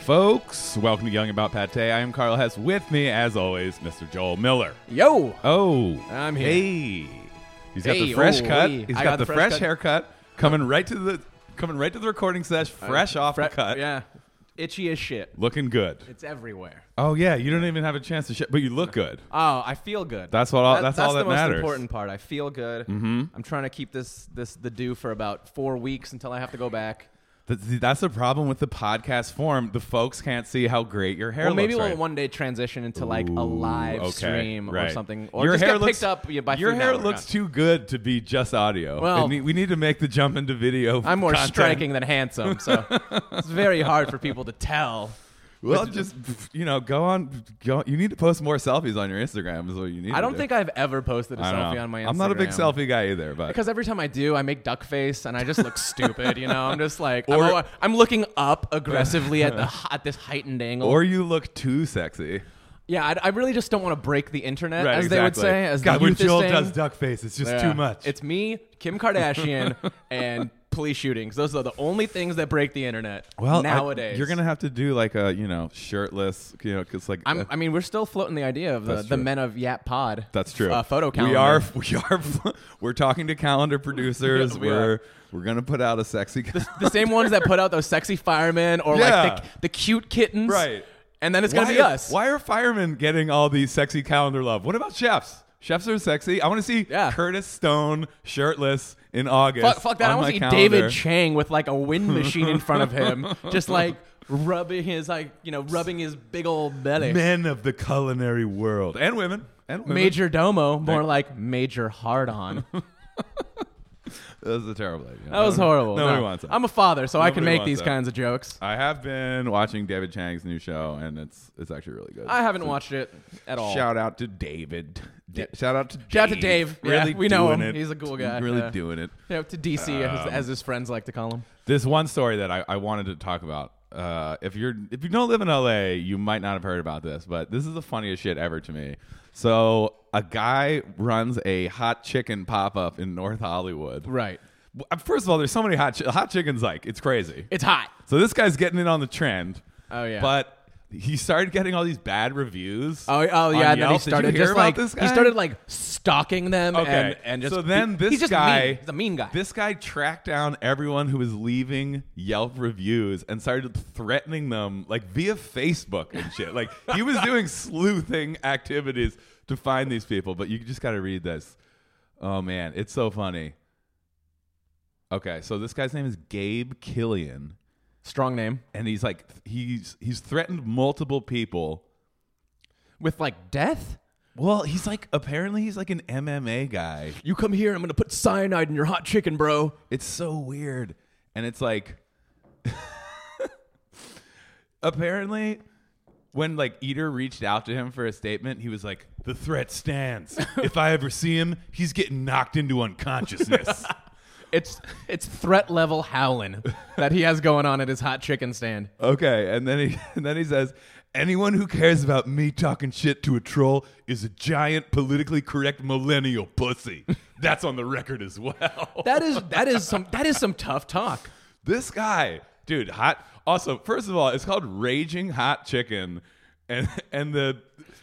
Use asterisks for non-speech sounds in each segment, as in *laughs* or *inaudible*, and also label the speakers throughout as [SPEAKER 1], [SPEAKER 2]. [SPEAKER 1] Folks, welcome to Young About Pate. I am Carl Hess. With me, as always, Mr. Joel Miller.
[SPEAKER 2] Yo!
[SPEAKER 1] Oh,
[SPEAKER 2] I'm here.
[SPEAKER 1] Hey, he's got the
[SPEAKER 2] Hey,
[SPEAKER 1] fresh
[SPEAKER 2] oh,
[SPEAKER 1] cut.
[SPEAKER 2] hey.
[SPEAKER 1] He's
[SPEAKER 2] I
[SPEAKER 1] got, the, fresh,
[SPEAKER 2] cut.
[SPEAKER 1] haircut coming right to the coming right to the recording sesh, fresh off
[SPEAKER 2] Uh, Fre-
[SPEAKER 1] the cut,
[SPEAKER 2] Yeah. Itchy as shit.
[SPEAKER 1] looking good.
[SPEAKER 2] It's everywhere.
[SPEAKER 1] Oh yeah, you don't even have a chance to shit, but you look good.
[SPEAKER 2] Oh, I feel good.
[SPEAKER 1] That's what all-
[SPEAKER 2] That-
[SPEAKER 1] that's all that
[SPEAKER 2] the
[SPEAKER 1] matters. Mm-hmm.
[SPEAKER 2] most important part. I feel good. I'm trying to keep this this the do for about four weeks until I have to go back.
[SPEAKER 1] Th- th- That's the problem with the podcast form. The folks can't see how great your hair
[SPEAKER 2] Well,
[SPEAKER 1] looks.
[SPEAKER 2] maybe we'll
[SPEAKER 1] right
[SPEAKER 2] one day transition into like
[SPEAKER 1] Ooh,
[SPEAKER 2] a live
[SPEAKER 1] okay,
[SPEAKER 2] stream or
[SPEAKER 1] right.
[SPEAKER 2] something, or
[SPEAKER 1] your
[SPEAKER 2] just
[SPEAKER 1] hair
[SPEAKER 2] get
[SPEAKER 1] looks,
[SPEAKER 2] picked up yeah, by
[SPEAKER 1] Your
[SPEAKER 2] Food
[SPEAKER 1] hair
[SPEAKER 2] Network.
[SPEAKER 1] looks too good to be just audio.
[SPEAKER 2] Well-
[SPEAKER 1] I mean, we need to make the jump into video.
[SPEAKER 2] I'm more
[SPEAKER 1] content.
[SPEAKER 2] striking than
[SPEAKER 1] *laughs*
[SPEAKER 2] handsome, so it's very hard for people to tell.
[SPEAKER 1] Well, just you know, go on. Go. You need to post more selfies on your Instagram. Is what you need.
[SPEAKER 2] I
[SPEAKER 1] to
[SPEAKER 2] don't
[SPEAKER 1] do.
[SPEAKER 2] think I've ever posted a
[SPEAKER 1] I
[SPEAKER 2] selfie
[SPEAKER 1] know.
[SPEAKER 2] on my Instagram.
[SPEAKER 1] I'm not a big selfie guy either, but
[SPEAKER 2] Because every time I do, I make duck face and I
[SPEAKER 1] *laughs*
[SPEAKER 2] just look stupid. You know, I'm just like
[SPEAKER 1] Or-
[SPEAKER 2] I'm, I'm looking up
[SPEAKER 1] *laughs*
[SPEAKER 2] aggressively at the at this heightened angle.
[SPEAKER 1] or you look too sexy.
[SPEAKER 2] yeah, I, I really just don't want to break the internet,
[SPEAKER 1] Right,
[SPEAKER 2] as
[SPEAKER 1] exactly.
[SPEAKER 2] they would say. As
[SPEAKER 1] God,
[SPEAKER 2] the
[SPEAKER 1] when
[SPEAKER 2] youth is
[SPEAKER 1] Joel
[SPEAKER 2] saying.
[SPEAKER 1] does duck face, it's just
[SPEAKER 2] Yeah.
[SPEAKER 1] too much.
[SPEAKER 2] It's me,
[SPEAKER 1] *laughs*
[SPEAKER 2] Kim Kardashian, and police shootings. Those are the only things that break the internet.
[SPEAKER 1] well I-
[SPEAKER 2] nowadays
[SPEAKER 1] you're gonna have to do like a you know shirtless, you know, because like uh,
[SPEAKER 2] I'm, I mean, we're still floating the idea of the,
[SPEAKER 1] That's
[SPEAKER 2] the
[SPEAKER 1] true.
[SPEAKER 2] men of Yap Pod.
[SPEAKER 1] That's true.
[SPEAKER 2] Uh, photo calendar.
[SPEAKER 1] We are *laughs* we are we're talking to calendar producers.
[SPEAKER 2] Yeah,
[SPEAKER 1] we
[SPEAKER 2] *laughs* we
[SPEAKER 1] are
[SPEAKER 2] are.
[SPEAKER 1] we're gonna put out a sexy *laughs*
[SPEAKER 2] the, the same ones that put out those sexy firemen or
[SPEAKER 1] Yeah.
[SPEAKER 2] like the, the cute kittens,
[SPEAKER 1] Right.
[SPEAKER 2] And then it's gonna
[SPEAKER 1] why
[SPEAKER 2] be
[SPEAKER 1] are,
[SPEAKER 2] us.
[SPEAKER 1] Why are firemen getting all the sexy calendar love? What about chefs? Chefs are sexy. I want to see
[SPEAKER 2] Yeah.
[SPEAKER 1] Curtis Stone shirtless in August.
[SPEAKER 2] Fuck, fuck that. I
[SPEAKER 1] on
[SPEAKER 2] want to
[SPEAKER 1] my
[SPEAKER 2] see
[SPEAKER 1] calendar.
[SPEAKER 2] David Chang with like a wind machine in front
[SPEAKER 1] *laughs*
[SPEAKER 2] of him, just like rubbing his like you know rubbing his big old belly.
[SPEAKER 1] Men of the culinary world and women and women.
[SPEAKER 2] Major Domo, more like Major
[SPEAKER 1] *laughs*
[SPEAKER 2] Hard On. That
[SPEAKER 1] That was a terrible idea. That
[SPEAKER 2] was horrible.
[SPEAKER 1] Nobody
[SPEAKER 2] No.
[SPEAKER 1] wants that.
[SPEAKER 2] I'm a father, so I
[SPEAKER 1] Nobody
[SPEAKER 2] can make
[SPEAKER 1] wants
[SPEAKER 2] these
[SPEAKER 1] that.
[SPEAKER 2] kinds of jokes.
[SPEAKER 1] I have been watching David Chang's new show, and it's it's actually really good.
[SPEAKER 2] I haven't watched it at all.
[SPEAKER 1] Shout out to David. Da-
[SPEAKER 2] Oh. Yeah.
[SPEAKER 1] Shout out to Dave.
[SPEAKER 2] Shout out to Dave. Yeah,
[SPEAKER 1] Really
[SPEAKER 2] we know
[SPEAKER 1] doing
[SPEAKER 2] him.
[SPEAKER 1] it.
[SPEAKER 2] He's a cool guy,
[SPEAKER 1] Really
[SPEAKER 2] yeah.
[SPEAKER 1] doing it.
[SPEAKER 2] You know, to DC,
[SPEAKER 1] Um,
[SPEAKER 2] as, as his friends like to call him.
[SPEAKER 1] This one story that I, I wanted to talk about. Uh, if you're if you don't live in LA, you might not have heard about this, but this is the funniest shit ever to me. So a guy runs a hot chicken pop up in North Hollywood.
[SPEAKER 2] Right.
[SPEAKER 1] W- uh, First of all, there's so many hot chi- hot chickens. Like it's crazy.
[SPEAKER 2] It's hot.
[SPEAKER 1] So this guy's getting in on the trend.
[SPEAKER 2] Oh, yeah.
[SPEAKER 1] But he started getting all these bad reviews.
[SPEAKER 2] Oh, oh
[SPEAKER 1] on
[SPEAKER 2] yeah. And then
[SPEAKER 1] Yelp.
[SPEAKER 2] he
[SPEAKER 1] Did you
[SPEAKER 2] started
[SPEAKER 1] hear
[SPEAKER 2] just
[SPEAKER 1] about
[SPEAKER 2] like
[SPEAKER 1] this guy?
[SPEAKER 2] he started like stalking them
[SPEAKER 1] Okay.
[SPEAKER 2] and and just
[SPEAKER 1] so then
[SPEAKER 2] he-
[SPEAKER 1] this
[SPEAKER 2] he's just
[SPEAKER 1] guy,
[SPEAKER 2] mean. he's a mean guy.
[SPEAKER 1] This guy tracked down everyone who was leaving Yelp reviews and started threatening them like via Facebook and shit. Like he was doing sleuthing activities to find these people. But you just got to read this. Oh man, it's so funny. Okay, so this guy's name is Gabe Killian,
[SPEAKER 2] strong name
[SPEAKER 1] and he's like he's he's threatened multiple people.
[SPEAKER 2] with like death.
[SPEAKER 1] Well, he's like apparently he's like an MMA guy.
[SPEAKER 2] You come here, I'm gonna put cyanide in your hot chicken, bro.
[SPEAKER 1] It's so weird. And it's like *laughs* apparently when like Eater reached out to him for a statement, he was like, "The threat stands. if I ever see him, he's getting knocked into unconsciousness."
[SPEAKER 2] It's it's threat level howling that he has going on at his hot chicken stand.
[SPEAKER 1] *laughs* okay, and then he *laughs* and then he says, "Anyone who cares about me talking shit to a troll is a giant politically correct millennial pussy." That's on the record as
[SPEAKER 2] *laughs*
[SPEAKER 1] well. *laughs*
[SPEAKER 2] That is that is some that is some tough talk.
[SPEAKER 1] This guy, dude, hot. Also, first of all, it's called Raging Hot Chicken, and and the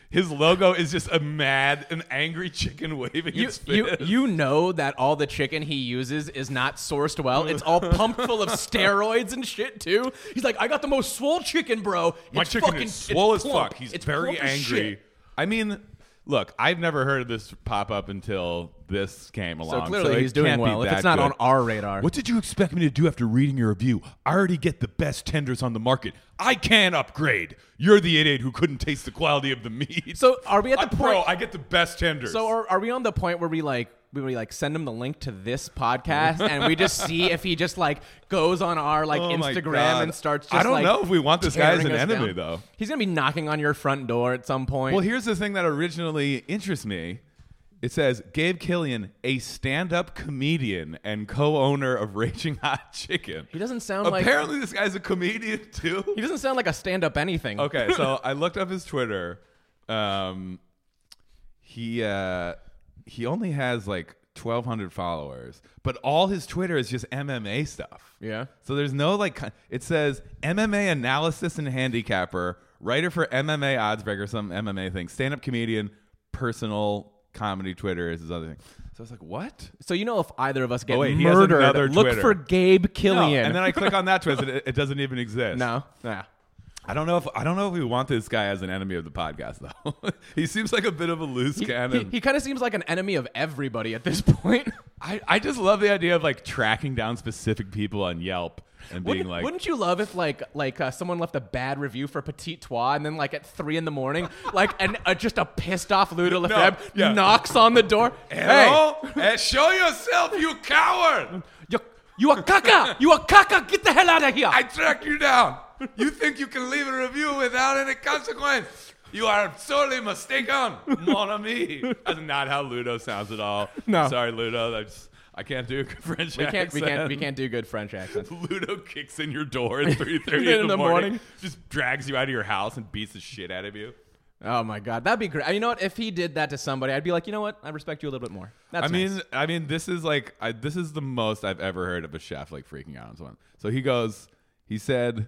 [SPEAKER 1] his logo is just a mad, an angry chicken waving
[SPEAKER 2] You,
[SPEAKER 1] its fist.
[SPEAKER 2] you you know that all the chicken he uses is not sourced well. It's all pumped full of steroids and shit too. He's like, I got the most swole chicken, bro.
[SPEAKER 1] My
[SPEAKER 2] It's
[SPEAKER 1] chicken
[SPEAKER 2] fucking,
[SPEAKER 1] is swole
[SPEAKER 2] it's
[SPEAKER 1] as
[SPEAKER 2] plump.
[SPEAKER 1] fuck. He's
[SPEAKER 2] It's
[SPEAKER 1] very
[SPEAKER 2] plump as
[SPEAKER 1] angry.
[SPEAKER 2] shit."
[SPEAKER 1] I mean, look, I've never heard of this pop up until this came along.
[SPEAKER 2] So clearly
[SPEAKER 1] it
[SPEAKER 2] he's doing
[SPEAKER 1] can't be
[SPEAKER 2] well. If it's
[SPEAKER 1] that
[SPEAKER 2] not
[SPEAKER 1] good.
[SPEAKER 2] on our radar,
[SPEAKER 1] What did you expect me to do after reading your review? I already get the best tenders on the market. I can upgrade. You're the idiot who couldn't taste the quality of the meat.
[SPEAKER 2] So are we at the
[SPEAKER 1] I-
[SPEAKER 2] point?
[SPEAKER 1] Bro, I get the best tenders.
[SPEAKER 2] so are, are we on the point where we like we we, like send him the link to this podcast and
[SPEAKER 1] *laughs*
[SPEAKER 2] we just see if he just like goes on our like
[SPEAKER 1] Oh my
[SPEAKER 2] Instagram
[SPEAKER 1] God.
[SPEAKER 2] and starts. just
[SPEAKER 1] I don't
[SPEAKER 2] like,
[SPEAKER 1] know if we want this guy as an
[SPEAKER 2] tearing us
[SPEAKER 1] enemy,
[SPEAKER 2] down.
[SPEAKER 1] though.
[SPEAKER 2] He's gonna be knocking on your front door at some point.
[SPEAKER 1] Well, here's the thing that originally interests me. It says Gabe Killian, a stand-up comedian and co-owner of Raging Hot Chicken.
[SPEAKER 2] he doesn't sound like
[SPEAKER 1] Apparently, this guy's a comedian too.
[SPEAKER 2] he doesn't sound like a stand up anything.
[SPEAKER 1] Okay, so I looked up his Twitter. Um, he uh, he only has like 1,200 followers, but all his Twitter is just MMA stuff.
[SPEAKER 2] Yeah.
[SPEAKER 1] So there's no like, con- it says MMA analysis and handicapper, writer for MMA Oddsbreaker, some MMA thing, stand up comedian, personal comedy Twitter is his other thing. So I was like, what?
[SPEAKER 2] So you know if either of us get
[SPEAKER 1] Oh, wait, he has
[SPEAKER 2] murdered,
[SPEAKER 1] another
[SPEAKER 2] look
[SPEAKER 1] Twitter.
[SPEAKER 2] for Gabe
[SPEAKER 1] No.
[SPEAKER 2] Killian.
[SPEAKER 1] And then I click on that twist, and it,
[SPEAKER 2] *laughs*
[SPEAKER 1] it doesn't even exist.
[SPEAKER 2] no, nah.
[SPEAKER 1] I don't know if I don't know if we want this guy as an enemy of the podcast though. *laughs* he seems like a bit of a loose
[SPEAKER 2] He,
[SPEAKER 1] cannon.
[SPEAKER 2] he kind of seems like an enemy of everybody at this *laughs* point.
[SPEAKER 1] I, I just love the idea of like tracking down specific people on Yelp and being
[SPEAKER 2] Wouldn't,
[SPEAKER 1] like,
[SPEAKER 2] wouldn't you love if like like uh, someone left a bad review for Petite Trois and then like at three in the morning, *laughs* like and uh, just a pissed off Ludo Lefebvre
[SPEAKER 1] yeah.
[SPEAKER 2] knocks on the door.
[SPEAKER 1] "Hello, Eh, show yourself, you coward!
[SPEAKER 2] you you a caca, you a caca, get the hell out of here.
[SPEAKER 1] I tracked you down. You think you can leave a review without any consequence? You are sorely mistaken, mon ami." That's not how Ludo sounds at all.
[SPEAKER 2] No.
[SPEAKER 1] sorry, Ludo. That's I can't do a good French
[SPEAKER 2] we can't we can't we
[SPEAKER 1] accent.
[SPEAKER 2] can't do good French accents.
[SPEAKER 1] Ludo kicks in your door
[SPEAKER 2] *laughs*
[SPEAKER 1] at three thirty in, the morning, just drags you out of your house and beats the shit out of you.
[SPEAKER 2] Oh my god, that'd be great. You know what? If he did that to somebody, I'd be like, you know what? I respect you a little bit more. That's
[SPEAKER 1] I mean,
[SPEAKER 2] nice.
[SPEAKER 1] I mean, this is like I, this is the most I've ever heard of a chef like freaking out on someone. So he goes, he said,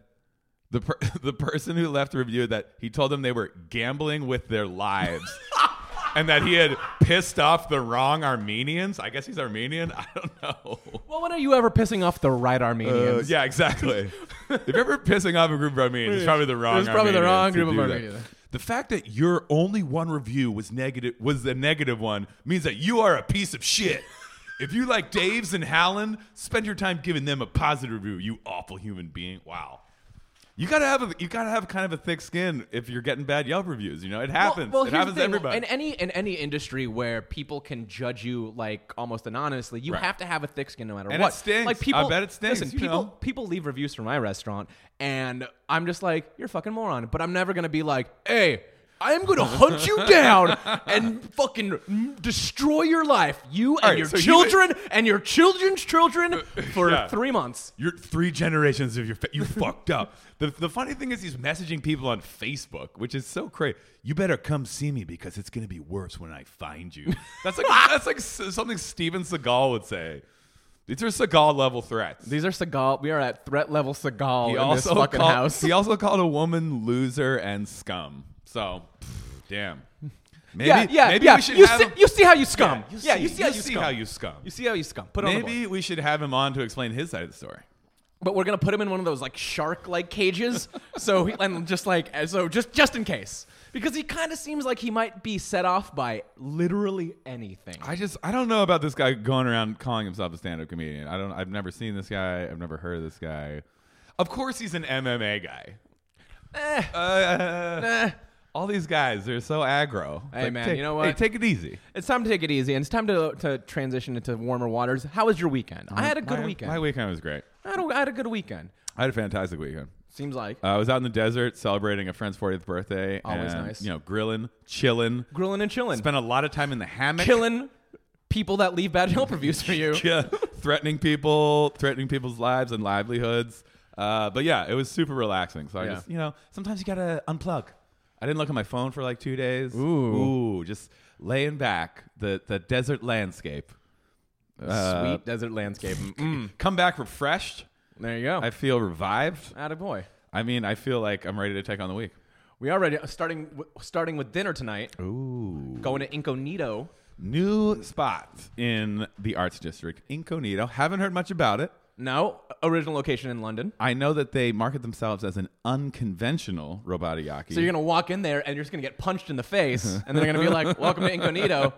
[SPEAKER 1] the per- *laughs* the person who left the review that he told them they were gambling with their
[SPEAKER 2] *laughs*
[SPEAKER 1] lives, and that he had pissed off the wrong Armenians. I guess he's Armenian. I don't know.
[SPEAKER 2] well, when are you ever pissing off the right
[SPEAKER 1] Uh,
[SPEAKER 2] Armenians?
[SPEAKER 1] yeah, exactly.
[SPEAKER 2] *laughs*
[SPEAKER 1] if you're ever pissing off a group of Armenians, it's probably the wrong.
[SPEAKER 2] It's probably the
[SPEAKER 1] Armenians
[SPEAKER 2] wrong
[SPEAKER 1] to
[SPEAKER 2] group of
[SPEAKER 1] do that.
[SPEAKER 2] Armenians.
[SPEAKER 1] The fact that your only one review was negative was the negative one means that you are a piece of
[SPEAKER 2] *laughs*
[SPEAKER 1] shit. if you like Dave's and Howland, spend your time giving them a positive review. You awful human being. Wow. You gotta have a you gotta have kind of a thick skin if you're getting bad Yelp reviews. You know it happens.
[SPEAKER 2] Well, well,
[SPEAKER 1] it
[SPEAKER 2] here's the
[SPEAKER 1] happens to
[SPEAKER 2] thing.
[SPEAKER 1] everybody.
[SPEAKER 2] In any in any industry where people can judge you like almost anonymously, you
[SPEAKER 1] Right.
[SPEAKER 2] have to have a thick skin no matter
[SPEAKER 1] And it
[SPEAKER 2] what.
[SPEAKER 1] stinks.
[SPEAKER 2] Like
[SPEAKER 1] I
[SPEAKER 2] people,
[SPEAKER 1] bet it stinks,
[SPEAKER 2] Listen,
[SPEAKER 1] you
[SPEAKER 2] people
[SPEAKER 1] know.
[SPEAKER 2] people leave reviews for my restaurant, and I'm just like, you're a fucking moron. But I'm never gonna be like, hey. I am going to
[SPEAKER 1] *laughs*
[SPEAKER 2] hunt you down and fucking destroy your life, you and
[SPEAKER 1] right,
[SPEAKER 2] your
[SPEAKER 1] so you-
[SPEAKER 2] children and your children's children
[SPEAKER 1] *laughs*
[SPEAKER 2] for
[SPEAKER 1] Yeah.
[SPEAKER 2] three months.
[SPEAKER 1] You're three generations of your fa- you fucked up. The, the funny thing is he's messaging people on Facebook, which is so crazy. You better come see me because it's gonna be worse when I find you. That's
[SPEAKER 2] *laughs*
[SPEAKER 1] like that's like s- something Steven Seagal would say. These are Seagal level threats.
[SPEAKER 2] These are Seagal. We are at threat level Seagal
[SPEAKER 1] he
[SPEAKER 2] in this
[SPEAKER 1] also
[SPEAKER 2] fucking
[SPEAKER 1] called,
[SPEAKER 2] house.
[SPEAKER 1] He also called a woman loser and scum. So, pff, damn. Maybe,
[SPEAKER 2] yeah, yeah,
[SPEAKER 1] maybe
[SPEAKER 2] yeah.
[SPEAKER 1] we should
[SPEAKER 2] you,
[SPEAKER 1] have
[SPEAKER 2] see,
[SPEAKER 1] him-
[SPEAKER 2] you see how you scum.
[SPEAKER 1] you
[SPEAKER 2] Yeah, you
[SPEAKER 1] see-
[SPEAKER 2] see, how
[SPEAKER 1] you
[SPEAKER 2] you
[SPEAKER 1] see
[SPEAKER 2] scum.
[SPEAKER 1] how you scum.
[SPEAKER 2] You see how you scum. Put on the board.
[SPEAKER 1] Maybe we should have him on to explain his side of the story.
[SPEAKER 2] But we're gonna put him in one of those like shark-like cages. *laughs* so he, and just like and so, just just in case, because he kind of seems like he might be set off by literally anything.
[SPEAKER 1] I just I don't know about this guy going around calling himself a stand-up comedian. I don't I've never seen this guy. I've never heard of this guy. Of course he's an MMA guy.
[SPEAKER 2] Eh,
[SPEAKER 1] Uh, *laughs*
[SPEAKER 2] eh.
[SPEAKER 1] all these guys, they're so aggro.
[SPEAKER 2] Hey, man,
[SPEAKER 1] take-
[SPEAKER 2] you know
[SPEAKER 1] Hey,
[SPEAKER 2] what?
[SPEAKER 1] take it easy.
[SPEAKER 2] It's time to take it easy, and it's time to to transition into warmer waters. How was your weekend? I had a good
[SPEAKER 1] my,
[SPEAKER 2] weekend.
[SPEAKER 1] My weekend was great.
[SPEAKER 2] I, had a, I had a good weekend.
[SPEAKER 1] I had a fantastic weekend.
[SPEAKER 2] Seems like
[SPEAKER 1] Uh, I was out in the desert celebrating a friend's 40th birthday.
[SPEAKER 2] Always
[SPEAKER 1] and,
[SPEAKER 2] nice.
[SPEAKER 1] You know, grilling, chilling.
[SPEAKER 2] grilling and chilling,
[SPEAKER 1] Spent a lot of time in the hammock.
[SPEAKER 2] killing people that leave bad help reviews
[SPEAKER 1] *laughs*
[SPEAKER 2] for you.
[SPEAKER 1] yeah, threatening people, threatening people's lives and livelihoods. Uh, but yeah, it was super relaxing. So I
[SPEAKER 2] Yeah.
[SPEAKER 1] just, you know, sometimes you gotta unplug. I didn't look at my phone for like two days.
[SPEAKER 2] Ooh.
[SPEAKER 1] Ooh, just laying back the the desert landscape. Uh,
[SPEAKER 2] Sweet desert landscape. Mm,
[SPEAKER 1] Come back refreshed.
[SPEAKER 2] there you go.
[SPEAKER 1] I feel revived.
[SPEAKER 2] Atta boy.
[SPEAKER 1] I mean, I feel like I'm ready to take on the week.
[SPEAKER 2] We are ready. Uh, Starting w- starting with dinner tonight.
[SPEAKER 1] Ooh,
[SPEAKER 2] Going to Incognito.
[SPEAKER 1] new spot in the Arts District, Incognito. Haven't heard much about it.
[SPEAKER 2] No original location in London.
[SPEAKER 1] I know that they market themselves as an unconventional robotiaki.
[SPEAKER 2] So you're gonna walk in there and you're just gonna get punched in the face,
[SPEAKER 1] Uh-huh.
[SPEAKER 2] and they're gonna be like, "Welcome
[SPEAKER 1] *laughs*
[SPEAKER 2] to Incognito."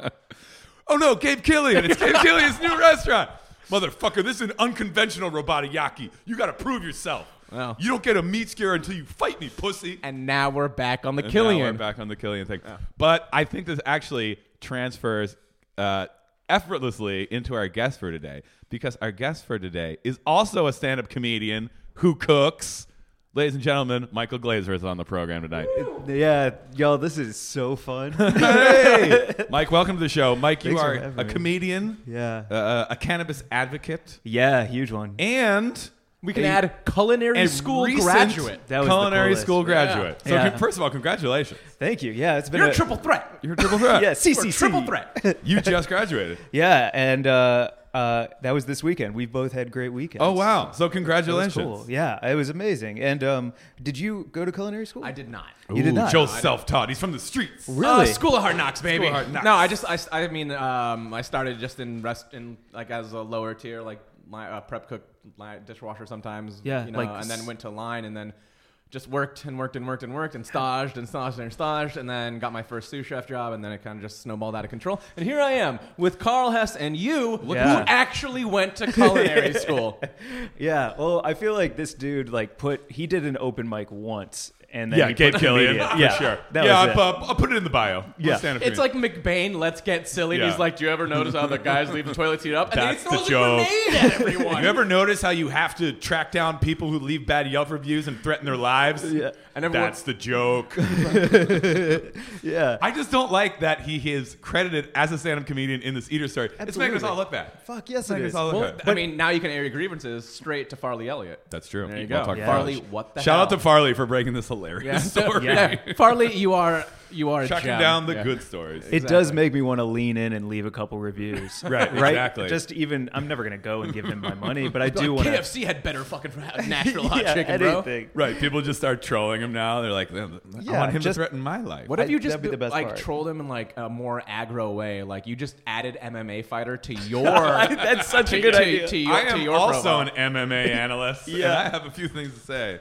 [SPEAKER 1] Oh no, Gabe Killian. It's Gabe Killian's new restaurant. Motherfucker, this is an unconventional robotiaki. You gotta prove yourself.
[SPEAKER 2] Wow.
[SPEAKER 1] You don't get a meat scare until you fight me, pussy.
[SPEAKER 2] And now we're back on the
[SPEAKER 1] And now
[SPEAKER 2] Killian.
[SPEAKER 1] we're back on the Killian thing. But I think this actually transfers uh, effortlessly into our guest for today because our guest for today is also a stand up comedian who cooks. Ladies and gentlemen, Michael Glazer is on the program tonight.
[SPEAKER 3] Yeah, y'all, this is so fun.
[SPEAKER 1] *laughs* Hey! Mike, welcome to the show. Mike, you
[SPEAKER 3] Thanks for
[SPEAKER 1] are
[SPEAKER 3] having
[SPEAKER 1] a
[SPEAKER 3] me.
[SPEAKER 1] comedian,
[SPEAKER 3] Yeah.
[SPEAKER 1] uh, a cannabis advocate.
[SPEAKER 3] yeah, huge one.
[SPEAKER 1] and
[SPEAKER 2] We can
[SPEAKER 1] a-
[SPEAKER 2] add culinary
[SPEAKER 1] a
[SPEAKER 2] school
[SPEAKER 1] recent
[SPEAKER 2] graduate.
[SPEAKER 3] That was the
[SPEAKER 1] culinary
[SPEAKER 3] coolest.
[SPEAKER 1] school
[SPEAKER 3] Yeah.
[SPEAKER 1] graduate. So,
[SPEAKER 3] Yeah.
[SPEAKER 1] con- first of all,
[SPEAKER 3] *laughs*
[SPEAKER 1] congratulations.
[SPEAKER 3] Thank you. Yeah, it's been
[SPEAKER 2] You're
[SPEAKER 3] a
[SPEAKER 2] a
[SPEAKER 3] *laughs*
[SPEAKER 2] triple threat.
[SPEAKER 1] You're a triple threat.
[SPEAKER 3] yeah,
[SPEAKER 2] You're
[SPEAKER 3] CCC
[SPEAKER 2] a triple threat.
[SPEAKER 1] *laughs* You just graduated.
[SPEAKER 3] Yeah, and uh, uh, that was this weekend. We've both had great weekends.
[SPEAKER 1] Oh wow! So
[SPEAKER 3] It was
[SPEAKER 1] congratulations.
[SPEAKER 3] cool. Yeah, it was amazing. And um, did you go to culinary school?
[SPEAKER 2] I did not.
[SPEAKER 3] You did
[SPEAKER 1] Ooh,
[SPEAKER 3] not.
[SPEAKER 1] Joe's self-taught. He's from the streets.
[SPEAKER 2] Uh,
[SPEAKER 3] Really?
[SPEAKER 2] school of hard knocks, baby.
[SPEAKER 1] School of Hard Knocks.
[SPEAKER 2] No, I just, I, I mean, um, I started just in rest, in like as a lower tier, like my uh, prep cook, my dishwasher sometimes.
[SPEAKER 3] Yeah,
[SPEAKER 2] you know,
[SPEAKER 3] like
[SPEAKER 2] and
[SPEAKER 3] s-
[SPEAKER 2] then went to line, and then just worked and worked and worked and worked and staged and staged and staged, and then got my first sous chef job, and then it kind of just snowballed out of control. And here I am with Carl Hess and you, who
[SPEAKER 3] Yeah.
[SPEAKER 2] actually went to *laughs* culinary school.
[SPEAKER 3] Yeah. Well, I feel like this dude like put he did an open mic once, and then
[SPEAKER 1] yeah,
[SPEAKER 3] he
[SPEAKER 1] Gabe
[SPEAKER 3] put
[SPEAKER 1] Killian.
[SPEAKER 3] comedian.
[SPEAKER 1] For
[SPEAKER 3] yeah,
[SPEAKER 1] sure.
[SPEAKER 3] That
[SPEAKER 1] yeah,
[SPEAKER 3] was it.
[SPEAKER 1] I'll, pu- I'll put it in the bio.
[SPEAKER 3] Yeah.
[SPEAKER 1] Stand up for
[SPEAKER 2] It's
[SPEAKER 1] me.
[SPEAKER 2] like McBain, let's get silly. And
[SPEAKER 1] Yeah.
[SPEAKER 2] he's like, Do you ever notice how the guys leave the toilet seat up? And
[SPEAKER 1] That's
[SPEAKER 2] then
[SPEAKER 1] the
[SPEAKER 2] he throws
[SPEAKER 1] joke.
[SPEAKER 2] a grenade at
[SPEAKER 1] *laughs*
[SPEAKER 2] everyone.
[SPEAKER 1] You ever notice how you have to track down people who leave bad Yelp reviews and threaten their lives? Yeah.
[SPEAKER 2] And everyone-
[SPEAKER 1] That's the joke.
[SPEAKER 3] Yeah.
[SPEAKER 1] I just don't like that he is credited as a stand-up comedian in this eater story. It's making us
[SPEAKER 3] Absolutely.
[SPEAKER 1] all look bad.
[SPEAKER 3] Fuck yes,
[SPEAKER 1] Like
[SPEAKER 3] it
[SPEAKER 1] it's
[SPEAKER 3] is.
[SPEAKER 1] all
[SPEAKER 2] Well,
[SPEAKER 1] Okay.
[SPEAKER 2] I mean, now you can air your grievances straight to Farley Elliott.
[SPEAKER 1] That's true.
[SPEAKER 2] There you
[SPEAKER 1] We'll
[SPEAKER 2] go.
[SPEAKER 1] talk
[SPEAKER 3] Yeah.
[SPEAKER 2] Farley,
[SPEAKER 1] college.
[SPEAKER 2] what the
[SPEAKER 1] Shout
[SPEAKER 2] hell?
[SPEAKER 1] out to Farley for breaking this hilarious
[SPEAKER 3] *laughs*
[SPEAKER 1] *laughs*
[SPEAKER 2] yeah.
[SPEAKER 1] story.
[SPEAKER 2] Yeah. Farley, you are you are a
[SPEAKER 1] Tracking
[SPEAKER 2] gem.
[SPEAKER 1] down the
[SPEAKER 2] Yeah.
[SPEAKER 1] good stories.
[SPEAKER 3] It does make me want to lean in and leave a couple reviews.
[SPEAKER 1] *laughs* Right,
[SPEAKER 3] right.
[SPEAKER 1] exactly.
[SPEAKER 3] Just even, I'm never gonna go and give them my money, but I
[SPEAKER 2] Like,
[SPEAKER 3] do want to.
[SPEAKER 2] KFC had better fucking
[SPEAKER 3] *laughs*
[SPEAKER 2] Nashville hot
[SPEAKER 3] yeah,
[SPEAKER 2] chicken, bro.
[SPEAKER 3] anything.
[SPEAKER 1] Right, people just start trolling him now. They're like, I
[SPEAKER 3] Yeah,
[SPEAKER 1] want him to
[SPEAKER 3] just-
[SPEAKER 1] threaten my life.
[SPEAKER 2] What if
[SPEAKER 3] I-
[SPEAKER 2] you just
[SPEAKER 3] that'd be the best
[SPEAKER 2] like
[SPEAKER 3] part.
[SPEAKER 2] trolled him in like a more aggro way? Like you just added MMA fighter
[SPEAKER 3] *laughs*
[SPEAKER 2] to your. That's
[SPEAKER 3] such a
[SPEAKER 2] to,
[SPEAKER 3] good
[SPEAKER 2] to,
[SPEAKER 3] idea.
[SPEAKER 2] To your,
[SPEAKER 1] I
[SPEAKER 2] to
[SPEAKER 1] am
[SPEAKER 2] your
[SPEAKER 1] also
[SPEAKER 2] profile.
[SPEAKER 1] an MMA analyst,
[SPEAKER 3] Yeah.
[SPEAKER 1] and I have a few things to say.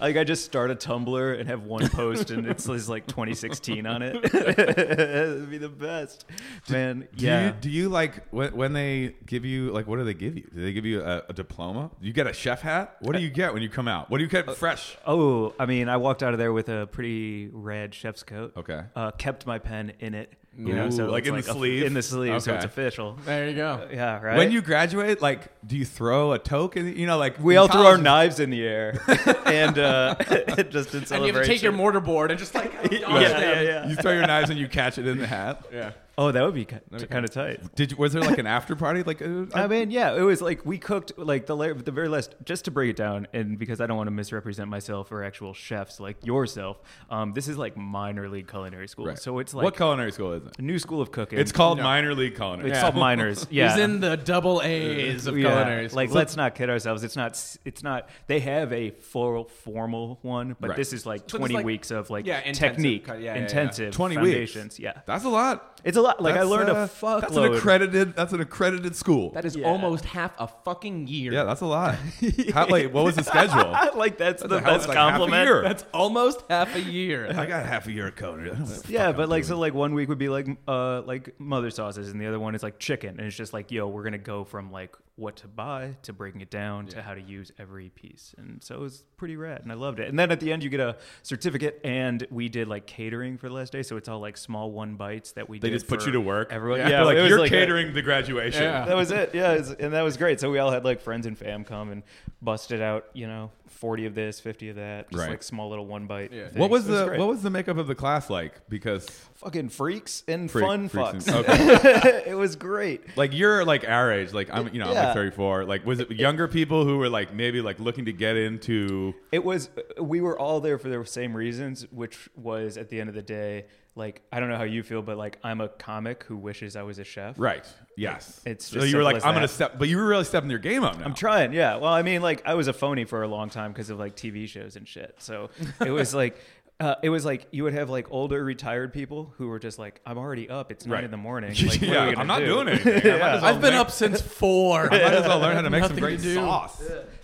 [SPEAKER 3] Like I just start a Tumblr and have one post and it's, it's like 2016 on it. *laughs* It'd be the best, man.
[SPEAKER 1] Do
[SPEAKER 3] yeah.
[SPEAKER 1] you, do you like when, when they give you like what do they give you? Do they give you a, a diploma? You get a chef hat. What do you get when you come out? What do you get fresh?
[SPEAKER 3] oh, I mean, I walked out of there with a pretty red chef's coat.
[SPEAKER 1] Okay.
[SPEAKER 3] Uh, kept my pen in it. You know,
[SPEAKER 1] Ooh,
[SPEAKER 3] so
[SPEAKER 1] like
[SPEAKER 3] it's
[SPEAKER 1] in the
[SPEAKER 3] a-
[SPEAKER 1] sleeve?
[SPEAKER 3] in the sleeve, so
[SPEAKER 1] Okay.
[SPEAKER 3] it's official.
[SPEAKER 2] There you go.
[SPEAKER 3] Yeah, right.
[SPEAKER 1] When you graduate, like, do you throw a token? You know, like
[SPEAKER 3] we
[SPEAKER 1] in
[SPEAKER 3] all threw our
[SPEAKER 1] college-
[SPEAKER 3] knives in the *laughs* air and uh, *laughs* just in celebration.
[SPEAKER 2] And you have to take your mortar board and just like.
[SPEAKER 3] *laughs* yeah, yeah, yeah.
[SPEAKER 1] You throw your knives and you catch it in the hat.
[SPEAKER 2] yeah.
[SPEAKER 3] Oh, that would be kind of tight.
[SPEAKER 1] Did you, was there like an after party? Like, uh,
[SPEAKER 3] I mean, yeah, it was like we cooked like the la- the very last. Just to break it down, and because I don't want to misrepresent myself or actual chefs like yourself, um, this is like minor league culinary school.
[SPEAKER 1] uh, right.
[SPEAKER 3] So it's like
[SPEAKER 1] what culinary school is it?
[SPEAKER 3] a new school of cooking.
[SPEAKER 1] It's called minor league culinary.
[SPEAKER 3] it's
[SPEAKER 1] school.
[SPEAKER 3] called *laughs* minors. Yeah,
[SPEAKER 2] He's in the double A's of
[SPEAKER 3] Yeah.
[SPEAKER 2] culinary.
[SPEAKER 3] Like,
[SPEAKER 2] school.
[SPEAKER 3] let's not kid ourselves. It's not. s- It's not. They have a formal formal one, but
[SPEAKER 1] Right.
[SPEAKER 3] this is like
[SPEAKER 2] So it's
[SPEAKER 3] twenty
[SPEAKER 2] like-
[SPEAKER 3] weeks of like
[SPEAKER 2] yeah, intensive
[SPEAKER 3] technique,
[SPEAKER 2] cut- yeah, yeah, yeah.
[SPEAKER 3] intensive,
[SPEAKER 1] 20 weeks.
[SPEAKER 3] foundations. Yeah,
[SPEAKER 1] That's a lot.
[SPEAKER 3] it's a lot. Like I
[SPEAKER 1] That's,
[SPEAKER 3] learned
[SPEAKER 1] uh,
[SPEAKER 3] a fuckload.
[SPEAKER 1] That's an accredited. That's an accredited school.
[SPEAKER 2] That is
[SPEAKER 3] Yeah.
[SPEAKER 2] almost half a fucking year.
[SPEAKER 1] yeah, that's a lot.
[SPEAKER 3] *laughs*
[SPEAKER 1] How, wait, what was the schedule?
[SPEAKER 3] like that's, the
[SPEAKER 1] a hell-
[SPEAKER 3] best
[SPEAKER 1] like half a
[SPEAKER 3] compliment.
[SPEAKER 1] year.
[SPEAKER 2] That's almost half a year.
[SPEAKER 1] *laughs* I got half a year of culinary. *laughs* I don't know what the
[SPEAKER 3] Yeah,
[SPEAKER 1] fuck
[SPEAKER 3] but
[SPEAKER 1] I'm
[SPEAKER 3] like
[SPEAKER 1] doing.
[SPEAKER 3] so, like one week would be like uh like mother sauces, and the other one is like chicken, and it's just like yo, we're gonna go from like what to buy to breaking it down to how to use every piece, and so it was pretty rad, and I loved it. And then at the end, you get a certificate, and we did like catering for the last day, so it's all like small one bites that we
[SPEAKER 1] They
[SPEAKER 3] did
[SPEAKER 1] just put
[SPEAKER 3] for
[SPEAKER 1] you to work.
[SPEAKER 3] Everyone,
[SPEAKER 1] yeah,
[SPEAKER 3] yeah,
[SPEAKER 1] They're
[SPEAKER 3] it
[SPEAKER 1] like
[SPEAKER 3] was
[SPEAKER 1] you're
[SPEAKER 3] a-
[SPEAKER 1] catering the graduation.
[SPEAKER 2] Yeah.
[SPEAKER 3] *laughs* that was it. Yeah, it was- and that was great. So we all had like friends and fam come and busted out, you know, forty of this, fifty of that, just
[SPEAKER 1] Right.
[SPEAKER 3] like small little one bite.
[SPEAKER 2] Yeah. What
[SPEAKER 3] things.
[SPEAKER 1] What was
[SPEAKER 3] It
[SPEAKER 1] the
[SPEAKER 3] great.
[SPEAKER 1] what was the makeup of the class like? Because
[SPEAKER 3] fucking freaks and
[SPEAKER 1] freak-
[SPEAKER 3] fun
[SPEAKER 1] freaks and-
[SPEAKER 3] fucks?
[SPEAKER 1] *laughs* okay.
[SPEAKER 3] it was great.
[SPEAKER 1] like you're like our age. Like I'm, you know, I'm like
[SPEAKER 3] Yeah.
[SPEAKER 1] 34. Like was it younger people who were like maybe like looking to get into?
[SPEAKER 3] It was. We were all there for the same reasons, which was at the end of the day, like I don't know how you feel, but like I'm a comic who wishes I was a chef.
[SPEAKER 1] Right. Yes.
[SPEAKER 3] It's
[SPEAKER 1] so
[SPEAKER 3] just
[SPEAKER 1] you were
[SPEAKER 3] simple
[SPEAKER 1] like
[SPEAKER 3] as
[SPEAKER 1] I'm gonna
[SPEAKER 3] that.
[SPEAKER 1] step, but you were really stepping your game up now. *laughs*
[SPEAKER 3] I'm trying. Yeah. Well, I mean, like I was a phony for a long time because of like TV shows and shit. So
[SPEAKER 1] *laughs*
[SPEAKER 3] it was like. Uh, it was like you would have like older retired people who were just like, "I'm already up. It's nine
[SPEAKER 1] Right.
[SPEAKER 3] in
[SPEAKER 1] *laughs*
[SPEAKER 3] the morning. Like, what are we
[SPEAKER 1] yeah,
[SPEAKER 3] gonna
[SPEAKER 1] I'm not
[SPEAKER 3] do?" *laughs*
[SPEAKER 1] doing anything. I might as well
[SPEAKER 2] I've been
[SPEAKER 1] make-
[SPEAKER 2] up since
[SPEAKER 1] *laughs*
[SPEAKER 2] four.
[SPEAKER 1] I might as well learn how to make some
[SPEAKER 2] Nothing to
[SPEAKER 1] great
[SPEAKER 2] do.
[SPEAKER 1] sauce.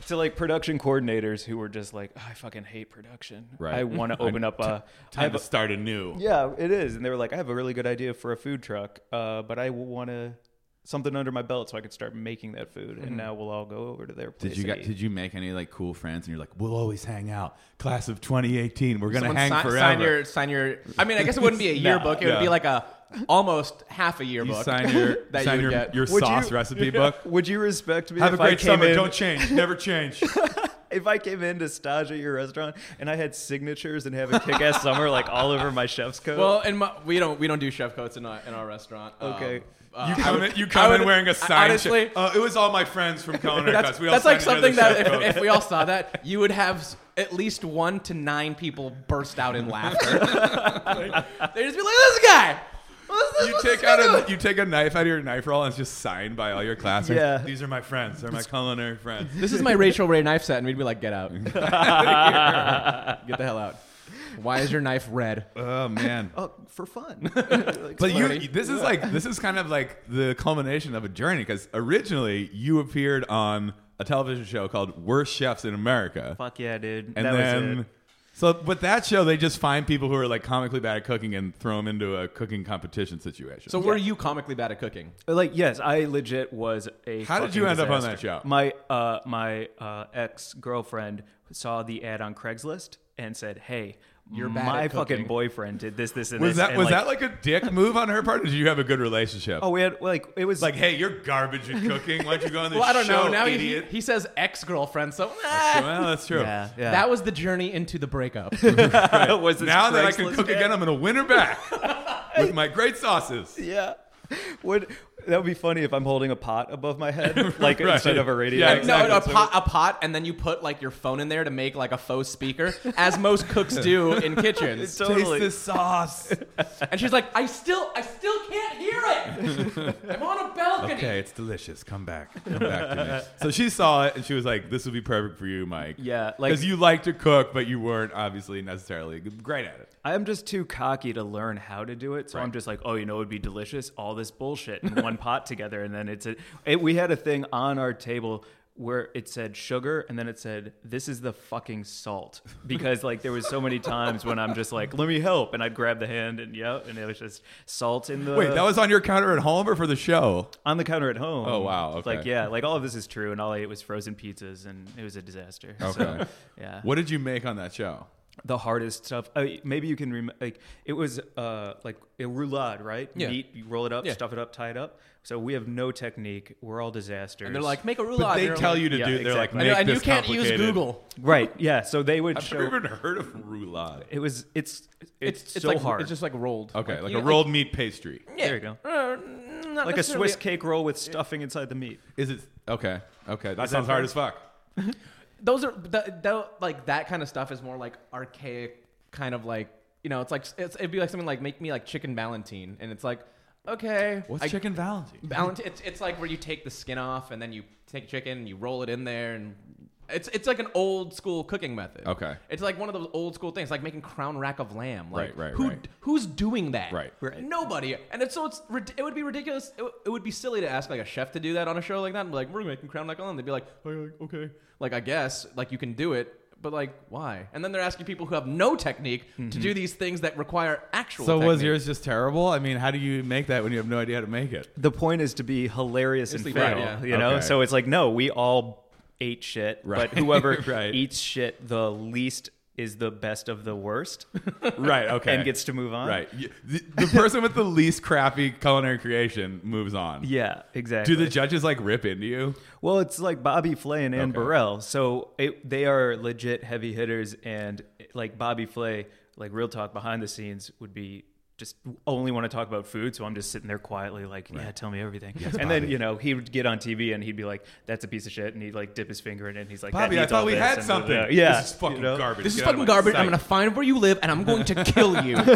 [SPEAKER 3] to like production coordinators who were just like, "Oh, "I fucking hate production.
[SPEAKER 1] Right. *laughs*
[SPEAKER 3] I want to open up a I
[SPEAKER 1] Time
[SPEAKER 3] have
[SPEAKER 1] to start anew.
[SPEAKER 3] Yeah, it is. And they were like, I have a really good idea for a food truck, uh, but I want to something under my belt so I could start making that food. And now we'll all go over to their place.
[SPEAKER 1] Mm-hmm. Did you
[SPEAKER 3] and
[SPEAKER 1] get,
[SPEAKER 3] eat.
[SPEAKER 1] did you make any like cool friends and you're like we'll always hang out class of 2018 we're gonna
[SPEAKER 2] Someone
[SPEAKER 1] hang
[SPEAKER 2] si-
[SPEAKER 1] forever
[SPEAKER 2] Sign your, sign your. I mean, I guess it wouldn't be
[SPEAKER 1] *laughs*
[SPEAKER 2] a yearbook. It would
[SPEAKER 1] yeah.
[SPEAKER 2] be like a almost half a
[SPEAKER 1] you
[SPEAKER 2] yearbook.
[SPEAKER 3] *laughs*
[SPEAKER 1] sign your
[SPEAKER 2] that you
[SPEAKER 1] sign
[SPEAKER 2] would
[SPEAKER 1] your,
[SPEAKER 2] get.
[SPEAKER 1] your
[SPEAKER 3] Would
[SPEAKER 1] sauce
[SPEAKER 3] *laughs* you-
[SPEAKER 1] recipe book
[SPEAKER 3] Would you respect me
[SPEAKER 1] have a
[SPEAKER 3] if I
[SPEAKER 1] great
[SPEAKER 3] came
[SPEAKER 1] summer
[SPEAKER 3] in? *laughs*
[SPEAKER 1] don't change never change
[SPEAKER 3] if I came in to stage at your restaurant and I had signatures and have a
[SPEAKER 1] *laughs*
[SPEAKER 3] kick ass summer like all over my chef's coat.
[SPEAKER 2] *laughs* Well, and my, we don't we don't do chef coats in our in our restaurant. Um,
[SPEAKER 3] Okay.
[SPEAKER 2] uh,
[SPEAKER 1] You
[SPEAKER 2] I
[SPEAKER 1] come,
[SPEAKER 2] would-
[SPEAKER 1] in, you
[SPEAKER 2] I
[SPEAKER 1] come in
[SPEAKER 2] would-
[SPEAKER 1] wearing a
[SPEAKER 2] I-
[SPEAKER 1] sign.
[SPEAKER 2] Honestly,
[SPEAKER 1] Uh, it was all my friends from Conan
[SPEAKER 2] that's,
[SPEAKER 1] Cuts. We all
[SPEAKER 2] that's like
[SPEAKER 1] signed
[SPEAKER 2] something
[SPEAKER 1] another
[SPEAKER 2] that
[SPEAKER 1] chef code.
[SPEAKER 2] if, if we all saw that, you would have s- at least one to nine people burst out in
[SPEAKER 1] *laughs*
[SPEAKER 2] laughter. *laughs* they just be like, "This guy, what's this,
[SPEAKER 1] you
[SPEAKER 2] *laughs* what's this
[SPEAKER 1] take
[SPEAKER 2] guy doing?"
[SPEAKER 1] out a you take a knife out of your knife roll and it's just signed by all your classmates.
[SPEAKER 3] Yeah.
[SPEAKER 1] These are my friends. They're my culinary friends.
[SPEAKER 2] *laughs* This is my Rachel Ray knife set, and we'd be like, "Get
[SPEAKER 1] *laughs*
[SPEAKER 2] out, get the hell out." Why is your knife red?
[SPEAKER 1] Oh man.
[SPEAKER 3] oh,
[SPEAKER 1] *laughs*
[SPEAKER 3] for fun. *laughs* Like,
[SPEAKER 1] But
[SPEAKER 2] Flirty.
[SPEAKER 1] you, this is like this is kind of like the culmination of a journey because originally you appeared on a television show called Worst Chefs in America,
[SPEAKER 3] fuck yeah, dude.
[SPEAKER 1] and
[SPEAKER 3] that
[SPEAKER 1] then
[SPEAKER 3] was it.
[SPEAKER 1] so with that show they just find people who are like comically bad at cooking and throw them into a cooking competition situation.
[SPEAKER 2] So were you comically bad at cooking?
[SPEAKER 3] Like yes, I legit was a.
[SPEAKER 1] How did
[SPEAKER 3] fucking
[SPEAKER 1] you end up on
[SPEAKER 3] disaster.
[SPEAKER 1] that show?
[SPEAKER 3] My uh, my uh, ex girlfriend saw the ad on Craigslist and said, "Hey,
[SPEAKER 2] You're bad
[SPEAKER 3] my
[SPEAKER 2] at
[SPEAKER 3] fucking
[SPEAKER 2] cooking."
[SPEAKER 3] boyfriend did this, this, and
[SPEAKER 1] was
[SPEAKER 3] this."
[SPEAKER 1] that
[SPEAKER 3] and,
[SPEAKER 1] was
[SPEAKER 3] like,
[SPEAKER 1] that like a
[SPEAKER 2] *laughs*
[SPEAKER 1] dick move on her part, or did you have a good relationship?
[SPEAKER 3] Oh, we had like it was
[SPEAKER 1] Like, hey, you're garbage at cooking. Why don't you go on this
[SPEAKER 2] *laughs* Well, I don't
[SPEAKER 1] show,
[SPEAKER 2] know. Now he, *laughs*
[SPEAKER 1] idiot?
[SPEAKER 2] he says ex-girlfriend, so
[SPEAKER 1] well, that's true.
[SPEAKER 3] *laughs* yeah, yeah.
[SPEAKER 2] that was the journey into the breakup.
[SPEAKER 3] was this
[SPEAKER 1] Now that I can
[SPEAKER 3] Craigslist
[SPEAKER 1] cook
[SPEAKER 3] ad?
[SPEAKER 1] again, I'm going to win her back with my great sauces.
[SPEAKER 3] *laughs* Yeah. Would that would be funny if I'm holding a pot above
[SPEAKER 1] *laughs*
[SPEAKER 3] my head, like
[SPEAKER 1] Right.
[SPEAKER 3] instead of a radio?
[SPEAKER 1] Yeah,
[SPEAKER 2] No,
[SPEAKER 1] *laughs* exactly.
[SPEAKER 2] no, a pot, a pot, and then you put like your phone in there to make like a faux speaker, as most cooks
[SPEAKER 1] *laughs*
[SPEAKER 2] do in kitchens.
[SPEAKER 3] Totally.
[SPEAKER 1] Taste this sauce.
[SPEAKER 3] *laughs*
[SPEAKER 2] And she's like, "I still, I still can't hear it.
[SPEAKER 1] *laughs*
[SPEAKER 2] I'm on a balcony."
[SPEAKER 1] okay, it's delicious. Come back. Come back to
[SPEAKER 3] *laughs*
[SPEAKER 1] me. So she saw it and she was like, this would be perfect for you, Mike.
[SPEAKER 3] Yeah, like-
[SPEAKER 1] Because you like to cook, but you weren't obviously necessarily great at it.
[SPEAKER 3] I'm just too cocky to learn how to do it, so I'm
[SPEAKER 1] Right.
[SPEAKER 3] just like, oh, you know, it'd be delicious, all this bullshit in one *laughs* pot together, and then it's a. It, we had a thing on our table where it said sugar, and then it said, "This is the
[SPEAKER 1] *laughs*
[SPEAKER 3] fucking salt," because like there was so many times when I'm just like, "Let me help," and I'd grab the hand, and yeah, and it was just salt in the.
[SPEAKER 1] Wait, that was on your counter at home or for the show?
[SPEAKER 3] on the counter at home.
[SPEAKER 1] Oh, wow,
[SPEAKER 3] It's
[SPEAKER 1] okay.
[SPEAKER 3] Like yeah, like all of this is true, and all I ate was frozen pizzas, and it was a disaster. So,
[SPEAKER 1] Okay.
[SPEAKER 3] yeah.
[SPEAKER 1] What did you make on that show?
[SPEAKER 3] the hardest stuff. I, maybe you can remember. Like it was uh, like a roulade, right?
[SPEAKER 2] Yeah.
[SPEAKER 3] Meat, you roll it up,
[SPEAKER 2] Yeah.
[SPEAKER 3] stuff it up, tie it up. So we we have no technique. We're all disasters.
[SPEAKER 2] And they're like, "Make a roulade."
[SPEAKER 1] But they
[SPEAKER 2] And you're
[SPEAKER 1] tell
[SPEAKER 2] like-
[SPEAKER 1] you to
[SPEAKER 3] yeah,
[SPEAKER 1] do. They're like,
[SPEAKER 3] exactly.
[SPEAKER 2] And,
[SPEAKER 1] make
[SPEAKER 2] and you
[SPEAKER 1] this
[SPEAKER 2] can't use
[SPEAKER 1] complicated."
[SPEAKER 2] Google.
[SPEAKER 3] right? Yeah. So they would
[SPEAKER 1] I've
[SPEAKER 3] show.
[SPEAKER 1] never even heard of roulade.
[SPEAKER 3] It was. It's. It's,
[SPEAKER 2] It's,
[SPEAKER 3] so
[SPEAKER 2] like,
[SPEAKER 3] hard.
[SPEAKER 2] It's just like rolled.
[SPEAKER 1] Okay, like
[SPEAKER 2] you
[SPEAKER 1] a
[SPEAKER 2] know,
[SPEAKER 1] rolled meat pastry.
[SPEAKER 2] yeah.
[SPEAKER 3] There you go.
[SPEAKER 2] Uh, not
[SPEAKER 3] like a
[SPEAKER 2] necessarily-
[SPEAKER 3] Swiss cake roll with stuffing inside the meat.
[SPEAKER 1] Is it okay? Okay, that
[SPEAKER 3] that
[SPEAKER 1] sounds hard as
[SPEAKER 3] fair?
[SPEAKER 1] fuck.
[SPEAKER 2] Those are the, the, like that kind of stuff is more like archaic, kind of like you know, it's like it's, it'd be like something like make me like chicken valentine, and it's like okay, I-
[SPEAKER 1] chicken valentine?
[SPEAKER 2] Valentine. It's, it's like where you take the skin off and then you take chicken and you roll it in there and it's it's like an old school cooking method.
[SPEAKER 1] Okay.
[SPEAKER 2] It's like one of those old school things, like making crown rack of lamb. Like,
[SPEAKER 1] Right, right,
[SPEAKER 2] who,
[SPEAKER 1] right.
[SPEAKER 2] Who's doing that?
[SPEAKER 1] Right.
[SPEAKER 3] Right.
[SPEAKER 2] Nobody. And it's so it's rid- it would be ridiculous. It, would- it would be silly to ask like a chef to do that on a show like that. And be like, we're making crown rack of lamb. They'd be like, "Oh, yeah, okay, like I guess like you can do it. But like, why? And then they're asking people who have no technique to do these things that require actual.
[SPEAKER 1] Mm-hmm. So was
[SPEAKER 2] technique.
[SPEAKER 1] yours just terrible? I mean, how do you make that when you have no idea how to make it?
[SPEAKER 3] The point is to be hilarious and
[SPEAKER 2] Right,
[SPEAKER 3] fail.
[SPEAKER 2] yeah.
[SPEAKER 3] You know.
[SPEAKER 1] Okay.
[SPEAKER 3] So it's like no, we all ate shit,
[SPEAKER 1] Right.
[SPEAKER 2] *laughs*
[SPEAKER 3] but whoever
[SPEAKER 1] Right.
[SPEAKER 3] eats shit the least is the best of the
[SPEAKER 2] *laughs*
[SPEAKER 3] worst.
[SPEAKER 1] *laughs* Right. Okay.
[SPEAKER 3] And gets to move on.
[SPEAKER 1] Right. You- The, the person with the least crappy culinary creation moves on.
[SPEAKER 3] Yeah, exactly.
[SPEAKER 1] Do the judges like rip into you?
[SPEAKER 3] Well, it's like Bobby Flay and Ann
[SPEAKER 1] Okay.
[SPEAKER 3] Burrell. So it, they are legit heavy hitters, and like Bobby Flay, like real talk behind the scenes would be just only want to talk about food. So I'm just sitting there quietly, like, yeah, tell me everything. and then
[SPEAKER 1] Bobby.
[SPEAKER 3] you know he would get on TV and he'd be like, that's a piece of shit, and he'd like dip his finger in it, and he's like, that
[SPEAKER 1] Bobby, I
[SPEAKER 3] needs
[SPEAKER 1] thought
[SPEAKER 3] all
[SPEAKER 1] we
[SPEAKER 3] this,
[SPEAKER 1] had
[SPEAKER 3] and
[SPEAKER 1] something.
[SPEAKER 3] blah, blah, blah. Yeah,
[SPEAKER 1] This is fucking
[SPEAKER 3] you know?
[SPEAKER 1] garbage.
[SPEAKER 2] This is
[SPEAKER 1] Get out of
[SPEAKER 2] fucking
[SPEAKER 1] my
[SPEAKER 2] garbage.
[SPEAKER 1] sight.
[SPEAKER 2] I'm gonna find where you live and I'm going to
[SPEAKER 1] *laughs*
[SPEAKER 2] kill you.
[SPEAKER 3] *laughs*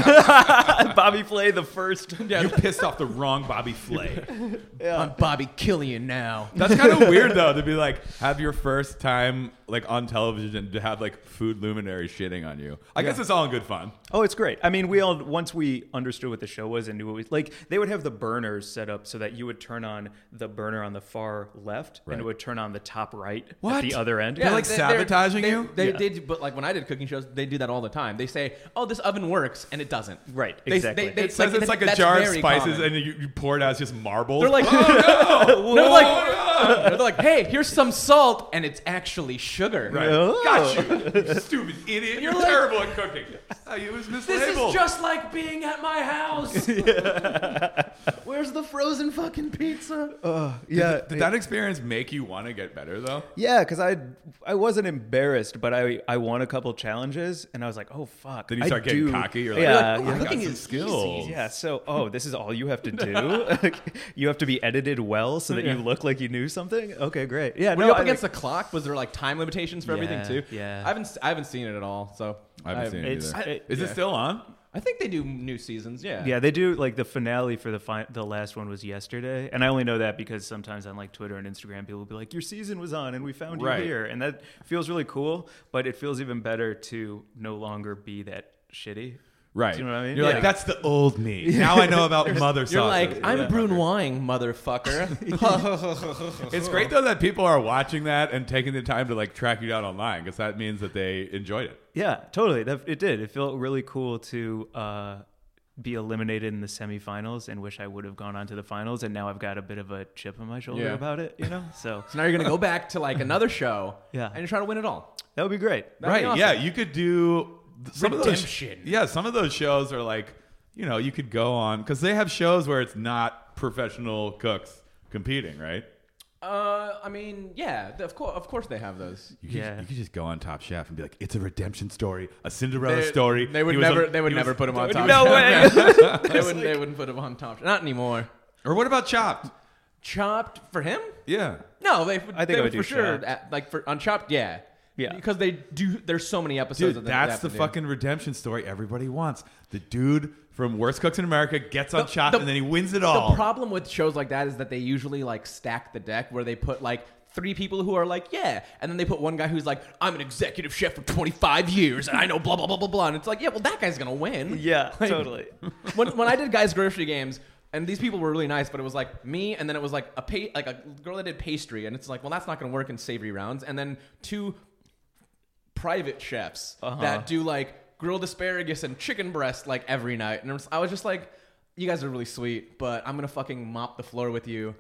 [SPEAKER 3] Bobby Flay, the first.
[SPEAKER 1] You pissed off the wrong *laughs* Bobby Flay.
[SPEAKER 2] *laughs* I'm Bobby killing you now.
[SPEAKER 1] That's kind of weird though to be like have your first time like on television and to have like food luminaries shitting on you. I guess it's all in good fun.
[SPEAKER 3] Oh, it's great. I mean, we all once we understood what the show was and knew what we like, they would have the burners set up so that you would turn on the burner on the far left
[SPEAKER 1] Right.
[SPEAKER 3] and it would turn on the top right
[SPEAKER 1] What?
[SPEAKER 3] at the other end.
[SPEAKER 1] like, sabotaging
[SPEAKER 2] they,
[SPEAKER 1] you?
[SPEAKER 2] They
[SPEAKER 3] Yeah.
[SPEAKER 2] did, but like when I did cooking shows, they do that all the time. They say, "Oh, this oven works," and it doesn't.
[SPEAKER 3] Right,
[SPEAKER 2] They-
[SPEAKER 3] exactly.
[SPEAKER 2] They, they,
[SPEAKER 1] It says it's like a
[SPEAKER 2] that's
[SPEAKER 1] jar of
[SPEAKER 2] very
[SPEAKER 1] spices
[SPEAKER 2] common.
[SPEAKER 1] and you, you pour it out it's just marbles.
[SPEAKER 2] they're like, "Oh,
[SPEAKER 1] *laughs*
[SPEAKER 2] no, they're like, they're like, hey, here's some salt, and it's actually sugar.
[SPEAKER 1] Right.
[SPEAKER 3] Oh.
[SPEAKER 1] Got you. you stupid idiot. You're,
[SPEAKER 2] You're like-
[SPEAKER 1] terrible at cooking. Oh, it was mislabeled.
[SPEAKER 2] This is just like being at
[SPEAKER 1] *laughs*
[SPEAKER 2] my house.
[SPEAKER 4] Where's the frozen fucking pizza? Uh,
[SPEAKER 1] Did-
[SPEAKER 4] yeah.
[SPEAKER 1] Did that experience make you want to get better though?
[SPEAKER 3] Yeah, because I I wasn't embarrassed, but I I won a couple challenges, and I was like, oh fuck.
[SPEAKER 1] Then you
[SPEAKER 3] I
[SPEAKER 1] start getting
[SPEAKER 3] do-
[SPEAKER 1] cocky. You're like,
[SPEAKER 3] yeah,
[SPEAKER 1] oh,
[SPEAKER 3] yeah.
[SPEAKER 1] I got
[SPEAKER 2] Cooking
[SPEAKER 1] some
[SPEAKER 2] is
[SPEAKER 1] skills.
[SPEAKER 3] Yeah, so oh, this is all you have to
[SPEAKER 1] *laughs*
[SPEAKER 3] do. *laughs* you have to be edited well so that you look like you knew something. Okay, great. Yeah,
[SPEAKER 2] Were
[SPEAKER 3] no,
[SPEAKER 2] you up
[SPEAKER 3] I,
[SPEAKER 2] against
[SPEAKER 3] like,
[SPEAKER 2] the clock? Was there like time limitations for everything
[SPEAKER 3] Yeah,
[SPEAKER 2] too?
[SPEAKER 3] yeah.
[SPEAKER 2] I haven't s- I haven't seen it at all. So
[SPEAKER 1] I haven't seen it
[SPEAKER 3] it's-
[SPEAKER 1] either.
[SPEAKER 3] I-
[SPEAKER 1] is it
[SPEAKER 2] yeah.
[SPEAKER 1] still on?
[SPEAKER 2] I think they do new seasons. Yeah.
[SPEAKER 3] yeah, they do like the finale for the fi- the last one was yesterday, and I only know that because sometimes on like Twitter and Instagram, people will be like, "Your season was on, and we found
[SPEAKER 1] Right.
[SPEAKER 3] you here," and that feels really cool. But it feels even better to no longer be that shitty.
[SPEAKER 1] Right.
[SPEAKER 3] Do you know what I mean?
[SPEAKER 1] You're like,
[SPEAKER 3] Yeah.
[SPEAKER 1] that's the old
[SPEAKER 3] *laughs*
[SPEAKER 1] me. Now I know about mother
[SPEAKER 2] You're
[SPEAKER 1] sauces.
[SPEAKER 2] like, I'm Brunoying,
[SPEAKER 1] *laughs*
[SPEAKER 2] *laughs* motherfucker.
[SPEAKER 1] It's great though that people are watching that and taking the time to like track you down online because that means that they enjoyed it.
[SPEAKER 3] Yeah, totally. That, it did. It felt really cool to uh, be eliminated in the semifinals and wish I would have gone on to the finals. And now I've got a bit of a chip on my shoulder
[SPEAKER 2] Yeah.
[SPEAKER 3] about it,
[SPEAKER 1] *laughs*
[SPEAKER 3] you know? So
[SPEAKER 2] so now you're gonna go back to like another show.
[SPEAKER 3] *laughs* Yeah.
[SPEAKER 2] And you're trying to win it all.
[SPEAKER 3] that would be great.
[SPEAKER 2] That'd be awesome.
[SPEAKER 1] Yeah, you could do th- some
[SPEAKER 2] Redemption.
[SPEAKER 1] Of those, yeah, some of those shows are like, you know, you could go on because they have shows where it's not professional cooks competing, right?
[SPEAKER 2] Uh, I mean, yeah, th- of course, of course they have those.
[SPEAKER 1] You could,
[SPEAKER 3] Yeah.
[SPEAKER 1] you could just go on Top Chef and be like, it's a redemption story, a Cinderella
[SPEAKER 2] They-
[SPEAKER 1] story.
[SPEAKER 2] They would
[SPEAKER 1] He was
[SPEAKER 2] never.
[SPEAKER 1] a-
[SPEAKER 2] they would
[SPEAKER 1] he
[SPEAKER 2] never
[SPEAKER 1] was-
[SPEAKER 2] put him on top.
[SPEAKER 3] *laughs*
[SPEAKER 1] *laughs*
[SPEAKER 3] No way.
[SPEAKER 2] *laughs* they wouldn't. They wouldn't put him on top. Not anymore.
[SPEAKER 1] Or what about Chopped?
[SPEAKER 2] Chopped for him?
[SPEAKER 1] Yeah.
[SPEAKER 2] No, they. would-
[SPEAKER 3] I think
[SPEAKER 2] they
[SPEAKER 3] I would
[SPEAKER 2] would
[SPEAKER 3] do
[SPEAKER 2] for sure.
[SPEAKER 3] Chopped.
[SPEAKER 2] at- like for on Chopped, yeah,
[SPEAKER 3] Yeah.
[SPEAKER 2] because they do. There's so many episodes.
[SPEAKER 1] Dude,
[SPEAKER 2] that they
[SPEAKER 1] that's
[SPEAKER 2] have
[SPEAKER 1] the
[SPEAKER 2] to do.
[SPEAKER 1] fucking redemption story everybody wants. The dude from Worst Cooks in America gets on
[SPEAKER 2] The-
[SPEAKER 1] Chopped
[SPEAKER 2] the-
[SPEAKER 1] and then he wins it
[SPEAKER 2] The
[SPEAKER 1] all.
[SPEAKER 2] problem with shows like that is that they usually like stack the deck where they put like three people who are like yeah, and then they put one guy who's like I'm an executive chef for 25 years and I know blah blah blah blah blah, and it's like yeah, well that guy's gonna win.
[SPEAKER 3] Yeah,
[SPEAKER 2] *laughs* Like,
[SPEAKER 3] totally.
[SPEAKER 2] when, when I did guys grocery games and these people were really nice but it was like me and then it was like a pa- like a girl that did pastry and it's like well that's not going to work in savory rounds and then two private chefs
[SPEAKER 1] Uh-huh.
[SPEAKER 2] that do like grilled asparagus and chicken breast like every night and I was- I was just like you guys are really sweet but I'm going to fucking mop the floor with you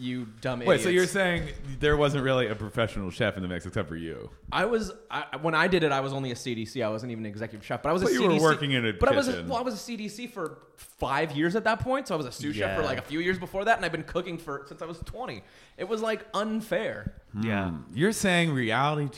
[SPEAKER 2] you dumb
[SPEAKER 1] Wait,
[SPEAKER 2] idiots.
[SPEAKER 1] so you're saying there wasn't really a professional chef in the mix except for you?
[SPEAKER 2] I was I, when I did it. I was only a CDC. I wasn't even an executive chef, but I was.
[SPEAKER 1] But
[SPEAKER 2] a
[SPEAKER 1] you were
[SPEAKER 2] CDC
[SPEAKER 1] working in a
[SPEAKER 2] But I was a,
[SPEAKER 1] kitchen.
[SPEAKER 2] well, I was a CDC for five years at that point. So I was a sous chef for
[SPEAKER 3] Yeah.
[SPEAKER 2] like a few years before that, and I've been cooking for since I was twenty. It was like unfair,
[SPEAKER 3] Yeah.
[SPEAKER 1] You're saying reality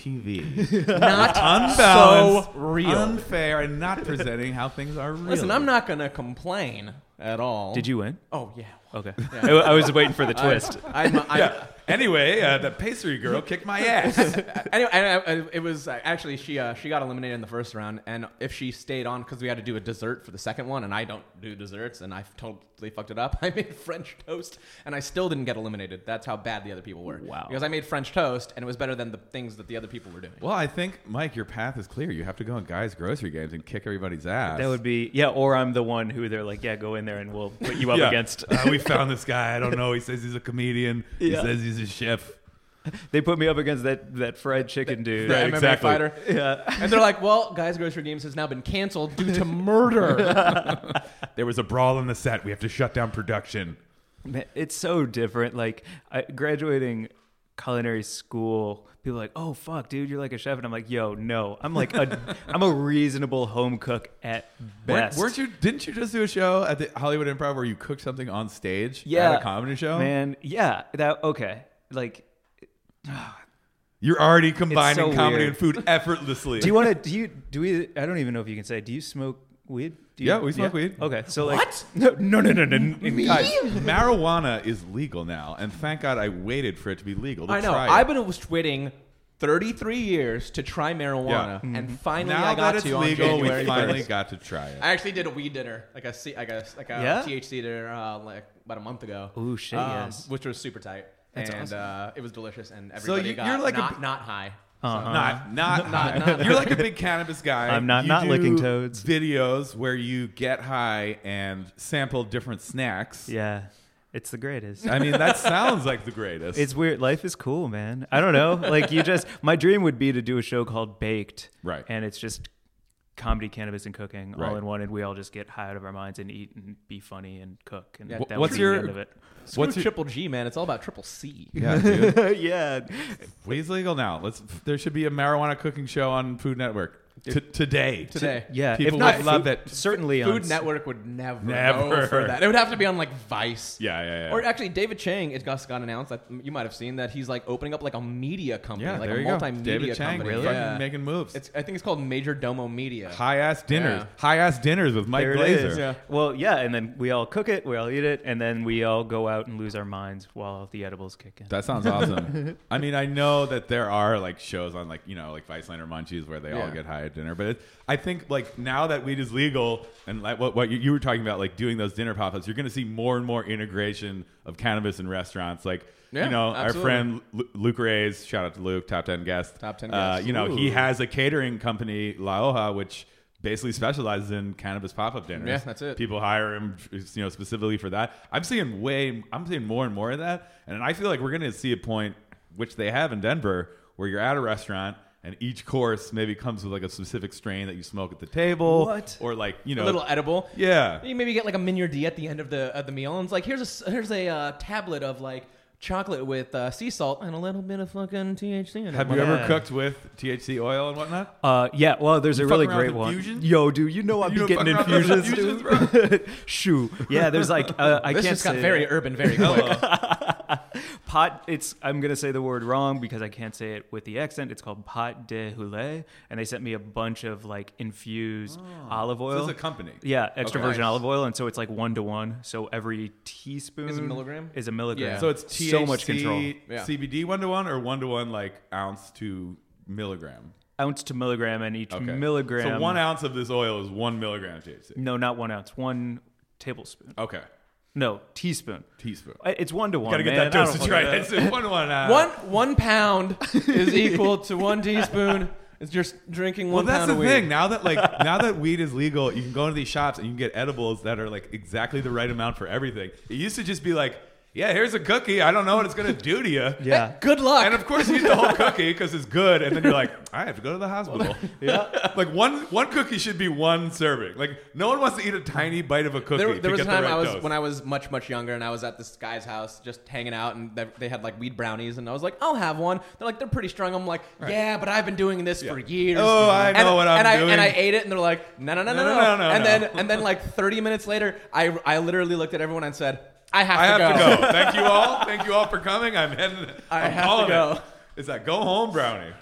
[SPEAKER 1] TV,
[SPEAKER 2] *laughs* not.
[SPEAKER 1] unbalanced,
[SPEAKER 2] So real.
[SPEAKER 1] unfair, and not presenting how things are real.
[SPEAKER 2] Listen, I'm not gonna complain at all.
[SPEAKER 3] Did you win?
[SPEAKER 2] Oh yeah.
[SPEAKER 3] *laughs* Okay. I, I was waiting for the twist.
[SPEAKER 2] I'm, I'm,
[SPEAKER 1] Yeah. Anyway, uh, the pastry girl kicked my ass.
[SPEAKER 2] *laughs* anyway, and I, I- it was uh, actually she uh, she got eliminated in the first round, and if she stayed on because we had to do a dessert for the second one, and I don't do desserts, and I totally fucked it up. *laughs* I made French toast, and I still didn't get eliminated. That's how bad the other people were.
[SPEAKER 3] Wow.
[SPEAKER 2] Because I made French toast, and it was better than the things that the other people were doing.
[SPEAKER 1] well, I think, Mike, your path is clear. You have to go on guys' grocery games and kick everybody's ass.
[SPEAKER 3] That would be, yeah, or I'm the one who they're like, yeah, go in there and we'll put you up
[SPEAKER 1] Yeah.
[SPEAKER 3] *laughs* against.
[SPEAKER 1] Uh, we found this guy. I don't know. He says he's a comedian. He
[SPEAKER 3] Yeah.
[SPEAKER 1] says he's a chef.
[SPEAKER 3] They put me up against that, that fried chicken dude.
[SPEAKER 2] The
[SPEAKER 1] Right,
[SPEAKER 2] MMA
[SPEAKER 1] exactly.
[SPEAKER 2] fighter.
[SPEAKER 3] Yeah.
[SPEAKER 2] And they're like, well, Guys Grocery Games has now been
[SPEAKER 1] *laughs*
[SPEAKER 2] canceled due to murder.
[SPEAKER 1] There was a brawl on the set. We have to shut down production.
[SPEAKER 3] *laughs* Man, it's so different. Like I, graduating culinary school, people are like, "Oh fuck, dude, you're like a chef," and I'm like, "Yo, no, I'm like *laughs* a, I'm a reasonable home cook at
[SPEAKER 1] Weren't,
[SPEAKER 3] best."
[SPEAKER 1] weren't you? Didn't you just do a show at the Hollywood Improv where you cooked something on stage?
[SPEAKER 3] Yeah,
[SPEAKER 1] at a comedy show.
[SPEAKER 3] man. Yeah, that okay. Like,
[SPEAKER 1] You're already combining
[SPEAKER 3] so
[SPEAKER 1] comedy
[SPEAKER 3] weird.
[SPEAKER 1] and food effortlessly.
[SPEAKER 3] do you want to? Do you? Do we? I don't even know if you can say. Do you smoke weed? Do you,
[SPEAKER 1] Yeah, we smoke weed.
[SPEAKER 3] Okay, so like,
[SPEAKER 2] What?
[SPEAKER 3] *laughs* No, no, no, no, no. Me?
[SPEAKER 1] Guys, marijuana is legal now, and thank God I waited for it to be legal. To
[SPEAKER 2] I know.
[SPEAKER 1] try it.
[SPEAKER 2] I've been waiting 33 years to try marijuana,
[SPEAKER 1] Yeah. Mm-hmm.
[SPEAKER 2] and finally
[SPEAKER 1] now
[SPEAKER 2] I got
[SPEAKER 1] that it's
[SPEAKER 2] to on
[SPEAKER 1] legal, we
[SPEAKER 2] January
[SPEAKER 1] finally
[SPEAKER 2] 1st.
[SPEAKER 1] got to try it.
[SPEAKER 2] I actually did a weed dinner, like a C, like a like a
[SPEAKER 3] Yeah?
[SPEAKER 2] THC dinner, uh, like about a month ago.
[SPEAKER 3] Ooh, shit,
[SPEAKER 2] um,
[SPEAKER 3] yes.
[SPEAKER 2] Which was super tight,
[SPEAKER 3] That's
[SPEAKER 2] and
[SPEAKER 3] awesome.
[SPEAKER 2] uh, it was delicious, and everybody
[SPEAKER 1] you-
[SPEAKER 2] got
[SPEAKER 1] you're like a
[SPEAKER 2] not,
[SPEAKER 1] b-
[SPEAKER 2] not high.
[SPEAKER 3] Uh-huh.
[SPEAKER 1] Not, not,
[SPEAKER 3] *laughs*
[SPEAKER 1] not, You're like a big cannabis guy.
[SPEAKER 3] I'm not-
[SPEAKER 1] You
[SPEAKER 3] not
[SPEAKER 1] do
[SPEAKER 3] licking toads.
[SPEAKER 1] Videos where you get high and sample different snacks.
[SPEAKER 3] Yeah, it's the greatest.
[SPEAKER 1] I mean,
[SPEAKER 3] *laughs*
[SPEAKER 1] that sounds like the greatest.
[SPEAKER 3] It's weird. Life is cool, man. I don't know. Like you just my dream would be to do a show called Baked.
[SPEAKER 1] Right.
[SPEAKER 3] And it's just comedy, cannabis, and cooking all
[SPEAKER 1] Right.
[SPEAKER 3] in one, and we all just get high out of our minds and eat and be funny and cook. And
[SPEAKER 2] Yeah.
[SPEAKER 3] that
[SPEAKER 1] What's
[SPEAKER 3] would
[SPEAKER 1] your-
[SPEAKER 3] be the end of it.
[SPEAKER 2] Screw
[SPEAKER 1] your-
[SPEAKER 2] triple G, man. It's all about triple C.
[SPEAKER 1] yeah, dude.
[SPEAKER 2] *laughs*
[SPEAKER 3] yeah.
[SPEAKER 1] Weed's legal now. Let's. There should be a marijuana cooking show on Food Network. T- today.
[SPEAKER 2] Today.
[SPEAKER 3] Yeah,
[SPEAKER 1] People
[SPEAKER 3] if not,
[SPEAKER 1] would love
[SPEAKER 3] Food-
[SPEAKER 1] it.
[SPEAKER 3] Certainly on
[SPEAKER 2] Food
[SPEAKER 3] s-
[SPEAKER 2] Network would never,
[SPEAKER 1] Never.
[SPEAKER 2] go for that. It would have to be on like Vice.
[SPEAKER 1] Yeah, yeah, yeah.
[SPEAKER 2] Or uh, actually, David Chang it got, got announced. That you might have seen that he's like opening up like a media company,
[SPEAKER 1] yeah,
[SPEAKER 2] like
[SPEAKER 1] there
[SPEAKER 2] a
[SPEAKER 1] you
[SPEAKER 2] multimedia
[SPEAKER 1] go. David Chang
[SPEAKER 2] company.
[SPEAKER 1] fucking
[SPEAKER 2] Yeah.
[SPEAKER 1] making moves.
[SPEAKER 2] It's, I think it's called Major Domo Media.
[SPEAKER 1] high ass dinners.
[SPEAKER 2] Yeah.
[SPEAKER 1] High ass dinners with Mike
[SPEAKER 3] There it
[SPEAKER 1] Glazer.
[SPEAKER 3] is. Well, yeah, and then we all cook it, we all eat it, and then we all go out and lose our minds while the edibles kick in.
[SPEAKER 1] That sounds awesome. I mean, I know that there are like shows on like you know like Viceland or Munchies where they all
[SPEAKER 2] Yeah.
[SPEAKER 1] get high at dinner, but it, I think like now that weed is legal and like what what you, you were talking about like doing those dinner pop ups, you're going to see more and more integration of cannabis in restaurants. Like
[SPEAKER 2] Yeah,
[SPEAKER 1] you know
[SPEAKER 2] absolutely.
[SPEAKER 1] our friend Lu- Luke Reyes, shout out to Luke, top ten guest,
[SPEAKER 2] Top 10
[SPEAKER 1] Uh,
[SPEAKER 2] guest.
[SPEAKER 1] you know he
[SPEAKER 2] Ooh.
[SPEAKER 1] has a catering company La Hoja, which basically specializes in cannabis pop up dinners.
[SPEAKER 2] Yeah, that's it.
[SPEAKER 1] People people hire him you know specifically for that i'm seeing way i'm seeing more and more of that and i feel like we're going to see a point which they have in denver where you're at a restaurant and each course maybe comes with like a specific strain that you smoke at the table
[SPEAKER 3] What?
[SPEAKER 1] or like you know
[SPEAKER 2] A little edible.
[SPEAKER 1] yeah
[SPEAKER 2] You maybe get like a minardi at the end of the of the meal, and it's like here's a s- here's a uh, tablet of like chocolate with uh, sea salt and a little bit of fucking THC. In it.
[SPEAKER 1] have you
[SPEAKER 3] Yeah.
[SPEAKER 1] ever cooked with THC oil and whatnot?
[SPEAKER 3] Uh, yeah, well, there's a
[SPEAKER 1] fuck
[SPEAKER 3] really
[SPEAKER 1] around
[SPEAKER 3] great
[SPEAKER 1] with
[SPEAKER 3] one.
[SPEAKER 1] infusions?
[SPEAKER 3] Yo, dude, you know I
[SPEAKER 1] You
[SPEAKER 3] be
[SPEAKER 1] don't
[SPEAKER 3] getting
[SPEAKER 1] fuck around with
[SPEAKER 3] infusions, dude. *laughs* Shoo. Yeah, there's like uh, I
[SPEAKER 2] This
[SPEAKER 3] can't
[SPEAKER 2] just got
[SPEAKER 3] say
[SPEAKER 2] very
[SPEAKER 3] it.
[SPEAKER 2] urban
[SPEAKER 1] *laughs*
[SPEAKER 2] very quick.
[SPEAKER 3] pot. It's I'm gonna say the word wrong because I can't say it with the accent. It's called pot de houlet, and they sent me a bunch of like infused
[SPEAKER 2] Oh.
[SPEAKER 3] olive
[SPEAKER 1] This
[SPEAKER 3] oil.
[SPEAKER 1] is a company.
[SPEAKER 3] yeah, extra
[SPEAKER 2] Okay.
[SPEAKER 3] virgin
[SPEAKER 2] Nice.
[SPEAKER 3] olive oil, and so it's like one to one. So every teaspoon
[SPEAKER 2] Is it milligram?
[SPEAKER 3] Is a milligram.
[SPEAKER 2] Yeah.
[SPEAKER 1] So it's THC,
[SPEAKER 3] so much control.
[SPEAKER 2] Yeah.
[SPEAKER 1] CBD one to one or one to one like ounce to milligram.
[SPEAKER 3] Ounce to milligram, and each
[SPEAKER 1] Okay,
[SPEAKER 3] milligram.
[SPEAKER 1] So one ounce of this oil is one milligram of THC.
[SPEAKER 3] No, not one ounce. One tablespoon.
[SPEAKER 1] Okay,
[SPEAKER 3] No, teaspoon.
[SPEAKER 1] teaspoon.
[SPEAKER 3] I- It's one to one.
[SPEAKER 1] Gotta get
[SPEAKER 3] man.
[SPEAKER 1] that
[SPEAKER 3] I don't
[SPEAKER 1] dosage
[SPEAKER 3] fucking
[SPEAKER 1] right.
[SPEAKER 3] know.
[SPEAKER 1] It's one to one. ounce.
[SPEAKER 2] one one pound is equal to one teaspoon. It's just drinking
[SPEAKER 1] Well,
[SPEAKER 2] one
[SPEAKER 1] that's
[SPEAKER 2] pound
[SPEAKER 1] the
[SPEAKER 2] of weed.
[SPEAKER 1] thing. Now
[SPEAKER 2] *laughs*
[SPEAKER 1] that like now that weed is legal, you can go into these shops and you can get edibles that are like exactly the right amount for everything. It used to just be like, yeah, here's a cookie. I don't know what it's gonna do to
[SPEAKER 2] *laughs*
[SPEAKER 1] you.
[SPEAKER 3] Yeah.
[SPEAKER 2] Good luck.
[SPEAKER 1] And of course, you eat the whole cookie because it's good, and then you're like, I have to go to the
[SPEAKER 2] *laughs*
[SPEAKER 1] hospital. yeah. *laughs* Like one one cookie should be one serving. Like no one wants to eat a tiny bite of a cookie.
[SPEAKER 2] There, there
[SPEAKER 1] to
[SPEAKER 2] was a
[SPEAKER 1] get
[SPEAKER 2] time
[SPEAKER 1] the right
[SPEAKER 2] I was
[SPEAKER 1] dose.
[SPEAKER 2] when I was much much younger, and I was at this guy's house just hanging out, and they, they had like weed brownies, and I was like, "I'll have one." They're like, "They're pretty strong." I'm like, "Yeah, but I've been doing this for years."
[SPEAKER 1] Oh, I know
[SPEAKER 2] and,
[SPEAKER 1] what I'm
[SPEAKER 2] and I,
[SPEAKER 1] doing.
[SPEAKER 2] and I ate it, and they're like, "No, no, no, no,
[SPEAKER 1] No,
[SPEAKER 2] no."
[SPEAKER 1] no, no, no,
[SPEAKER 2] and
[SPEAKER 1] no.
[SPEAKER 2] then and then like 30 minutes later, I I literally looked at everyone and said, "I have,
[SPEAKER 1] I
[SPEAKER 2] to,
[SPEAKER 1] have
[SPEAKER 2] go. *laughs*
[SPEAKER 1] to go. Thank you all. Thank you all for coming. I'm heading.
[SPEAKER 2] I
[SPEAKER 1] I'm
[SPEAKER 2] have to
[SPEAKER 1] calling
[SPEAKER 2] go.
[SPEAKER 1] It. It's that go home brownie.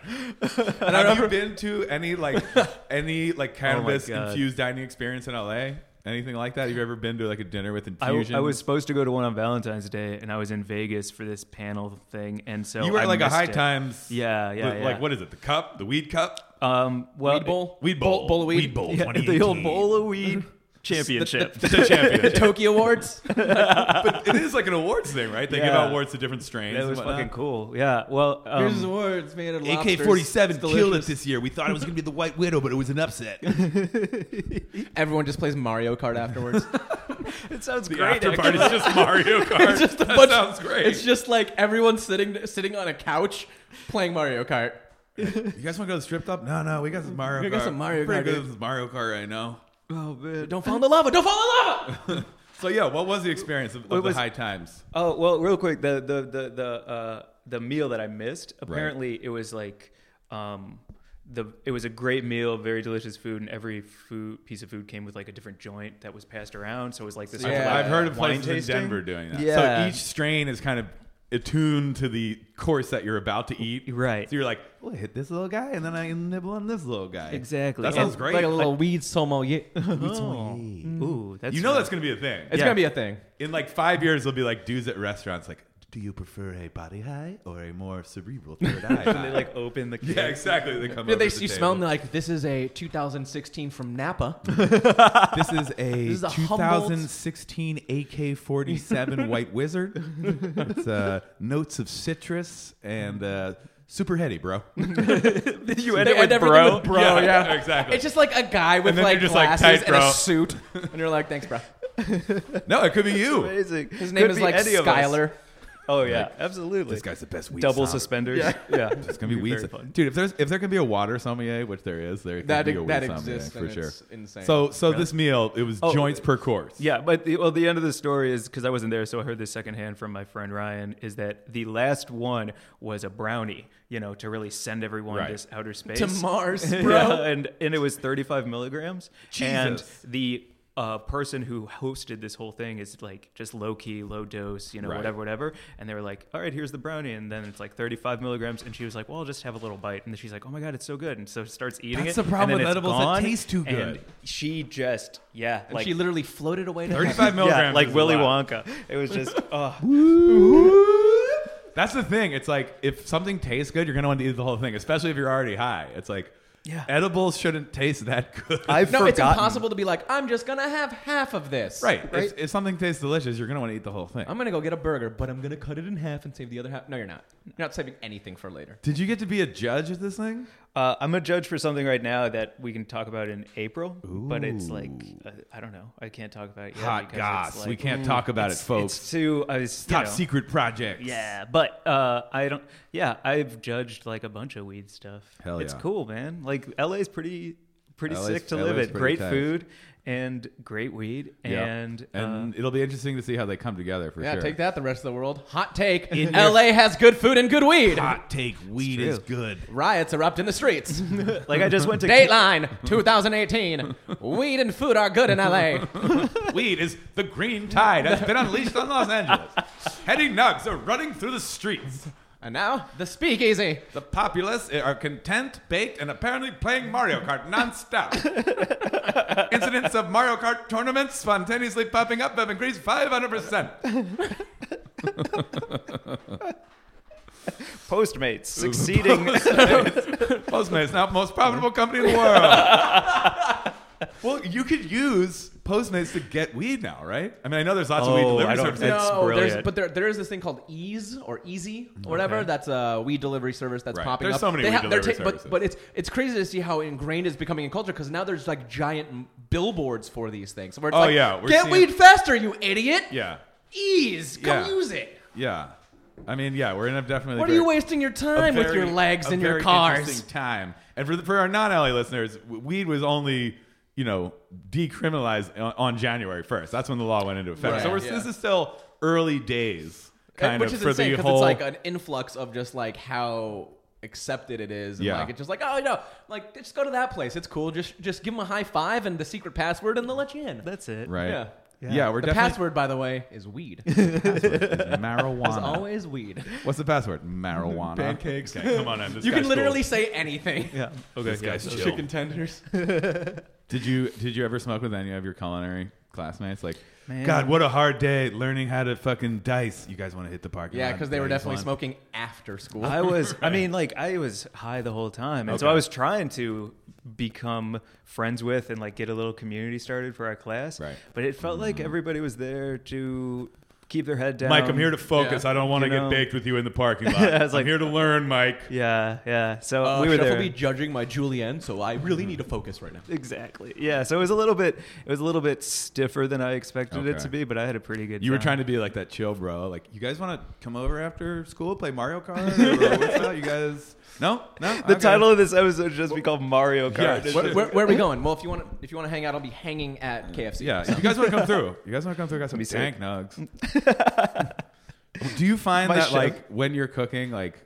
[SPEAKER 1] have you been to any like any like cannabis
[SPEAKER 3] Oh God.
[SPEAKER 1] infused dining experience in LA? Anything like that? Have you ever been to like a dinner with
[SPEAKER 3] *laughs* I, w-
[SPEAKER 1] infusion?
[SPEAKER 3] I was supposed to go to one on Valentine's Day, and I was in Vegas for this panel thing, and so
[SPEAKER 1] You were
[SPEAKER 3] I
[SPEAKER 1] at like a
[SPEAKER 3] missed
[SPEAKER 1] high
[SPEAKER 3] it.
[SPEAKER 1] times.
[SPEAKER 3] Yeah, yeah,
[SPEAKER 1] Like
[SPEAKER 3] yeah.
[SPEAKER 1] what is it? The cup? The weed cup?
[SPEAKER 3] Um, well,
[SPEAKER 2] Weed bowl,
[SPEAKER 1] Weed bowl.
[SPEAKER 2] bowl, of weed,
[SPEAKER 1] bowl.
[SPEAKER 3] *laughs* yeah, the
[SPEAKER 1] 2018.
[SPEAKER 3] old bowl of
[SPEAKER 1] *laughs*
[SPEAKER 3] weed *laughs* championship.
[SPEAKER 1] It's a
[SPEAKER 2] *laughs* the
[SPEAKER 1] championship. *laughs*
[SPEAKER 2] Tokyo Awards."
[SPEAKER 1] but it is like an awards thing, right? They give
[SPEAKER 3] Yeah.
[SPEAKER 1] out awards to different strains.
[SPEAKER 3] that
[SPEAKER 1] and
[SPEAKER 3] was
[SPEAKER 1] whatnot.
[SPEAKER 3] fucking cool. Yeah. Well, um,
[SPEAKER 2] Here's the words made of lobsters.
[SPEAKER 5] AK 47
[SPEAKER 2] It's
[SPEAKER 5] killed
[SPEAKER 2] delicious.
[SPEAKER 5] it this year. We thought it was going to be the White Widow, but it was an upset.
[SPEAKER 2] Everyone just plays Mario
[SPEAKER 1] *laughs*
[SPEAKER 2] Kart afterwards.
[SPEAKER 3] *laughs* it sounds
[SPEAKER 1] The
[SPEAKER 3] great.
[SPEAKER 1] after party
[SPEAKER 3] actually.
[SPEAKER 1] is just Mario Kart. *laughs*
[SPEAKER 2] *laughs* It's just a
[SPEAKER 1] that
[SPEAKER 2] bunch-
[SPEAKER 1] sounds great.
[SPEAKER 2] It's just like everyone sitting sitting on a couch playing Mario Kart.
[SPEAKER 1] you guys want to go to the strip club? No, no. We got some Mario.
[SPEAKER 2] We got
[SPEAKER 1] Kart.
[SPEAKER 2] some Mario
[SPEAKER 1] Pretty
[SPEAKER 2] Kart,
[SPEAKER 1] good
[SPEAKER 2] dude.
[SPEAKER 1] with this Mario Kart right now.
[SPEAKER 3] *laughs* Oh man.
[SPEAKER 2] Don't fall in the lava! Don't fall in the *laughs* lava!
[SPEAKER 1] So yeah, what was the experience of, of
[SPEAKER 3] What
[SPEAKER 1] the
[SPEAKER 3] was-
[SPEAKER 1] high times?
[SPEAKER 3] Oh well, real quick, the the the the uh, the meal that I missed. Apparently, it was like um, the it was a great meal, very delicious food, and every food piece of food came with like a different joint that was passed around. So it was like this.
[SPEAKER 2] Yeah.
[SPEAKER 3] sort of, like,
[SPEAKER 1] I've heard of
[SPEAKER 3] wine
[SPEAKER 1] places
[SPEAKER 3] tasting.
[SPEAKER 1] in Denver doing that.
[SPEAKER 3] Yeah.
[SPEAKER 1] So each strain is kind of attuned to the course that you're about to eat.
[SPEAKER 3] Right.
[SPEAKER 1] So you're like, well, I hit this little guy, and then I nibble on this little guy.
[SPEAKER 3] Exactly.
[SPEAKER 1] That sounds
[SPEAKER 3] And-
[SPEAKER 1] great.
[SPEAKER 2] Like a little weed sommelier. *laughs* It's Mm.
[SPEAKER 3] Ooh, that's
[SPEAKER 1] you know
[SPEAKER 3] right.
[SPEAKER 1] that's gonna be a thing.
[SPEAKER 2] gonna be a thing.
[SPEAKER 1] in like five years, there'll be like dudes at restaurants like.
[SPEAKER 5] Do you prefer a body high or a more cerebral
[SPEAKER 2] *laughs*
[SPEAKER 5] third eye?
[SPEAKER 3] And they
[SPEAKER 5] high?
[SPEAKER 3] like open the.
[SPEAKER 1] Yeah, exactly. They come.
[SPEAKER 2] Yeah,
[SPEAKER 1] over
[SPEAKER 2] they,
[SPEAKER 1] to the
[SPEAKER 2] you smell them
[SPEAKER 1] table.
[SPEAKER 2] they're like this is a 2016
[SPEAKER 1] *laughs*
[SPEAKER 2] from Napa.
[SPEAKER 1] This is a
[SPEAKER 2] is a Humboldt-
[SPEAKER 5] 2016
[SPEAKER 1] *laughs*
[SPEAKER 5] AK-47 White Wizard. It's uh, notes of citrus and uh, super
[SPEAKER 1] *laughs*
[SPEAKER 5] heady, bro.
[SPEAKER 3] you
[SPEAKER 2] *laughs* They end everything with bro. Yeah,
[SPEAKER 1] exactly.
[SPEAKER 2] It's just like a guy with
[SPEAKER 1] then
[SPEAKER 2] like
[SPEAKER 1] you're just like,
[SPEAKER 2] glasses
[SPEAKER 1] "Tight,
[SPEAKER 2] and
[SPEAKER 1] bro." *laughs*
[SPEAKER 2] a suit, and you're like, "Thanks, bro."
[SPEAKER 1] No, it could be you.
[SPEAKER 3] Amazing.
[SPEAKER 2] His name is like Skyler.
[SPEAKER 3] Oh yeah, absolutely.
[SPEAKER 1] This guy's the best weed.
[SPEAKER 3] double
[SPEAKER 1] sommelier.
[SPEAKER 3] suspenders. *laughs* Yeah,
[SPEAKER 1] It's gonna be weed,
[SPEAKER 3] Very
[SPEAKER 1] som-
[SPEAKER 3] fun.
[SPEAKER 1] dude. If there's if there can be a water sommelier, which there is, there can
[SPEAKER 2] That
[SPEAKER 1] be a weed
[SPEAKER 2] that
[SPEAKER 1] sommelier
[SPEAKER 2] exists
[SPEAKER 1] for
[SPEAKER 2] and
[SPEAKER 1] sure.
[SPEAKER 2] it's insane.
[SPEAKER 1] So so this meal it was
[SPEAKER 3] Oh.
[SPEAKER 1] joints per course.
[SPEAKER 3] Yeah, but the, well, the end of the story is because I wasn't there, so I heard this secondhand from my friend Ryan. Is that the last one was a brownie, you know, to really send everyone
[SPEAKER 1] Right.
[SPEAKER 3] this outer space
[SPEAKER 2] to
[SPEAKER 1] *laughs*
[SPEAKER 2] Mars,
[SPEAKER 3] *laughs* Yeah,
[SPEAKER 2] bro.
[SPEAKER 3] and and it was 35 milligrams. And the uh, person who hosted this whole thing is like just low key, low dose, you know,
[SPEAKER 1] Right.
[SPEAKER 3] whatever, whatever. And they were like, "All right, here's the brownie," and then it's like 35 milligrams, and she was like, "Well, I'll just have a little bite," and then she's like, "Oh my god, it's so good!" And so she starts eating
[SPEAKER 1] That's
[SPEAKER 3] it.
[SPEAKER 1] the problem
[SPEAKER 3] and then
[SPEAKER 1] with
[SPEAKER 3] it's
[SPEAKER 1] edibles, they
[SPEAKER 3] gone,
[SPEAKER 1] taste too
[SPEAKER 3] and
[SPEAKER 1] good.
[SPEAKER 3] she just yeah,
[SPEAKER 2] and
[SPEAKER 3] like
[SPEAKER 2] she literally floated away to heaven.
[SPEAKER 1] 35 milligrams.
[SPEAKER 3] yeah, like
[SPEAKER 1] is a
[SPEAKER 3] Willy
[SPEAKER 1] lot.
[SPEAKER 3] Wonka. It
[SPEAKER 1] *laughs*
[SPEAKER 3] was just oh,
[SPEAKER 1] That's the thing. It's like if something tastes good, you're gonna want to eat the whole thing, especially if you're already high. It's like
[SPEAKER 3] Yeah.
[SPEAKER 1] edibles shouldn't taste that good. *laughs*
[SPEAKER 3] I've
[SPEAKER 2] No, it's impossible to be like, I'm just gonna have half of this.
[SPEAKER 1] right. If, if something tastes delicious, you're gonna want to eat the whole thing.
[SPEAKER 2] I'm gonna go get a burger, but I'm gonna cut it in half and save the other half. No, you're not. You're not saving anything for later.
[SPEAKER 1] Did you get to be a judge at this thing?
[SPEAKER 3] Uh, I'm a judge for something right now that we can talk about in April, but it's like uh, I don't know. I can't talk about it yet.
[SPEAKER 1] Hot
[SPEAKER 3] because it's
[SPEAKER 1] goss.
[SPEAKER 3] like- mm,
[SPEAKER 1] we can't talk about it,
[SPEAKER 3] It's-
[SPEAKER 1] folks.
[SPEAKER 3] It's too. I was you
[SPEAKER 1] Top
[SPEAKER 3] know,
[SPEAKER 1] secret projects.
[SPEAKER 3] Yeah, but uh, I don't. Yeah, I've judged like a bunch of weed stuff.
[SPEAKER 1] Hell
[SPEAKER 3] it's
[SPEAKER 1] yeah.
[SPEAKER 3] cool, man. Like LA's pretty, pretty
[SPEAKER 1] LA 's-
[SPEAKER 3] sick to
[SPEAKER 1] LA 's
[SPEAKER 3] live
[SPEAKER 1] pretty
[SPEAKER 3] at. Great
[SPEAKER 1] tight.
[SPEAKER 3] food and great weed,
[SPEAKER 1] Yeah.
[SPEAKER 3] and uh,
[SPEAKER 1] and it'll be interesting to see how they come together for
[SPEAKER 2] Yeah,
[SPEAKER 1] sure.
[SPEAKER 2] take that, the rest of the world. Hot take: *laughs* L.A. has good food and good weed.
[SPEAKER 1] Hot take. Weed is
[SPEAKER 3] *laughs*
[SPEAKER 1] good.
[SPEAKER 2] Riots erupt in the
[SPEAKER 1] *laughs*
[SPEAKER 2] streets.
[SPEAKER 3] *laughs* like I just went to
[SPEAKER 2] Dateline 2018. Weed and food are good in
[SPEAKER 1] *laughs*
[SPEAKER 2] LA.
[SPEAKER 1] Weed is the green tide that's been unleashed on Los
[SPEAKER 3] *laughs*
[SPEAKER 1] Angeles. Heady nugs are running through the streets.
[SPEAKER 2] And now, the speakeasy.
[SPEAKER 1] The populace eh, are content, baked, and apparently playing Mario Kart nonstop. Incidents of Mario Kart tournaments spontaneously popping up have increased 500%.
[SPEAKER 3] Postmates,
[SPEAKER 1] *laughs*
[SPEAKER 3] succeeding. *laughs*
[SPEAKER 1] Postmates, now most profitable company in the world. well, you could use Postmates to get weed now, right? I mean, I know there's lots of weed
[SPEAKER 3] Oh, I
[SPEAKER 1] delivery
[SPEAKER 3] don't-
[SPEAKER 1] services.
[SPEAKER 3] It's
[SPEAKER 2] no, there's,
[SPEAKER 3] brilliant.
[SPEAKER 2] but there, there is this thing called Ease or Easy or whatever. That's a weed delivery service that's
[SPEAKER 1] Mm, Right.
[SPEAKER 2] popping
[SPEAKER 1] There's
[SPEAKER 2] up.
[SPEAKER 1] so many weed
[SPEAKER 2] they're
[SPEAKER 1] delivery
[SPEAKER 2] but,
[SPEAKER 1] services.
[SPEAKER 2] but it's it's crazy to see how ingrained it's becoming in culture because now there's like giant m- billboards for these things. Where it's
[SPEAKER 1] Oh,
[SPEAKER 2] like,
[SPEAKER 1] yeah, we're
[SPEAKER 2] get
[SPEAKER 1] seeing-
[SPEAKER 2] weed faster, you idiot!
[SPEAKER 1] Yeah,
[SPEAKER 2] Ease, come
[SPEAKER 1] Yeah.
[SPEAKER 2] use it.
[SPEAKER 1] yeah. I mean, yeah, we're in a definitely.
[SPEAKER 2] What are
[SPEAKER 1] very-
[SPEAKER 2] you wasting your
[SPEAKER 1] a
[SPEAKER 2] time with
[SPEAKER 1] very-
[SPEAKER 2] your legs
[SPEAKER 1] a
[SPEAKER 2] and your
[SPEAKER 1] very
[SPEAKER 2] cars?
[SPEAKER 1] interesting Time and for the, for our non LA listeners, w- weed was only you know decriminalized on, on January first. That's when the law went into effect.
[SPEAKER 2] Right,
[SPEAKER 1] so we're,
[SPEAKER 2] yeah. Eh,
[SPEAKER 1] this is still early days, kind
[SPEAKER 2] which
[SPEAKER 1] of
[SPEAKER 2] is
[SPEAKER 1] for
[SPEAKER 2] insane
[SPEAKER 1] the
[SPEAKER 2] it's
[SPEAKER 1] whole.
[SPEAKER 2] like uh, an influx of just like how accepted it is and
[SPEAKER 1] Yeah.
[SPEAKER 2] like it's just like oh no like just go to that place it's cool just just give them a high five and the secret password and they'll let you in
[SPEAKER 3] That's it.
[SPEAKER 1] right?
[SPEAKER 2] yeah.
[SPEAKER 1] Yeah, we're
[SPEAKER 2] the
[SPEAKER 1] definitely
[SPEAKER 2] password by the way is
[SPEAKER 1] *laughs*
[SPEAKER 2] weed
[SPEAKER 1] marijuana.
[SPEAKER 2] as always weed
[SPEAKER 1] What's the password? Marijuana.
[SPEAKER 2] Pancakes.
[SPEAKER 1] Okay, come on in. This
[SPEAKER 2] you
[SPEAKER 1] guy's
[SPEAKER 2] can
[SPEAKER 1] cool. *laughs*
[SPEAKER 2] literally say anything
[SPEAKER 3] Yeah.
[SPEAKER 1] Okay, this guy's chill.
[SPEAKER 2] chicken tenders
[SPEAKER 1] Did you did you ever smoke with any of your culinary classmates? Like,
[SPEAKER 3] Man.
[SPEAKER 1] God, what a hard day learning how to fucking dice. You guys want to hit the parking lot?
[SPEAKER 2] *laughs* yeah because they were
[SPEAKER 1] Dice
[SPEAKER 2] definitely
[SPEAKER 1] one.
[SPEAKER 2] smoking after school
[SPEAKER 3] I was, I mean, like, I was high the whole time. And so
[SPEAKER 1] Okay.
[SPEAKER 3] I was trying to become friends with and, like, get a little community started for our class.
[SPEAKER 1] Right. Mm.
[SPEAKER 3] But it felt like everybody was there to keep their head down.
[SPEAKER 1] Mike, I'm here to focus.
[SPEAKER 2] Yeah.
[SPEAKER 1] I don't want to
[SPEAKER 3] um, You
[SPEAKER 1] get
[SPEAKER 3] know.
[SPEAKER 1] baked with you in the
[SPEAKER 3] *laughs*
[SPEAKER 1] parking lot.
[SPEAKER 3] I was
[SPEAKER 1] I'm
[SPEAKER 3] like-
[SPEAKER 1] here to learn,
[SPEAKER 3] *laughs*
[SPEAKER 1] Mike.
[SPEAKER 3] Yeah, yeah. So
[SPEAKER 2] *laughs* uh,
[SPEAKER 3] we were
[SPEAKER 2] Chef
[SPEAKER 3] there.
[SPEAKER 2] will be judging my julienne so i really need to
[SPEAKER 1] *laughs*
[SPEAKER 2] focus right now
[SPEAKER 3] Exactly. Yeah. So it was a little bit. It was a little bit stiffer than I expected it
[SPEAKER 1] Okay.
[SPEAKER 3] to be, but I had a pretty good.
[SPEAKER 1] You were
[SPEAKER 3] time.
[SPEAKER 1] trying to be like that chill bro. Like, you guys want to come over after school, play Mario Kart? Or
[SPEAKER 3] *laughs*
[SPEAKER 1] what's up? You guys? No, no.
[SPEAKER 3] The
[SPEAKER 1] Okay.
[SPEAKER 3] title of this episode should just be called Mario Kart.
[SPEAKER 1] Yeah,
[SPEAKER 3] It's
[SPEAKER 1] what-
[SPEAKER 2] where, where,
[SPEAKER 1] *laughs*
[SPEAKER 2] where are we going well if you want to if you want to hang out i'll be hanging at kfc
[SPEAKER 1] Yeah, if you guys want to come through, you guys want to come through. Got some
[SPEAKER 3] Be
[SPEAKER 1] dank nugs.
[SPEAKER 3] *laughs*
[SPEAKER 1] Do you find
[SPEAKER 3] My
[SPEAKER 1] that
[SPEAKER 3] chef-
[SPEAKER 1] like when you're cooking, like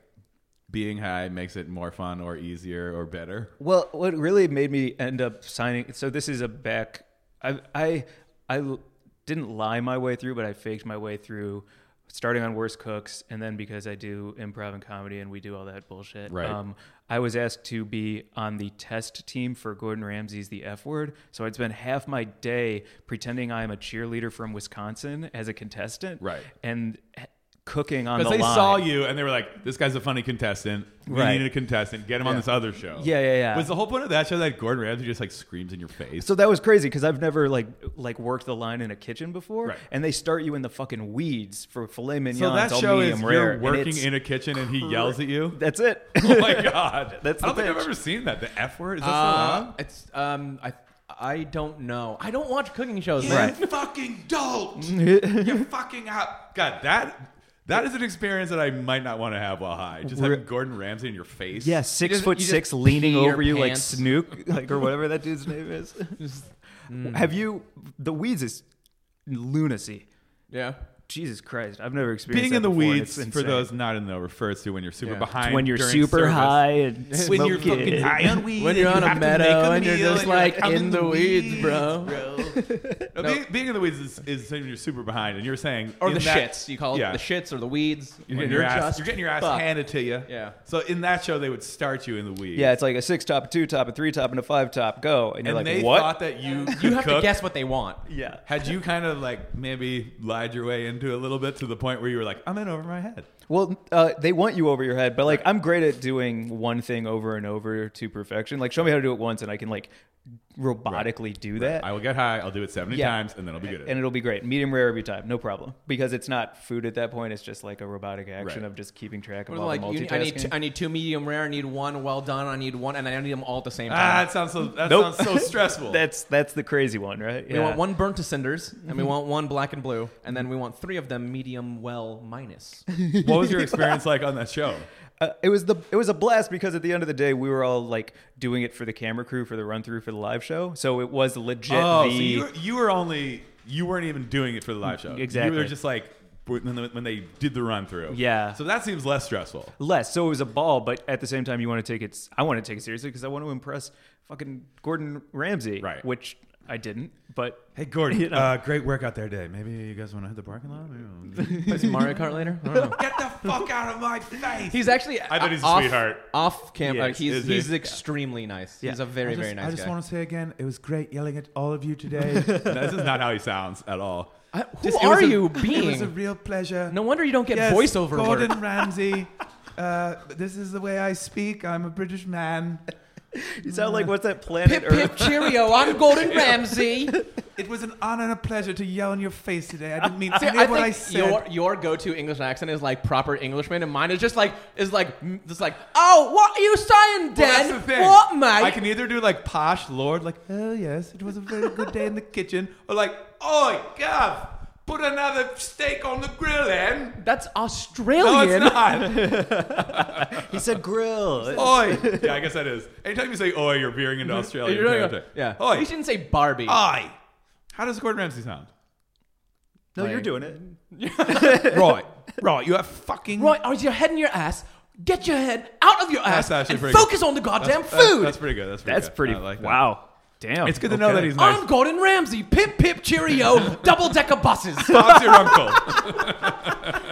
[SPEAKER 1] being high makes it more fun or easier or better?
[SPEAKER 3] Well, what really made me end up signing. So this is a back. I I I l- didn't lie my way through, but I faked my way through, starting on Worst Cooks, and then because I do improv and comedy, and we do all that bullshit. um,
[SPEAKER 1] Right.
[SPEAKER 3] I was asked to be on the test team for Gordon Ramsay's The F Word, so I'd spend half my day pretending I am a cheerleader from Wisconsin as a contestant.
[SPEAKER 1] Right.
[SPEAKER 3] And h- cooking on the
[SPEAKER 1] Because they
[SPEAKER 3] line.
[SPEAKER 1] saw you and they were like, "This guy's a funny contestant. We
[SPEAKER 3] Right.
[SPEAKER 1] need a contestant. Get him on
[SPEAKER 3] Yeah.
[SPEAKER 1] this other show."
[SPEAKER 3] Yeah, yeah, yeah.
[SPEAKER 1] Was the whole point of that show that Gordon Ramsay just like screams in your face?
[SPEAKER 3] So that was crazy because I've never like like worked the line in a kitchen before,
[SPEAKER 1] Right.
[SPEAKER 3] and they start you in the fucking weeds for filet mignons.
[SPEAKER 1] So that
[SPEAKER 3] all
[SPEAKER 1] show
[SPEAKER 3] medium
[SPEAKER 1] is
[SPEAKER 3] rare,
[SPEAKER 1] you're
[SPEAKER 3] and
[SPEAKER 1] working
[SPEAKER 3] it's-
[SPEAKER 1] in a kitchen and he yells at
[SPEAKER 3] *laughs*
[SPEAKER 1] you.
[SPEAKER 3] That's it.
[SPEAKER 1] *laughs* Oh my god,
[SPEAKER 3] That's
[SPEAKER 1] I don't
[SPEAKER 3] the
[SPEAKER 1] think I've
[SPEAKER 3] pitch.
[SPEAKER 1] ever seen that. The F word is that
[SPEAKER 2] Uh,
[SPEAKER 1] so long?
[SPEAKER 2] It's um I I don't know. I don't watch cooking shows.
[SPEAKER 3] Right. *laughs*
[SPEAKER 1] You fucking dolt. you fucking up. God, that That is an experience that I might not want to have while high. Just
[SPEAKER 3] We're-
[SPEAKER 1] having Gordon Ramsay in your face.
[SPEAKER 3] *laughs* Yeah, six
[SPEAKER 2] just-
[SPEAKER 3] foot
[SPEAKER 2] you just
[SPEAKER 3] six, leaning
[SPEAKER 2] pee your
[SPEAKER 3] over you like
[SPEAKER 1] *laughs*
[SPEAKER 2] pants.
[SPEAKER 3] Snook, like or whatever that dude's name is.
[SPEAKER 1] mm.
[SPEAKER 3] Have you? The weeds is lunacy.
[SPEAKER 2] Yeah.
[SPEAKER 3] Jesus Christ, I've never experienced
[SPEAKER 1] Being
[SPEAKER 3] that
[SPEAKER 1] in the
[SPEAKER 3] before, and
[SPEAKER 1] weeds,
[SPEAKER 3] it's
[SPEAKER 1] for
[SPEAKER 3] insane.
[SPEAKER 1] those not in the know, refers to when you're super
[SPEAKER 2] Yeah.
[SPEAKER 1] behind.
[SPEAKER 3] when you're
[SPEAKER 1] during
[SPEAKER 3] super
[SPEAKER 1] service.
[SPEAKER 3] high and
[SPEAKER 1] *laughs* When you're
[SPEAKER 3] smoking.
[SPEAKER 1] fucking high on weed.
[SPEAKER 2] When you're on
[SPEAKER 1] you
[SPEAKER 2] a
[SPEAKER 1] have to
[SPEAKER 2] meadow
[SPEAKER 1] make
[SPEAKER 2] and you're
[SPEAKER 1] meal
[SPEAKER 2] just like
[SPEAKER 1] "I'm
[SPEAKER 2] in, the weeds, bro. *laughs*
[SPEAKER 1] No, Being, being in the weeds is, is when you're super behind, and you're saying
[SPEAKER 2] Or
[SPEAKER 1] in
[SPEAKER 2] the
[SPEAKER 1] that-
[SPEAKER 2] shits. You call it
[SPEAKER 1] yeah.
[SPEAKER 2] the shits or the weeds.
[SPEAKER 1] You're
[SPEAKER 2] When
[SPEAKER 1] getting, your ass,
[SPEAKER 2] just
[SPEAKER 1] you're getting your ass
[SPEAKER 2] fucked.
[SPEAKER 1] handed to you.
[SPEAKER 2] Yeah.
[SPEAKER 1] So in that show, they would start you in the weeds.
[SPEAKER 3] Yeah, it's like a six top, a two top, a three top, and a five top. Go, and you're
[SPEAKER 1] And
[SPEAKER 3] like,
[SPEAKER 1] they
[SPEAKER 3] what?
[SPEAKER 1] thought that you could
[SPEAKER 2] You have
[SPEAKER 1] cook.
[SPEAKER 2] to guess what they want.
[SPEAKER 3] *laughs* yeah,
[SPEAKER 1] Had you kind of like maybe lied your way into it a little bit to the point where you were like, I'm in over my head.
[SPEAKER 3] Well, uh, they want you over your head, but like I'm great at doing one thing over and over to perfection. Like show me how to do it once, and I can like robotically do that,
[SPEAKER 1] I will get high. I'll do it 70
[SPEAKER 3] Yeah.
[SPEAKER 1] times, and then I'll be good. At
[SPEAKER 3] and
[SPEAKER 1] it.
[SPEAKER 3] it'll be great. Medium rare every time, no problem, because it's not food at that point. It's just like a robotic action
[SPEAKER 1] Right.
[SPEAKER 3] of just keeping track of
[SPEAKER 2] Or
[SPEAKER 3] all
[SPEAKER 2] like,
[SPEAKER 3] the
[SPEAKER 2] you,
[SPEAKER 3] multitasking.
[SPEAKER 2] I need, t- I need two medium rare. I need one well done. I need one, and I need them all at the same
[SPEAKER 1] Ah,
[SPEAKER 2] time.
[SPEAKER 1] that sounds so. That
[SPEAKER 3] Nope.
[SPEAKER 1] sounds so stressful.
[SPEAKER 3] that's that's the crazy one, right?
[SPEAKER 2] we want one burnt to cinders, and we want one black and blue, and then we want three of them medium well minus.
[SPEAKER 1] what was your experience like on that show?
[SPEAKER 3] Uh, it was the it was a blast because at the end of the day we were all like doing it for the camera crew for the run through for the live show, so it was legit.
[SPEAKER 1] Oh,
[SPEAKER 3] the,
[SPEAKER 1] so you were, you were only you weren't even doing it for the live show.
[SPEAKER 3] Exactly.
[SPEAKER 1] You were just like when they, when they did the run through.
[SPEAKER 3] Yeah.
[SPEAKER 1] So that seems less stressful.
[SPEAKER 3] less. So it was a ball, but at the same time, you want to take it. I want to take it seriously because I want to impress fucking Gordon Ramsay,
[SPEAKER 1] Right.
[SPEAKER 3] Which I didn't, but
[SPEAKER 1] Hey Gordon,
[SPEAKER 3] You know.
[SPEAKER 1] uh, great work out there today. Maybe you guys want to hit the parking lot. *laughs* Maybe-
[SPEAKER 2] Play some Mario Kart later. I don't know.
[SPEAKER 5] Get the fuck out of my face.
[SPEAKER 2] *laughs* He's actually.
[SPEAKER 1] I bet he's a
[SPEAKER 2] off,
[SPEAKER 1] sweetheart.
[SPEAKER 2] Off camera,
[SPEAKER 3] Yes,
[SPEAKER 2] he's
[SPEAKER 1] is he?
[SPEAKER 2] he's extremely nice. He's
[SPEAKER 3] Yeah.
[SPEAKER 2] a very
[SPEAKER 5] I just-
[SPEAKER 2] very nice
[SPEAKER 5] I just
[SPEAKER 2] guy.
[SPEAKER 5] want to say again, it was great yelling at all of you
[SPEAKER 2] *laughs*
[SPEAKER 5] today.
[SPEAKER 1] No, this is not how he sounds at all.
[SPEAKER 2] I- Uh, who
[SPEAKER 1] Just- it
[SPEAKER 2] are
[SPEAKER 1] was a-
[SPEAKER 2] you
[SPEAKER 5] it was
[SPEAKER 2] being?
[SPEAKER 1] *laughs*
[SPEAKER 5] a real pleasure.
[SPEAKER 2] no wonder you don't get
[SPEAKER 5] Yes,
[SPEAKER 2] voiceover
[SPEAKER 5] Gordon
[SPEAKER 2] work.
[SPEAKER 5] Ramsay. Uh, this is the way I speak. I'm a British man.
[SPEAKER 3] you sound like what's that planet
[SPEAKER 2] Pip
[SPEAKER 3] Earth?
[SPEAKER 2] pip cheerio!
[SPEAKER 1] *laughs*
[SPEAKER 2] I'm Gordon Ramsay.
[SPEAKER 5] It was an honor and a pleasure to yell in your face today. I didn't mean
[SPEAKER 2] See,
[SPEAKER 5] any
[SPEAKER 2] I
[SPEAKER 5] of what
[SPEAKER 2] think
[SPEAKER 5] I said.
[SPEAKER 2] your your go-to English accent is like proper Englishman, and mine is just like is like mm, just like oh, what are you saying,
[SPEAKER 1] Well,
[SPEAKER 2] Dan?
[SPEAKER 1] that's the thing.
[SPEAKER 2] What, mate?
[SPEAKER 1] I can either do like posh lord, like
[SPEAKER 5] Oh yes, it was a very good day in the kitchen.
[SPEAKER 1] or like, oi, Gav, put another steak on the grill, and
[SPEAKER 2] That's
[SPEAKER 3] Oh,
[SPEAKER 1] no, it's
[SPEAKER 2] Australian.
[SPEAKER 3] *laughs*
[SPEAKER 1] not.
[SPEAKER 3] he said *laughs* grill.
[SPEAKER 1] oi. *laughs* Yeah, I guess that is. Anytime you say oi, you're veering
[SPEAKER 2] *laughs*
[SPEAKER 1] into Australian
[SPEAKER 2] You're right.
[SPEAKER 1] territory.
[SPEAKER 2] yeah.
[SPEAKER 1] Oi. Ah.
[SPEAKER 2] You shouldn't say Barbie.
[SPEAKER 1] Oi. How does Gordon Ramsay
[SPEAKER 2] *laughs*
[SPEAKER 1] sound?
[SPEAKER 3] No, you're doing it.
[SPEAKER 1] right. Right. You have fucking.
[SPEAKER 2] Right, or is your head in your ass? Get your head out of your ass
[SPEAKER 1] That's actually
[SPEAKER 2] and
[SPEAKER 1] pretty good.
[SPEAKER 2] focus on the goddamn
[SPEAKER 1] That's-
[SPEAKER 2] food.
[SPEAKER 1] That's pretty good. That's pretty
[SPEAKER 3] That's
[SPEAKER 1] good.
[SPEAKER 3] pretty.
[SPEAKER 1] I like that. *laughs*
[SPEAKER 3] wow. Damn.
[SPEAKER 1] It's good to know
[SPEAKER 3] Okay.
[SPEAKER 1] that he's nice.
[SPEAKER 2] I'm Gordon Ramsay. Pip pip
[SPEAKER 1] *laughs*
[SPEAKER 2] cheerio. double decker buses.
[SPEAKER 1] Bob's your
[SPEAKER 2] *laughs*
[SPEAKER 1] uncle.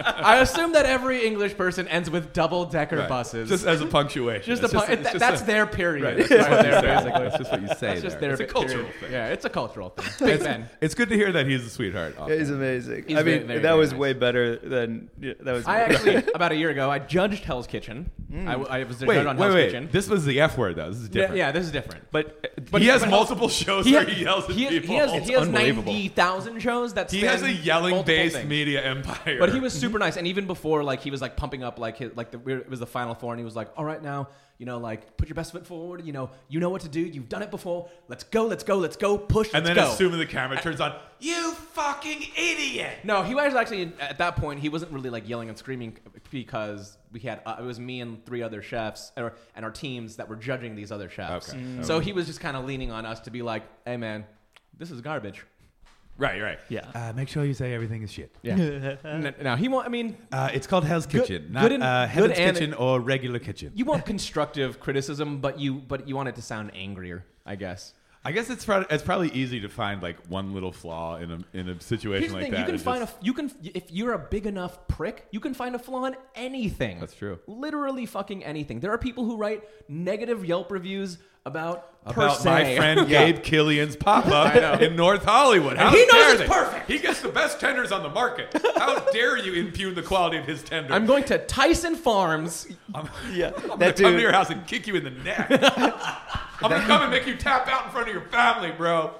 [SPEAKER 2] I assume that every English person ends with double decker buses.
[SPEAKER 1] Just as a punctuation.
[SPEAKER 2] Just
[SPEAKER 1] It's
[SPEAKER 2] a, pu-
[SPEAKER 1] it's
[SPEAKER 2] it- that's
[SPEAKER 1] a-
[SPEAKER 2] their period.
[SPEAKER 1] Right.
[SPEAKER 2] That's
[SPEAKER 1] That's just
[SPEAKER 2] right
[SPEAKER 1] what you
[SPEAKER 2] there,
[SPEAKER 1] say.
[SPEAKER 2] basically.
[SPEAKER 1] That's just what you say.
[SPEAKER 2] That's just
[SPEAKER 1] there.
[SPEAKER 2] their
[SPEAKER 1] It's a cultural
[SPEAKER 2] period.
[SPEAKER 1] thing.
[SPEAKER 2] Yeah, it's a
[SPEAKER 1] *laughs*
[SPEAKER 2] cultural thing. Big Ben.
[SPEAKER 1] It's good to hear that he's a sweetheart.
[SPEAKER 3] That is amazing.
[SPEAKER 2] He's
[SPEAKER 3] I mean,
[SPEAKER 2] very, very,
[SPEAKER 3] that
[SPEAKER 2] very
[SPEAKER 3] was
[SPEAKER 2] nice.
[SPEAKER 3] way better than yeah, that was.
[SPEAKER 2] I actually, about a year ago, I judged Hell's Kitchen. I, w- I was a
[SPEAKER 1] Wait,
[SPEAKER 2] judge on
[SPEAKER 1] wait,
[SPEAKER 2] Hell's
[SPEAKER 1] wait.
[SPEAKER 2] Kitchen.
[SPEAKER 1] This was the F word, though. This is
[SPEAKER 2] yeah,
[SPEAKER 1] different.
[SPEAKER 2] yeah, this is different.
[SPEAKER 3] *laughs* but
[SPEAKER 1] he has
[SPEAKER 2] but Hell's-
[SPEAKER 1] multiple shows
[SPEAKER 2] He,
[SPEAKER 1] where he yells at
[SPEAKER 2] he,
[SPEAKER 1] people.
[SPEAKER 2] he has,
[SPEAKER 1] It's
[SPEAKER 2] he has
[SPEAKER 1] unbelievable.
[SPEAKER 2] 90,000 shows that
[SPEAKER 1] He has
[SPEAKER 2] span
[SPEAKER 1] a yelling Mm-hmm.
[SPEAKER 2] multiple
[SPEAKER 1] based
[SPEAKER 2] things.
[SPEAKER 1] media empire.
[SPEAKER 2] But he was super nice, and even before, like he was like pumping up, like his, like the we were- it was the final four, and he was like, "All right, now, you know, like put your best foot forward. You know, you know what to do. You've done it before. Let's go, let's go, let's go. Push,
[SPEAKER 1] And
[SPEAKER 2] let's
[SPEAKER 1] then,
[SPEAKER 2] go." Uh,
[SPEAKER 1] assuming the camera turns on, you fucking idiot.
[SPEAKER 2] no, he was actually at that point. He wasn't really like yelling and screaming because we had uh, it was me and three other chefs or, and our teams that were judging these other chefs.
[SPEAKER 1] Okay. Mm.
[SPEAKER 2] So he was just kind of leaning on us to be like, "Hey, man, this is garbage."
[SPEAKER 1] Right, right.
[SPEAKER 3] yeah.
[SPEAKER 5] Uh, make sure you say everything is shit.
[SPEAKER 2] Yeah. no, no, he won't. I mean,
[SPEAKER 5] Uh, it's called Hell's Kitchen, not
[SPEAKER 2] good and-
[SPEAKER 5] uh,
[SPEAKER 2] good
[SPEAKER 5] Heaven's
[SPEAKER 2] and-
[SPEAKER 5] Kitchen or regular kitchen.
[SPEAKER 2] you want constructive criticism, but you but you want it to sound angrier, I guess.
[SPEAKER 1] I guess it's probably, it's probably easy to find like one little flaw in a in a situation
[SPEAKER 2] Here's the
[SPEAKER 1] like
[SPEAKER 2] thing:
[SPEAKER 1] that.
[SPEAKER 2] you can
[SPEAKER 1] It's
[SPEAKER 2] find
[SPEAKER 1] just-
[SPEAKER 2] a you can if you're a big enough prick, you can find a flaw in anything.
[SPEAKER 1] That's true.
[SPEAKER 2] Literally fucking anything. There are people who write negative Yelp reviews about per
[SPEAKER 1] about
[SPEAKER 2] se.
[SPEAKER 1] my
[SPEAKER 2] *laughs*
[SPEAKER 1] friend Gabe Killian's pop
[SPEAKER 2] know.
[SPEAKER 1] up in North Hollywood. How
[SPEAKER 2] he knows
[SPEAKER 1] dare
[SPEAKER 2] it's
[SPEAKER 1] they?
[SPEAKER 2] perfect.
[SPEAKER 1] He gets the best tenders on the market.
[SPEAKER 2] *laughs*
[SPEAKER 1] How dare you impugn the quality of his tenders?
[SPEAKER 2] I'm going to Tyson Farms. *laughs*
[SPEAKER 3] Yeah.
[SPEAKER 1] I'm gonna come
[SPEAKER 3] That
[SPEAKER 1] to
[SPEAKER 3] dude-
[SPEAKER 1] your house and kick you in the neck. I'm gonna come and make you tap out in front of your family, bro.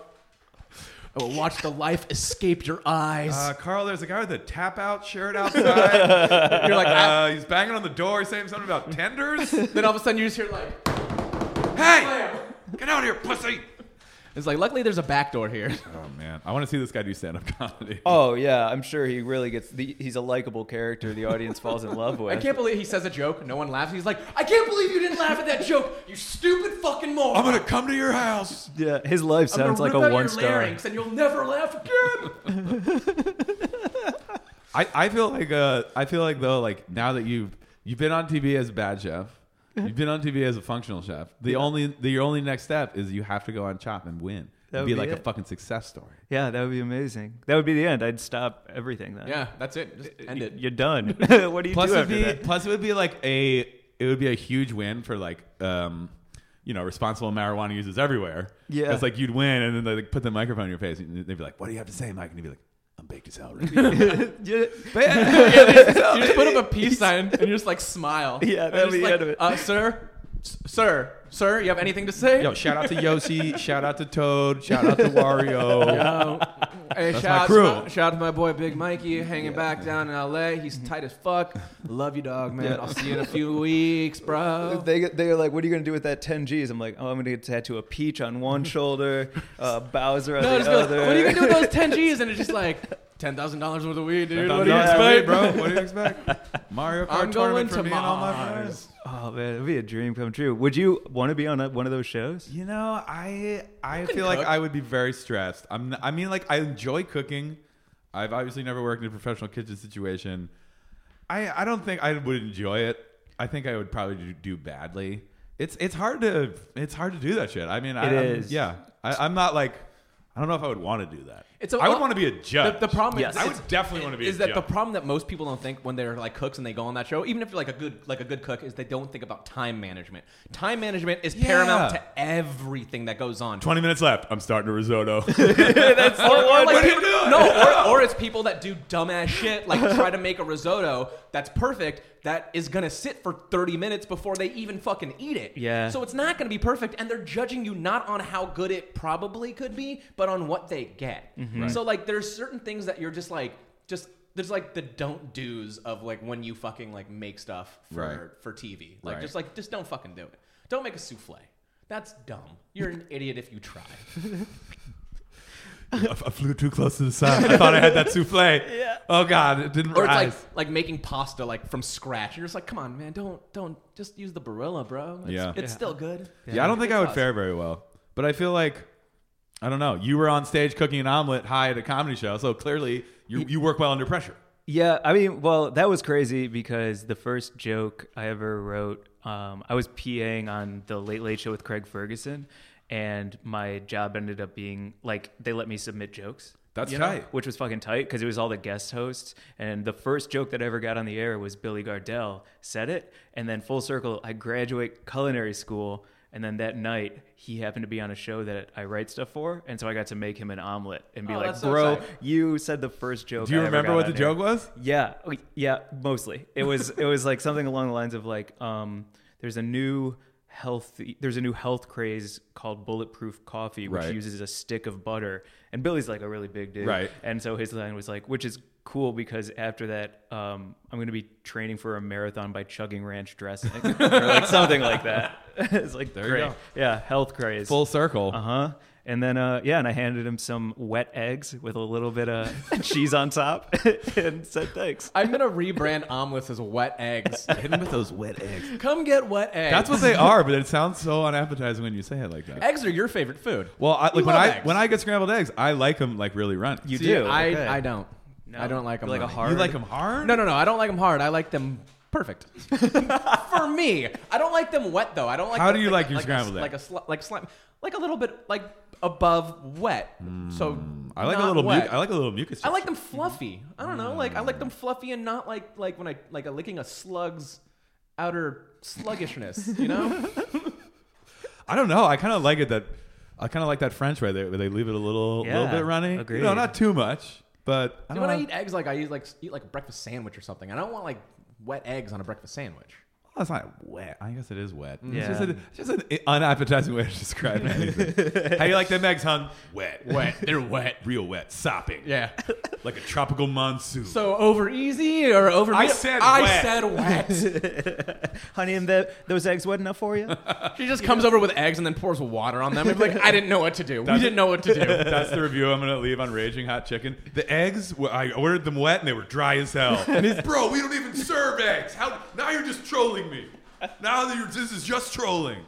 [SPEAKER 2] I will Oh, watch the life escape your eyes.
[SPEAKER 1] Uh, Carl, there's a guy with a tap out shirt *laughs* outside.
[SPEAKER 2] you're like, ah.
[SPEAKER 1] uh, he's banging on the door, saying something about tenders.
[SPEAKER 2] then all of a sudden you just hear like,
[SPEAKER 1] Hey, get out of here, pussy!
[SPEAKER 2] It's like luckily there's a back
[SPEAKER 1] *laughs*
[SPEAKER 2] door here.
[SPEAKER 1] Oh man, I want to see this guy do stand-up *laughs* comedy.
[SPEAKER 4] Oh yeah, I'm sure he really gets. The, he's a likable character. The audience falls in love with.
[SPEAKER 2] I can't believe he says a joke. No one laughs. He's like, I can't believe you didn't laugh at that joke. You stupid fucking moron.
[SPEAKER 1] I'm gonna come to your house.
[SPEAKER 3] Yeah, his life
[SPEAKER 2] I'm gonna
[SPEAKER 3] sounds like
[SPEAKER 2] rip out
[SPEAKER 3] a
[SPEAKER 2] your
[SPEAKER 3] one star.
[SPEAKER 2] larynx and you'll never laugh
[SPEAKER 1] *laughs*
[SPEAKER 2] again.
[SPEAKER 1] I, I feel like uh I feel like though like now that you've you've been on TV as a bad *laughs* chef, you've been on TV as a functional chef. The only the, your only next step is you have to go on Chop and win.
[SPEAKER 3] That
[SPEAKER 1] It'd
[SPEAKER 3] would
[SPEAKER 1] be
[SPEAKER 3] be
[SPEAKER 1] like a
[SPEAKER 3] it.
[SPEAKER 1] fucking success story.
[SPEAKER 3] Yeah, that would be amazing. That would be the end. I'd stop everything then.
[SPEAKER 2] yeah, that's it. Just end it. *laughs*
[SPEAKER 3] You're done. what do you
[SPEAKER 1] Plus
[SPEAKER 3] do
[SPEAKER 1] it'd
[SPEAKER 3] after
[SPEAKER 1] be
[SPEAKER 3] that?
[SPEAKER 1] plus it would be like a it would be a huge win for like um you know responsible marijuana users everywhere.
[SPEAKER 3] Yeah.
[SPEAKER 1] it's like you'd win and then they like, put the microphone in your face and they'd be like, "What do you have to say, Mike?" And you'd be like, "I'm baked as hell." Ricky."
[SPEAKER 3] *laughs*
[SPEAKER 2] *laughs*
[SPEAKER 3] Yeah,
[SPEAKER 2] You just put up a
[SPEAKER 3] *laughs*
[SPEAKER 2] peace sign and you just like smile.
[SPEAKER 3] Yeah,
[SPEAKER 2] And
[SPEAKER 3] that'd
[SPEAKER 2] just
[SPEAKER 3] be the
[SPEAKER 2] like,
[SPEAKER 3] end of it.
[SPEAKER 2] Uh, sir, S- sir, sir, you have anything to say?
[SPEAKER 1] *laughs* Yo, shout out to Yossi, shout out to Toad, shout *laughs* out to Wario.
[SPEAKER 2] Um, Hey, shout
[SPEAKER 1] my
[SPEAKER 2] out,
[SPEAKER 1] crew.
[SPEAKER 2] To my, shout out to my boy Big Mikey hanging back down in LA. He's
[SPEAKER 3] Mm-hmm.
[SPEAKER 2] tight as fuck. Love you, dog, man. I'll see you in a
[SPEAKER 3] *laughs*
[SPEAKER 2] few weeks, bro.
[SPEAKER 4] They they are like, what are you gonna do with that 10 G's? I'm like, oh, I'm gonna get tattoo a peach on
[SPEAKER 2] *laughs*
[SPEAKER 4] one shoulder, uh, Bowser on
[SPEAKER 2] No,
[SPEAKER 4] the
[SPEAKER 2] just
[SPEAKER 4] other.
[SPEAKER 2] go, what are you gonna do with those ten G's? And it's
[SPEAKER 3] *laughs*
[SPEAKER 2] just like ten thousand dollars worth of weed, dude. What do you
[SPEAKER 1] Yeah,
[SPEAKER 2] expect,
[SPEAKER 1] wait, bro? What do you expect? Mario Kart
[SPEAKER 2] I'm going
[SPEAKER 1] tournament for
[SPEAKER 2] to
[SPEAKER 1] me and all my
[SPEAKER 2] Mars.
[SPEAKER 1] friends.
[SPEAKER 3] Oh man, it'd be a dream come true. Would you want to be on a, one of those shows?
[SPEAKER 1] You know, I I
[SPEAKER 2] can
[SPEAKER 1] feel like
[SPEAKER 2] cook.
[SPEAKER 1] I would be very stressed. I'm. n- I mean, like I enjoy cooking. I've obviously never worked in a professional kitchen situation. I I don't think I would enjoy it. I think I would probably do, do badly. It's it's hard to it's hard to do that shit. I mean, I,
[SPEAKER 3] It
[SPEAKER 1] I'm-
[SPEAKER 3] is.
[SPEAKER 1] yeah. I, I'm not like I don't know if I would want to do that.
[SPEAKER 2] It's a-
[SPEAKER 1] I would want to be a
[SPEAKER 2] The,
[SPEAKER 1] judge.
[SPEAKER 2] the problem
[SPEAKER 3] Yes.
[SPEAKER 2] is,
[SPEAKER 1] I would definitely want to be.
[SPEAKER 2] is
[SPEAKER 1] a
[SPEAKER 2] that
[SPEAKER 1] judge.
[SPEAKER 2] the problem that most people don't think when they're like cooks and they go on that show, even if you're like a good like a good cook, is they don't think about time management. Time management is paramount
[SPEAKER 1] Yeah.
[SPEAKER 2] to everything that goes on.
[SPEAKER 1] Twenty minutes left. I'm starting a
[SPEAKER 2] *laughs*
[SPEAKER 1] risotto.
[SPEAKER 2] Or, or, like,
[SPEAKER 1] What are you
[SPEAKER 2] people-
[SPEAKER 1] doing? *laughs*
[SPEAKER 2] No, or, or it's people that do dumbass shit, like try to make a risotto that's perfect, that is gonna sit for 30 minutes before they even fucking eat it.
[SPEAKER 3] Yeah.
[SPEAKER 2] So it's not gonna be perfect, and they're judging you not on how good it probably could be, but on what they get.
[SPEAKER 1] Mm-hmm.
[SPEAKER 2] So, like, there's certain things that you're just like, just. There's like the don't do's of like when you fucking like make stuff for
[SPEAKER 1] Right.
[SPEAKER 2] for TV. Like
[SPEAKER 1] Right.
[SPEAKER 2] just like just don't fucking do it. Don't make a souffle. That's dumb. You're an idiot if you try.
[SPEAKER 1] I, I flew too close to the sun. I thought I had that
[SPEAKER 2] *laughs*
[SPEAKER 1] souffle. Yeah. Oh God, it didn't
[SPEAKER 2] Or it's
[SPEAKER 1] rise.
[SPEAKER 2] like like making pasta like from scratch. You're just like, come on, man, don't don't just use the Barilla, bro. It's,
[SPEAKER 1] Yeah.
[SPEAKER 2] it's still good.
[SPEAKER 1] yeah. I don't think I would fare very well, but I feel like I don't know. You were on stage cooking an omelet high at a comedy show, so clearly you you work well under pressure.
[SPEAKER 3] Yeah, I mean, well, that was crazy because the first joke I ever wrote, um, I was PAing on the Late Late Show with Craig Ferguson, and my job ended up being like they let me submit jokes.
[SPEAKER 1] That's
[SPEAKER 3] you know,
[SPEAKER 1] tight.
[SPEAKER 3] which was fucking tight because it was all the guest hosts. And the first joke that I ever got on the air was Billy Gardell said it, and then full circle, I graduate culinary school, and then that night he happened to be on a show that I write stuff for, and so I got to make him an omelet and be
[SPEAKER 2] Oh,
[SPEAKER 3] like,
[SPEAKER 2] that's so
[SPEAKER 3] "Bro,
[SPEAKER 2] exciting.
[SPEAKER 3] you said the first joke."
[SPEAKER 1] Do you
[SPEAKER 3] I ever
[SPEAKER 1] remember
[SPEAKER 3] got
[SPEAKER 1] what the
[SPEAKER 3] on air."
[SPEAKER 1] joke was?
[SPEAKER 3] Yeah, we- yeah, mostly. It was it was like something along the lines of like um there's a new healthy there's a new health craze called bulletproof coffee which
[SPEAKER 1] Right.
[SPEAKER 3] uses a stick of butter and Billy's like a really big dude.
[SPEAKER 1] Right.
[SPEAKER 3] And so his line was like which is cool because after that um I'm going to be training for a marathon by chugging ranch dressing *laughs* or like something like that. *laughs* it's like
[SPEAKER 1] There you
[SPEAKER 3] great.
[SPEAKER 1] go.
[SPEAKER 3] Yeah, health craze.
[SPEAKER 1] Full circle.
[SPEAKER 2] Uh-huh.
[SPEAKER 3] Uh
[SPEAKER 4] Uh-huh.
[SPEAKER 3] huh. And then, uh, yeah, and I handed him some wet eggs with a little bit of cheese
[SPEAKER 4] *laughs*
[SPEAKER 3] on top and said thanks.
[SPEAKER 2] *laughs* I'm gonna rebrand omelets as wet
[SPEAKER 1] *laughs*
[SPEAKER 2] eggs.
[SPEAKER 1] Hit him with those wet eggs.
[SPEAKER 2] Come get wet eggs.
[SPEAKER 1] That's what they are, but it sounds so unappetizing when you say it like that.
[SPEAKER 2] eggs are your favorite food.
[SPEAKER 1] Well, I,
[SPEAKER 2] You
[SPEAKER 1] like when
[SPEAKER 2] love
[SPEAKER 1] I
[SPEAKER 2] eggs.
[SPEAKER 1] when I get scrambled eggs, I like them like really runny.
[SPEAKER 3] You
[SPEAKER 2] See,
[SPEAKER 3] do.
[SPEAKER 2] I
[SPEAKER 3] okay.
[SPEAKER 2] I don't. I don't like them.
[SPEAKER 3] Like a
[SPEAKER 2] runny.
[SPEAKER 3] hard.
[SPEAKER 1] You like them hard?
[SPEAKER 2] No, no, no. I don't like them hard. I like them perfect. For me, I don't like them wet though. I don't like.
[SPEAKER 1] How
[SPEAKER 2] them-
[SPEAKER 1] do you like your
[SPEAKER 2] a-
[SPEAKER 1] scrambled egg?
[SPEAKER 2] Like a sli- like slime, like a little bit like above wet. So
[SPEAKER 1] Hmm. I like a
[SPEAKER 2] not
[SPEAKER 1] little.
[SPEAKER 2] wet.
[SPEAKER 1] Mu- I like a little mucus.
[SPEAKER 2] I like them fluffy. I don't know, like I like them fluffy and not like like when I like a licking a slug's outer sluggishness. You *laughs* know,
[SPEAKER 1] I don't know. I kind of like it that I kind of like that French right there, where they leave it a little little
[SPEAKER 3] Yeah,
[SPEAKER 1] bit runny.
[SPEAKER 3] agreed.
[SPEAKER 1] No, not too much, but I
[SPEAKER 2] See,
[SPEAKER 1] don't
[SPEAKER 2] when
[SPEAKER 1] know.
[SPEAKER 2] I eat eggs, like I eat like eat like a breakfast sandwich or something. I don't want like wet eggs on a breakfast sandwich.
[SPEAKER 1] Well, it's not wet. I guess it is wet. It's
[SPEAKER 3] Yeah.
[SPEAKER 1] just, an, it's just an unappetizing
[SPEAKER 5] *laughs*
[SPEAKER 1] way to describe anything. How do you like them eggs, hung? Wet. Wet. They're wet. Real wet. Sopping.
[SPEAKER 2] Yeah,
[SPEAKER 5] like a tropical monsoon.
[SPEAKER 2] So over easy or over?
[SPEAKER 5] I said
[SPEAKER 2] I *laughs*
[SPEAKER 5] wet.
[SPEAKER 2] said wet.
[SPEAKER 4] Honey, and the, those eggs wet enough for you?
[SPEAKER 2] she just comes over with eggs and then pours water on them. And be like, I didn't know what to do. We
[SPEAKER 5] That's-
[SPEAKER 2] didn't know what *laughs* to do.
[SPEAKER 5] *laughs* That's the review I'm gonna leave on Raging Hot Chicken. The eggs, were- I ordered them wet and they were dry
[SPEAKER 2] *laughs*
[SPEAKER 5] as hell. And it's, bro, we don't even serve eggs. How now you're just trolling me. Now that you're this is just trolling.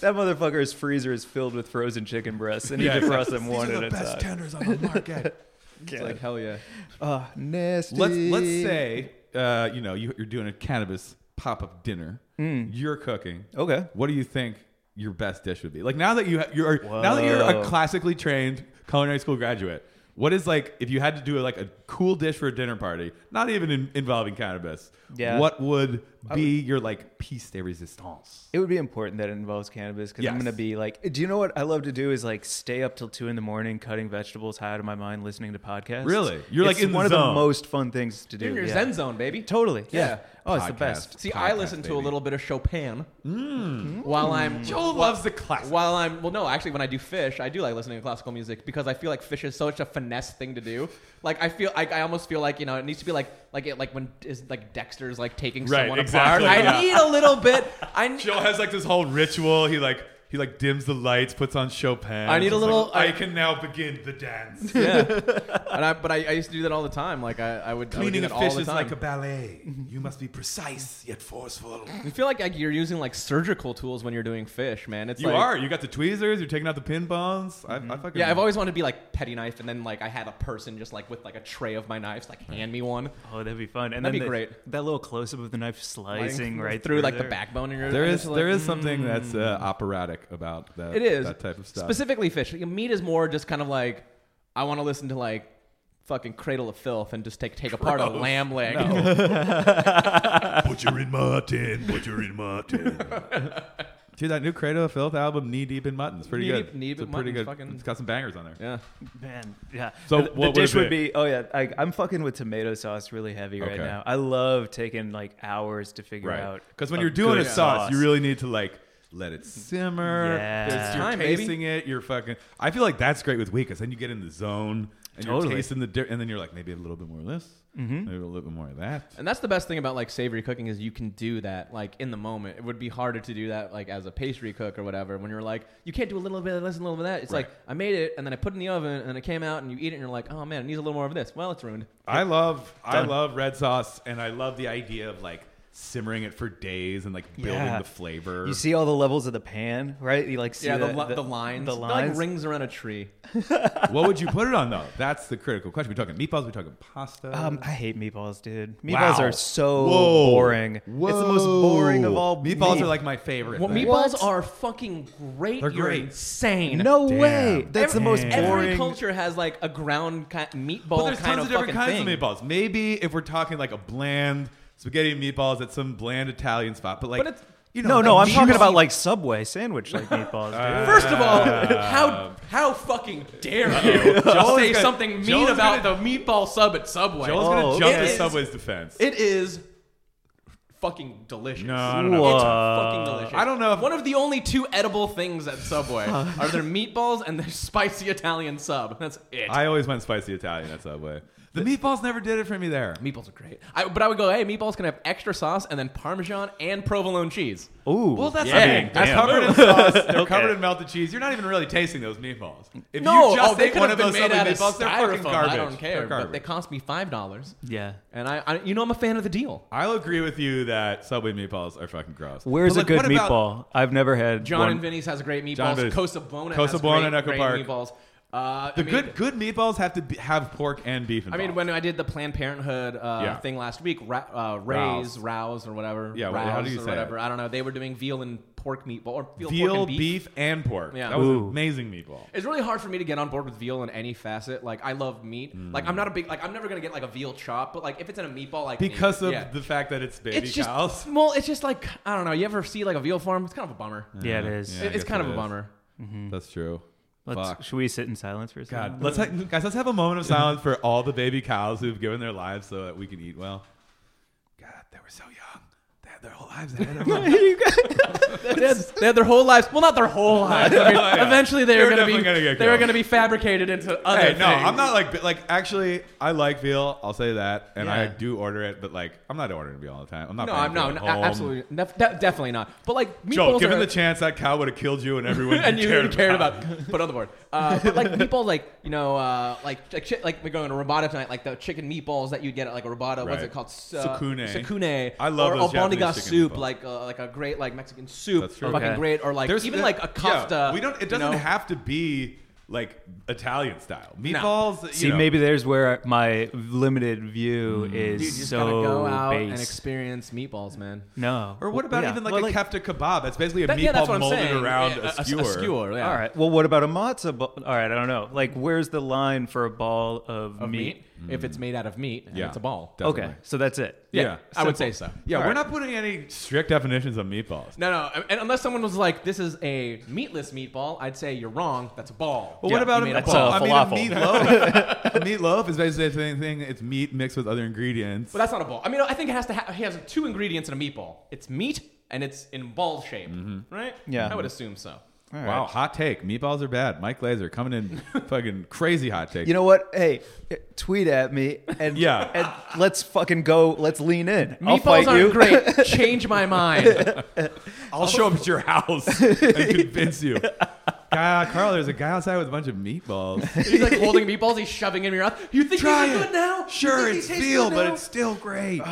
[SPEAKER 4] that motherfucker's freezer is filled with frozen chicken breasts, and
[SPEAKER 5] Yeah,
[SPEAKER 4] he just roasts them
[SPEAKER 5] These
[SPEAKER 4] one
[SPEAKER 5] are
[SPEAKER 4] at
[SPEAKER 5] the
[SPEAKER 4] a time.
[SPEAKER 5] best tenders on the
[SPEAKER 4] *laughs*
[SPEAKER 5] market.
[SPEAKER 2] It's like hell yeah.
[SPEAKER 4] Ah, nasty.
[SPEAKER 1] let's let's say uh, you know you, you're doing a cannabis pop up dinner.
[SPEAKER 2] Mm.
[SPEAKER 1] You're cooking.
[SPEAKER 2] Oh,
[SPEAKER 4] Okay.
[SPEAKER 1] What do you think your best dish would be? Like now that you ha- you're now that you're a
[SPEAKER 4] Whoa.
[SPEAKER 1] classically trained culinary school graduate, what is like if you had to do like a cool dish for a dinner party, not even in, involving cannabis?
[SPEAKER 4] Yeah.
[SPEAKER 1] What would be your like piece de resistance?
[SPEAKER 4] It would be important that it involves cannabis because I'm
[SPEAKER 1] Yes.
[SPEAKER 4] gonna be like, do you know what I love to do is like stay up till two in the morning cutting vegetables high out of my mind, listening to podcasts.
[SPEAKER 1] Really? You're, like,
[SPEAKER 4] It's
[SPEAKER 1] in the
[SPEAKER 4] one of
[SPEAKER 1] zone.
[SPEAKER 4] the most fun things to do.
[SPEAKER 2] You're in your
[SPEAKER 4] yeah.
[SPEAKER 2] zen zone, baby.
[SPEAKER 4] Totally. Yeah.
[SPEAKER 2] Yeah.
[SPEAKER 4] Oh, it's the
[SPEAKER 1] Podcast.
[SPEAKER 4] best.
[SPEAKER 2] See, I
[SPEAKER 1] Podcast,
[SPEAKER 2] listen to a
[SPEAKER 1] baby.
[SPEAKER 2] little bit of Chopin while I'm
[SPEAKER 5] Joel
[SPEAKER 2] while-
[SPEAKER 5] loves the classics.
[SPEAKER 2] While I'm well, no, actually, when I do fish, I do like listening to classical music because I feel like fish is such a finesse thing to do. Like I feel, I, I almost feel like you know, it needs to be like like it like when is like Dexter's like taking
[SPEAKER 5] Right,
[SPEAKER 2] someone
[SPEAKER 5] exactly,
[SPEAKER 2] apart.
[SPEAKER 5] yeah.
[SPEAKER 2] I need a little bit.
[SPEAKER 5] *laughs*
[SPEAKER 2] I need.
[SPEAKER 5] Joel has like this whole ritual. He like he like dims the lights, puts on Chopin.
[SPEAKER 2] I need a
[SPEAKER 5] It's
[SPEAKER 2] little-
[SPEAKER 5] like, I, can now begin
[SPEAKER 2] *laughs*
[SPEAKER 5] the dance.
[SPEAKER 2] And I, but I, I used to do that all the time. Like I, I would
[SPEAKER 5] Cleaning
[SPEAKER 2] I would do
[SPEAKER 5] a
[SPEAKER 2] that all
[SPEAKER 5] fish
[SPEAKER 2] the
[SPEAKER 5] is
[SPEAKER 2] time.
[SPEAKER 5] like a ballet. You must be precise yet forceful.
[SPEAKER 2] I feel like, like you're using like surgical tools when you're doing fish, man. It's
[SPEAKER 5] You
[SPEAKER 2] like, Mm-hmm.
[SPEAKER 5] are. You got the tweezers. You're taking out the pin bones. I, I fucking
[SPEAKER 2] Yeah, I've always wanted to be like petty knife, and then like I had a person just like with like a tray of my knives, like hand me one,
[SPEAKER 3] Oh, that'd be fun. And
[SPEAKER 2] That'd
[SPEAKER 3] then
[SPEAKER 2] be
[SPEAKER 3] the-
[SPEAKER 2] great.
[SPEAKER 3] That little close up of the knife
[SPEAKER 2] like,
[SPEAKER 3] slicing right
[SPEAKER 2] through, like the
[SPEAKER 3] there.
[SPEAKER 2] backbone. And you're,
[SPEAKER 1] There
[SPEAKER 2] and
[SPEAKER 1] is
[SPEAKER 2] it's like- mm.
[SPEAKER 1] there is something that's uh, operatic about that.
[SPEAKER 2] It is
[SPEAKER 1] that type of stuff.
[SPEAKER 2] Specifically, fish. Like, meat is more just kind of like I want to listen to like fucking Cradle of Filth and just take take apart a lamb leg.
[SPEAKER 4] *laughs*
[SPEAKER 5] Butcher in Martin. Butcher in *laughs* Martin.
[SPEAKER 1] Dude, that new Cradle of Filth album, Knee Deep in Mutton, is pretty
[SPEAKER 2] Knee
[SPEAKER 1] good.
[SPEAKER 2] Deep- Knee
[SPEAKER 1] It's a
[SPEAKER 2] Deep in
[SPEAKER 1] pretty
[SPEAKER 2] Mutton's
[SPEAKER 1] good.
[SPEAKER 2] fucking-
[SPEAKER 1] It's got some bangers on there.
[SPEAKER 2] Yeah,
[SPEAKER 3] Man, yeah.
[SPEAKER 1] So
[SPEAKER 4] The-
[SPEAKER 1] what
[SPEAKER 4] the
[SPEAKER 1] would
[SPEAKER 4] dish
[SPEAKER 1] it
[SPEAKER 4] would
[SPEAKER 1] be?
[SPEAKER 4] be oh yeah I, i'm fucking with tomato sauce really heavy right
[SPEAKER 1] Okay.
[SPEAKER 4] now i love taking like hours to figure
[SPEAKER 1] right?
[SPEAKER 4] out
[SPEAKER 1] Because
[SPEAKER 4] a
[SPEAKER 1] when you're doing a
[SPEAKER 4] good
[SPEAKER 1] sauce, you really need to like let it simmer.
[SPEAKER 3] Yeah.
[SPEAKER 1] There's- You're
[SPEAKER 2] Time, baby.
[SPEAKER 1] tasting it. You're fucking. I feel like that's great with wheat because then you get in the zone and
[SPEAKER 3] Totally.
[SPEAKER 1] you're tasting the di- and then you're like maybe a little bit more of this,
[SPEAKER 2] Hmm?
[SPEAKER 4] Mm-hmm.
[SPEAKER 1] maybe a little bit more of that.
[SPEAKER 2] and that's the best thing about like savory cooking is you can do that like in the moment. It would be harder to do that like as a pastry cook or whatever when you're like you can't do a little bit of this and a little bit of that. It's
[SPEAKER 1] Right.
[SPEAKER 2] like I made it and then I put it in the oven and it came out and you eat it and you're like oh man it needs a little more of this. Well it's ruined.
[SPEAKER 1] I love I love red sauce and I love the idea of like simmering it for days and like building
[SPEAKER 4] Yeah.
[SPEAKER 1] the flavor.
[SPEAKER 4] you see all the levels of the pan right you like see
[SPEAKER 2] yeah, the,
[SPEAKER 4] the,
[SPEAKER 2] li- the, lines.
[SPEAKER 4] the
[SPEAKER 2] They're
[SPEAKER 4] lines
[SPEAKER 2] like rings around a tree.
[SPEAKER 1] what would you put it on though? That's the critical question. We're talking meatballs. We're talking pasta.
[SPEAKER 4] um, I hate meatballs, dude. Meatballs
[SPEAKER 1] Wow.
[SPEAKER 4] are so
[SPEAKER 1] Whoa.
[SPEAKER 4] boring. It's the most boring of all.
[SPEAKER 1] Meatballs
[SPEAKER 4] meat.
[SPEAKER 1] are like my favorite.
[SPEAKER 2] Well,
[SPEAKER 1] thing.
[SPEAKER 2] meatballs are fucking great.
[SPEAKER 1] They're
[SPEAKER 2] You're
[SPEAKER 1] great.
[SPEAKER 2] insane.
[SPEAKER 4] no
[SPEAKER 1] Damn.
[SPEAKER 4] way. That's the most
[SPEAKER 1] Every-
[SPEAKER 2] Every
[SPEAKER 4] boring.
[SPEAKER 2] culture has like a ground ki- meatball
[SPEAKER 1] But there's tons
[SPEAKER 2] kind of,
[SPEAKER 1] of different
[SPEAKER 2] fucking
[SPEAKER 1] kinds
[SPEAKER 2] thing.
[SPEAKER 1] of meatballs. Maybe if we're talking like a bland spaghetti and meatballs at some bland Italian spot, but like
[SPEAKER 2] But it's-
[SPEAKER 1] you
[SPEAKER 4] no,
[SPEAKER 1] know,
[SPEAKER 4] no, I'm
[SPEAKER 1] like
[SPEAKER 4] talking
[SPEAKER 1] juicy-
[SPEAKER 4] about like Subway sandwich like meatballs, dude.
[SPEAKER 2] First
[SPEAKER 1] *laughs*
[SPEAKER 2] of all, how how fucking dare you say
[SPEAKER 1] gonna-
[SPEAKER 2] something mean
[SPEAKER 1] Joel's
[SPEAKER 2] about the meatball sub at Subway?
[SPEAKER 1] Joel's
[SPEAKER 4] Oh,
[SPEAKER 1] gonna jump
[SPEAKER 2] okay.
[SPEAKER 1] to Subway's defense.
[SPEAKER 2] it is fucking delicious.
[SPEAKER 5] No, I don't know.
[SPEAKER 2] It's
[SPEAKER 4] Whoa.
[SPEAKER 2] fucking delicious.
[SPEAKER 1] I don't know if-
[SPEAKER 2] one of the only two edible things at
[SPEAKER 1] *laughs*
[SPEAKER 2] Subway are their meatballs and their *laughs* spicy Italian sub. That's it.
[SPEAKER 1] I always went spicy Italian at Subway. The meatballs never did it for me there.
[SPEAKER 2] Meatballs are great. I, but I would go, hey, meatballs can have extra sauce and then Parmesan and provolone cheese.
[SPEAKER 4] Ooh,
[SPEAKER 1] Well, that's
[SPEAKER 2] Yeah.
[SPEAKER 1] I mean, they're
[SPEAKER 3] Damn.
[SPEAKER 1] covered
[SPEAKER 2] *laughs*
[SPEAKER 1] in sauce. They're
[SPEAKER 3] Okay.
[SPEAKER 1] covered in melted cheese. You're not even really tasting those meatballs. If
[SPEAKER 2] no,
[SPEAKER 1] you just
[SPEAKER 2] oh, they
[SPEAKER 1] ate
[SPEAKER 2] could
[SPEAKER 1] one
[SPEAKER 2] have
[SPEAKER 1] of
[SPEAKER 2] been
[SPEAKER 1] those
[SPEAKER 2] made
[SPEAKER 1] Subway
[SPEAKER 2] out of
[SPEAKER 1] meatballs, they're fucking
[SPEAKER 2] styrofoam.
[SPEAKER 1] garbage.
[SPEAKER 2] I don't care,
[SPEAKER 1] They're
[SPEAKER 2] but they
[SPEAKER 1] garbage.
[SPEAKER 2] cost me five dollars,
[SPEAKER 3] Yeah.
[SPEAKER 2] and I, I, you know, I'm a fan of the deal.
[SPEAKER 1] I'll agree with you that Subway meatballs are fucking gross.
[SPEAKER 4] where's
[SPEAKER 1] But,
[SPEAKER 4] a
[SPEAKER 1] like,
[SPEAKER 4] good
[SPEAKER 1] what about-
[SPEAKER 4] meatball? I've never had
[SPEAKER 2] John
[SPEAKER 4] one.
[SPEAKER 2] and Vinny's has great
[SPEAKER 1] John
[SPEAKER 2] meatballs.
[SPEAKER 1] Vinny's.
[SPEAKER 2] Cosa Bona,
[SPEAKER 1] Cosa
[SPEAKER 2] has
[SPEAKER 1] Bona
[SPEAKER 2] great,
[SPEAKER 1] and Echo
[SPEAKER 2] great
[SPEAKER 1] Park.
[SPEAKER 2] meatballs. Uh,
[SPEAKER 1] The
[SPEAKER 2] I mean,
[SPEAKER 1] good good meatballs have to be, have pork and beef.
[SPEAKER 2] I
[SPEAKER 1] Involved.
[SPEAKER 2] mean, when I did the Planned Parenthood uh,
[SPEAKER 1] Yeah.
[SPEAKER 2] thing last week, ra- uh, Rays, Rouse, or whatever,
[SPEAKER 1] Yeah, well,
[SPEAKER 2] Rouse
[SPEAKER 1] how do you
[SPEAKER 2] or
[SPEAKER 1] say
[SPEAKER 2] whatever.
[SPEAKER 1] it?
[SPEAKER 2] I don't know. They were doing veal and pork meatball or veal, pork
[SPEAKER 1] veal,
[SPEAKER 2] and
[SPEAKER 1] beef.
[SPEAKER 2] beef.
[SPEAKER 1] and pork.
[SPEAKER 2] Yeah.
[SPEAKER 1] That was
[SPEAKER 4] Ooh.
[SPEAKER 1] an amazing meatball.
[SPEAKER 2] It's really hard for me to get on board with veal in any facet. Like I love meat. Like
[SPEAKER 1] Mm.
[SPEAKER 2] I'm not a big like I'm never gonna get like a veal chop, but like if it's in a meatball, like
[SPEAKER 1] Because of
[SPEAKER 2] yeah.
[SPEAKER 1] the fact that it's baby
[SPEAKER 2] it's just
[SPEAKER 1] cows.
[SPEAKER 2] *laughs* well, it's just like I don't know. You ever see like a veal farm? It's kind of a bummer.
[SPEAKER 3] Yeah, it is.
[SPEAKER 1] Yeah. I
[SPEAKER 2] It- it's
[SPEAKER 1] guess
[SPEAKER 2] kind
[SPEAKER 1] it
[SPEAKER 2] of a
[SPEAKER 1] is. *laughs*
[SPEAKER 2] bummer.
[SPEAKER 1] That's true.
[SPEAKER 3] Let's,
[SPEAKER 1] Fuck.
[SPEAKER 3] Should we sit in silence for a second?
[SPEAKER 1] God, let's ha- guys, let's have a moment of silence for all the baby cows who've given their lives so that we can eat well. God, they were so young. They had their whole lives ahead of them.
[SPEAKER 2] *laughs* They had, they had their whole lives. Well, not
[SPEAKER 1] *laughs*
[SPEAKER 2] their whole lives. I mean,
[SPEAKER 1] yeah.
[SPEAKER 2] Eventually, they
[SPEAKER 1] They
[SPEAKER 2] were
[SPEAKER 1] were
[SPEAKER 2] going to be
[SPEAKER 1] definitely gonna get
[SPEAKER 2] they were
[SPEAKER 1] killed.
[SPEAKER 2] going to be fabricated into other
[SPEAKER 1] Hey, no,
[SPEAKER 2] things.
[SPEAKER 1] I'm not like bi- like actually. I like veal. I'll say that, and I
[SPEAKER 2] Yeah.
[SPEAKER 1] do order it, but like I'm not ordering veal all the time. I'm not.
[SPEAKER 2] No,
[SPEAKER 1] buying
[SPEAKER 2] I'm
[SPEAKER 1] veal
[SPEAKER 2] not.
[SPEAKER 1] at
[SPEAKER 2] no,
[SPEAKER 1] home.
[SPEAKER 2] absolutely, def- de- definitely not. But like meatballs
[SPEAKER 1] Joel, given
[SPEAKER 2] are,
[SPEAKER 1] the chance, that cow would have killed you and
[SPEAKER 2] *laughs*
[SPEAKER 1] everyone you
[SPEAKER 2] and you
[SPEAKER 1] cared,
[SPEAKER 2] cared, about. Put on the board. Uh, but
[SPEAKER 1] *laughs*
[SPEAKER 2] like meatballs, like you know, uh, like like, chi- like we're going to Robotta tonight. Like the chicken meatballs that you get at like a Robotta. What's
[SPEAKER 1] Right.
[SPEAKER 2] it called? S-
[SPEAKER 1] Sukune.
[SPEAKER 2] Sukune.
[SPEAKER 1] I love
[SPEAKER 2] or
[SPEAKER 1] those Japanese
[SPEAKER 2] albondiga
[SPEAKER 1] chicken
[SPEAKER 2] soup,
[SPEAKER 1] meatballs.
[SPEAKER 2] like uh, like a great like Mexican soup.
[SPEAKER 1] That's true.
[SPEAKER 2] Fucking
[SPEAKER 3] Okay.
[SPEAKER 2] great. Or like
[SPEAKER 1] There's
[SPEAKER 2] even
[SPEAKER 1] the-
[SPEAKER 2] like a
[SPEAKER 1] yeah,
[SPEAKER 2] kofta.
[SPEAKER 1] we don't. It
[SPEAKER 2] you
[SPEAKER 1] doesn't
[SPEAKER 2] know?
[SPEAKER 1] have to be like Italian style meatballs. You
[SPEAKER 3] See,
[SPEAKER 1] know.
[SPEAKER 3] maybe there's where my limited view
[SPEAKER 2] Dude,
[SPEAKER 3] is
[SPEAKER 2] you just
[SPEAKER 3] so
[SPEAKER 2] gotta go out
[SPEAKER 3] base.
[SPEAKER 2] and experience meatballs, man.
[SPEAKER 3] no.
[SPEAKER 1] Or what
[SPEAKER 3] Well,
[SPEAKER 1] about
[SPEAKER 3] yeah.
[SPEAKER 1] even like
[SPEAKER 3] Well,
[SPEAKER 1] a kefta kebab? That's basically a
[SPEAKER 2] That-
[SPEAKER 1] meatball
[SPEAKER 2] yeah, that's what I'm
[SPEAKER 1] molded
[SPEAKER 2] saying.
[SPEAKER 1] around
[SPEAKER 2] Yeah,
[SPEAKER 1] a, skewer.
[SPEAKER 2] A, skewer. Yeah.
[SPEAKER 3] All right. Well, what about a matzo ball? All right, I don't know. Like, where's the line for a ball of,
[SPEAKER 2] Of meat, if it's made out of meat, and
[SPEAKER 1] Mm. Yeah,
[SPEAKER 2] it's a ball.
[SPEAKER 1] definitely.
[SPEAKER 3] Okay, so that's it.
[SPEAKER 1] Yeah,
[SPEAKER 2] I would
[SPEAKER 1] simple.
[SPEAKER 2] say so.
[SPEAKER 1] Yeah, we're not putting any strict definitions on meatballs.
[SPEAKER 2] No, no. And unless someone was like, "This is a meatless meatball," I'd say you're wrong. That's a ball.
[SPEAKER 1] Well,
[SPEAKER 3] Yeah,
[SPEAKER 1] what about
[SPEAKER 3] you
[SPEAKER 1] a
[SPEAKER 3] mean that's
[SPEAKER 1] meatball?
[SPEAKER 3] a
[SPEAKER 1] I mean, a meatloaf. a meatloaf is basically the same thing. It's meat mixed with other ingredients.
[SPEAKER 2] But that's not a ball. I mean, I think it has to. Ha- he has two ingredients in a meatball. It's meat and it's in ball shape,
[SPEAKER 1] Mm-hmm.
[SPEAKER 2] right?
[SPEAKER 4] Yeah.
[SPEAKER 2] I would assume so.
[SPEAKER 1] wow, hot take. Meatballs are bad. Mike Laser coming in fucking crazy hot take.
[SPEAKER 4] You know what? Hey, tweet at me and
[SPEAKER 1] Yeah.
[SPEAKER 4] and let's fucking go. Let's lean in. I'll
[SPEAKER 2] Meatballs
[SPEAKER 4] fight
[SPEAKER 2] aren't
[SPEAKER 4] you.
[SPEAKER 1] *laughs*
[SPEAKER 2] great. Change my mind.
[SPEAKER 1] I'll show up at your house and convince you. God, Carl, there's a guy outside with a bunch of meatballs.
[SPEAKER 2] He's like holding meatballs. He's shoving in your mouth. You think
[SPEAKER 1] Try
[SPEAKER 2] these are
[SPEAKER 1] it.
[SPEAKER 2] good now? You
[SPEAKER 1] Sure,
[SPEAKER 2] think
[SPEAKER 1] it's
[SPEAKER 2] these taste
[SPEAKER 1] veal,
[SPEAKER 2] good
[SPEAKER 1] but
[SPEAKER 2] now?
[SPEAKER 1] it's still great.
[SPEAKER 4] *laughs*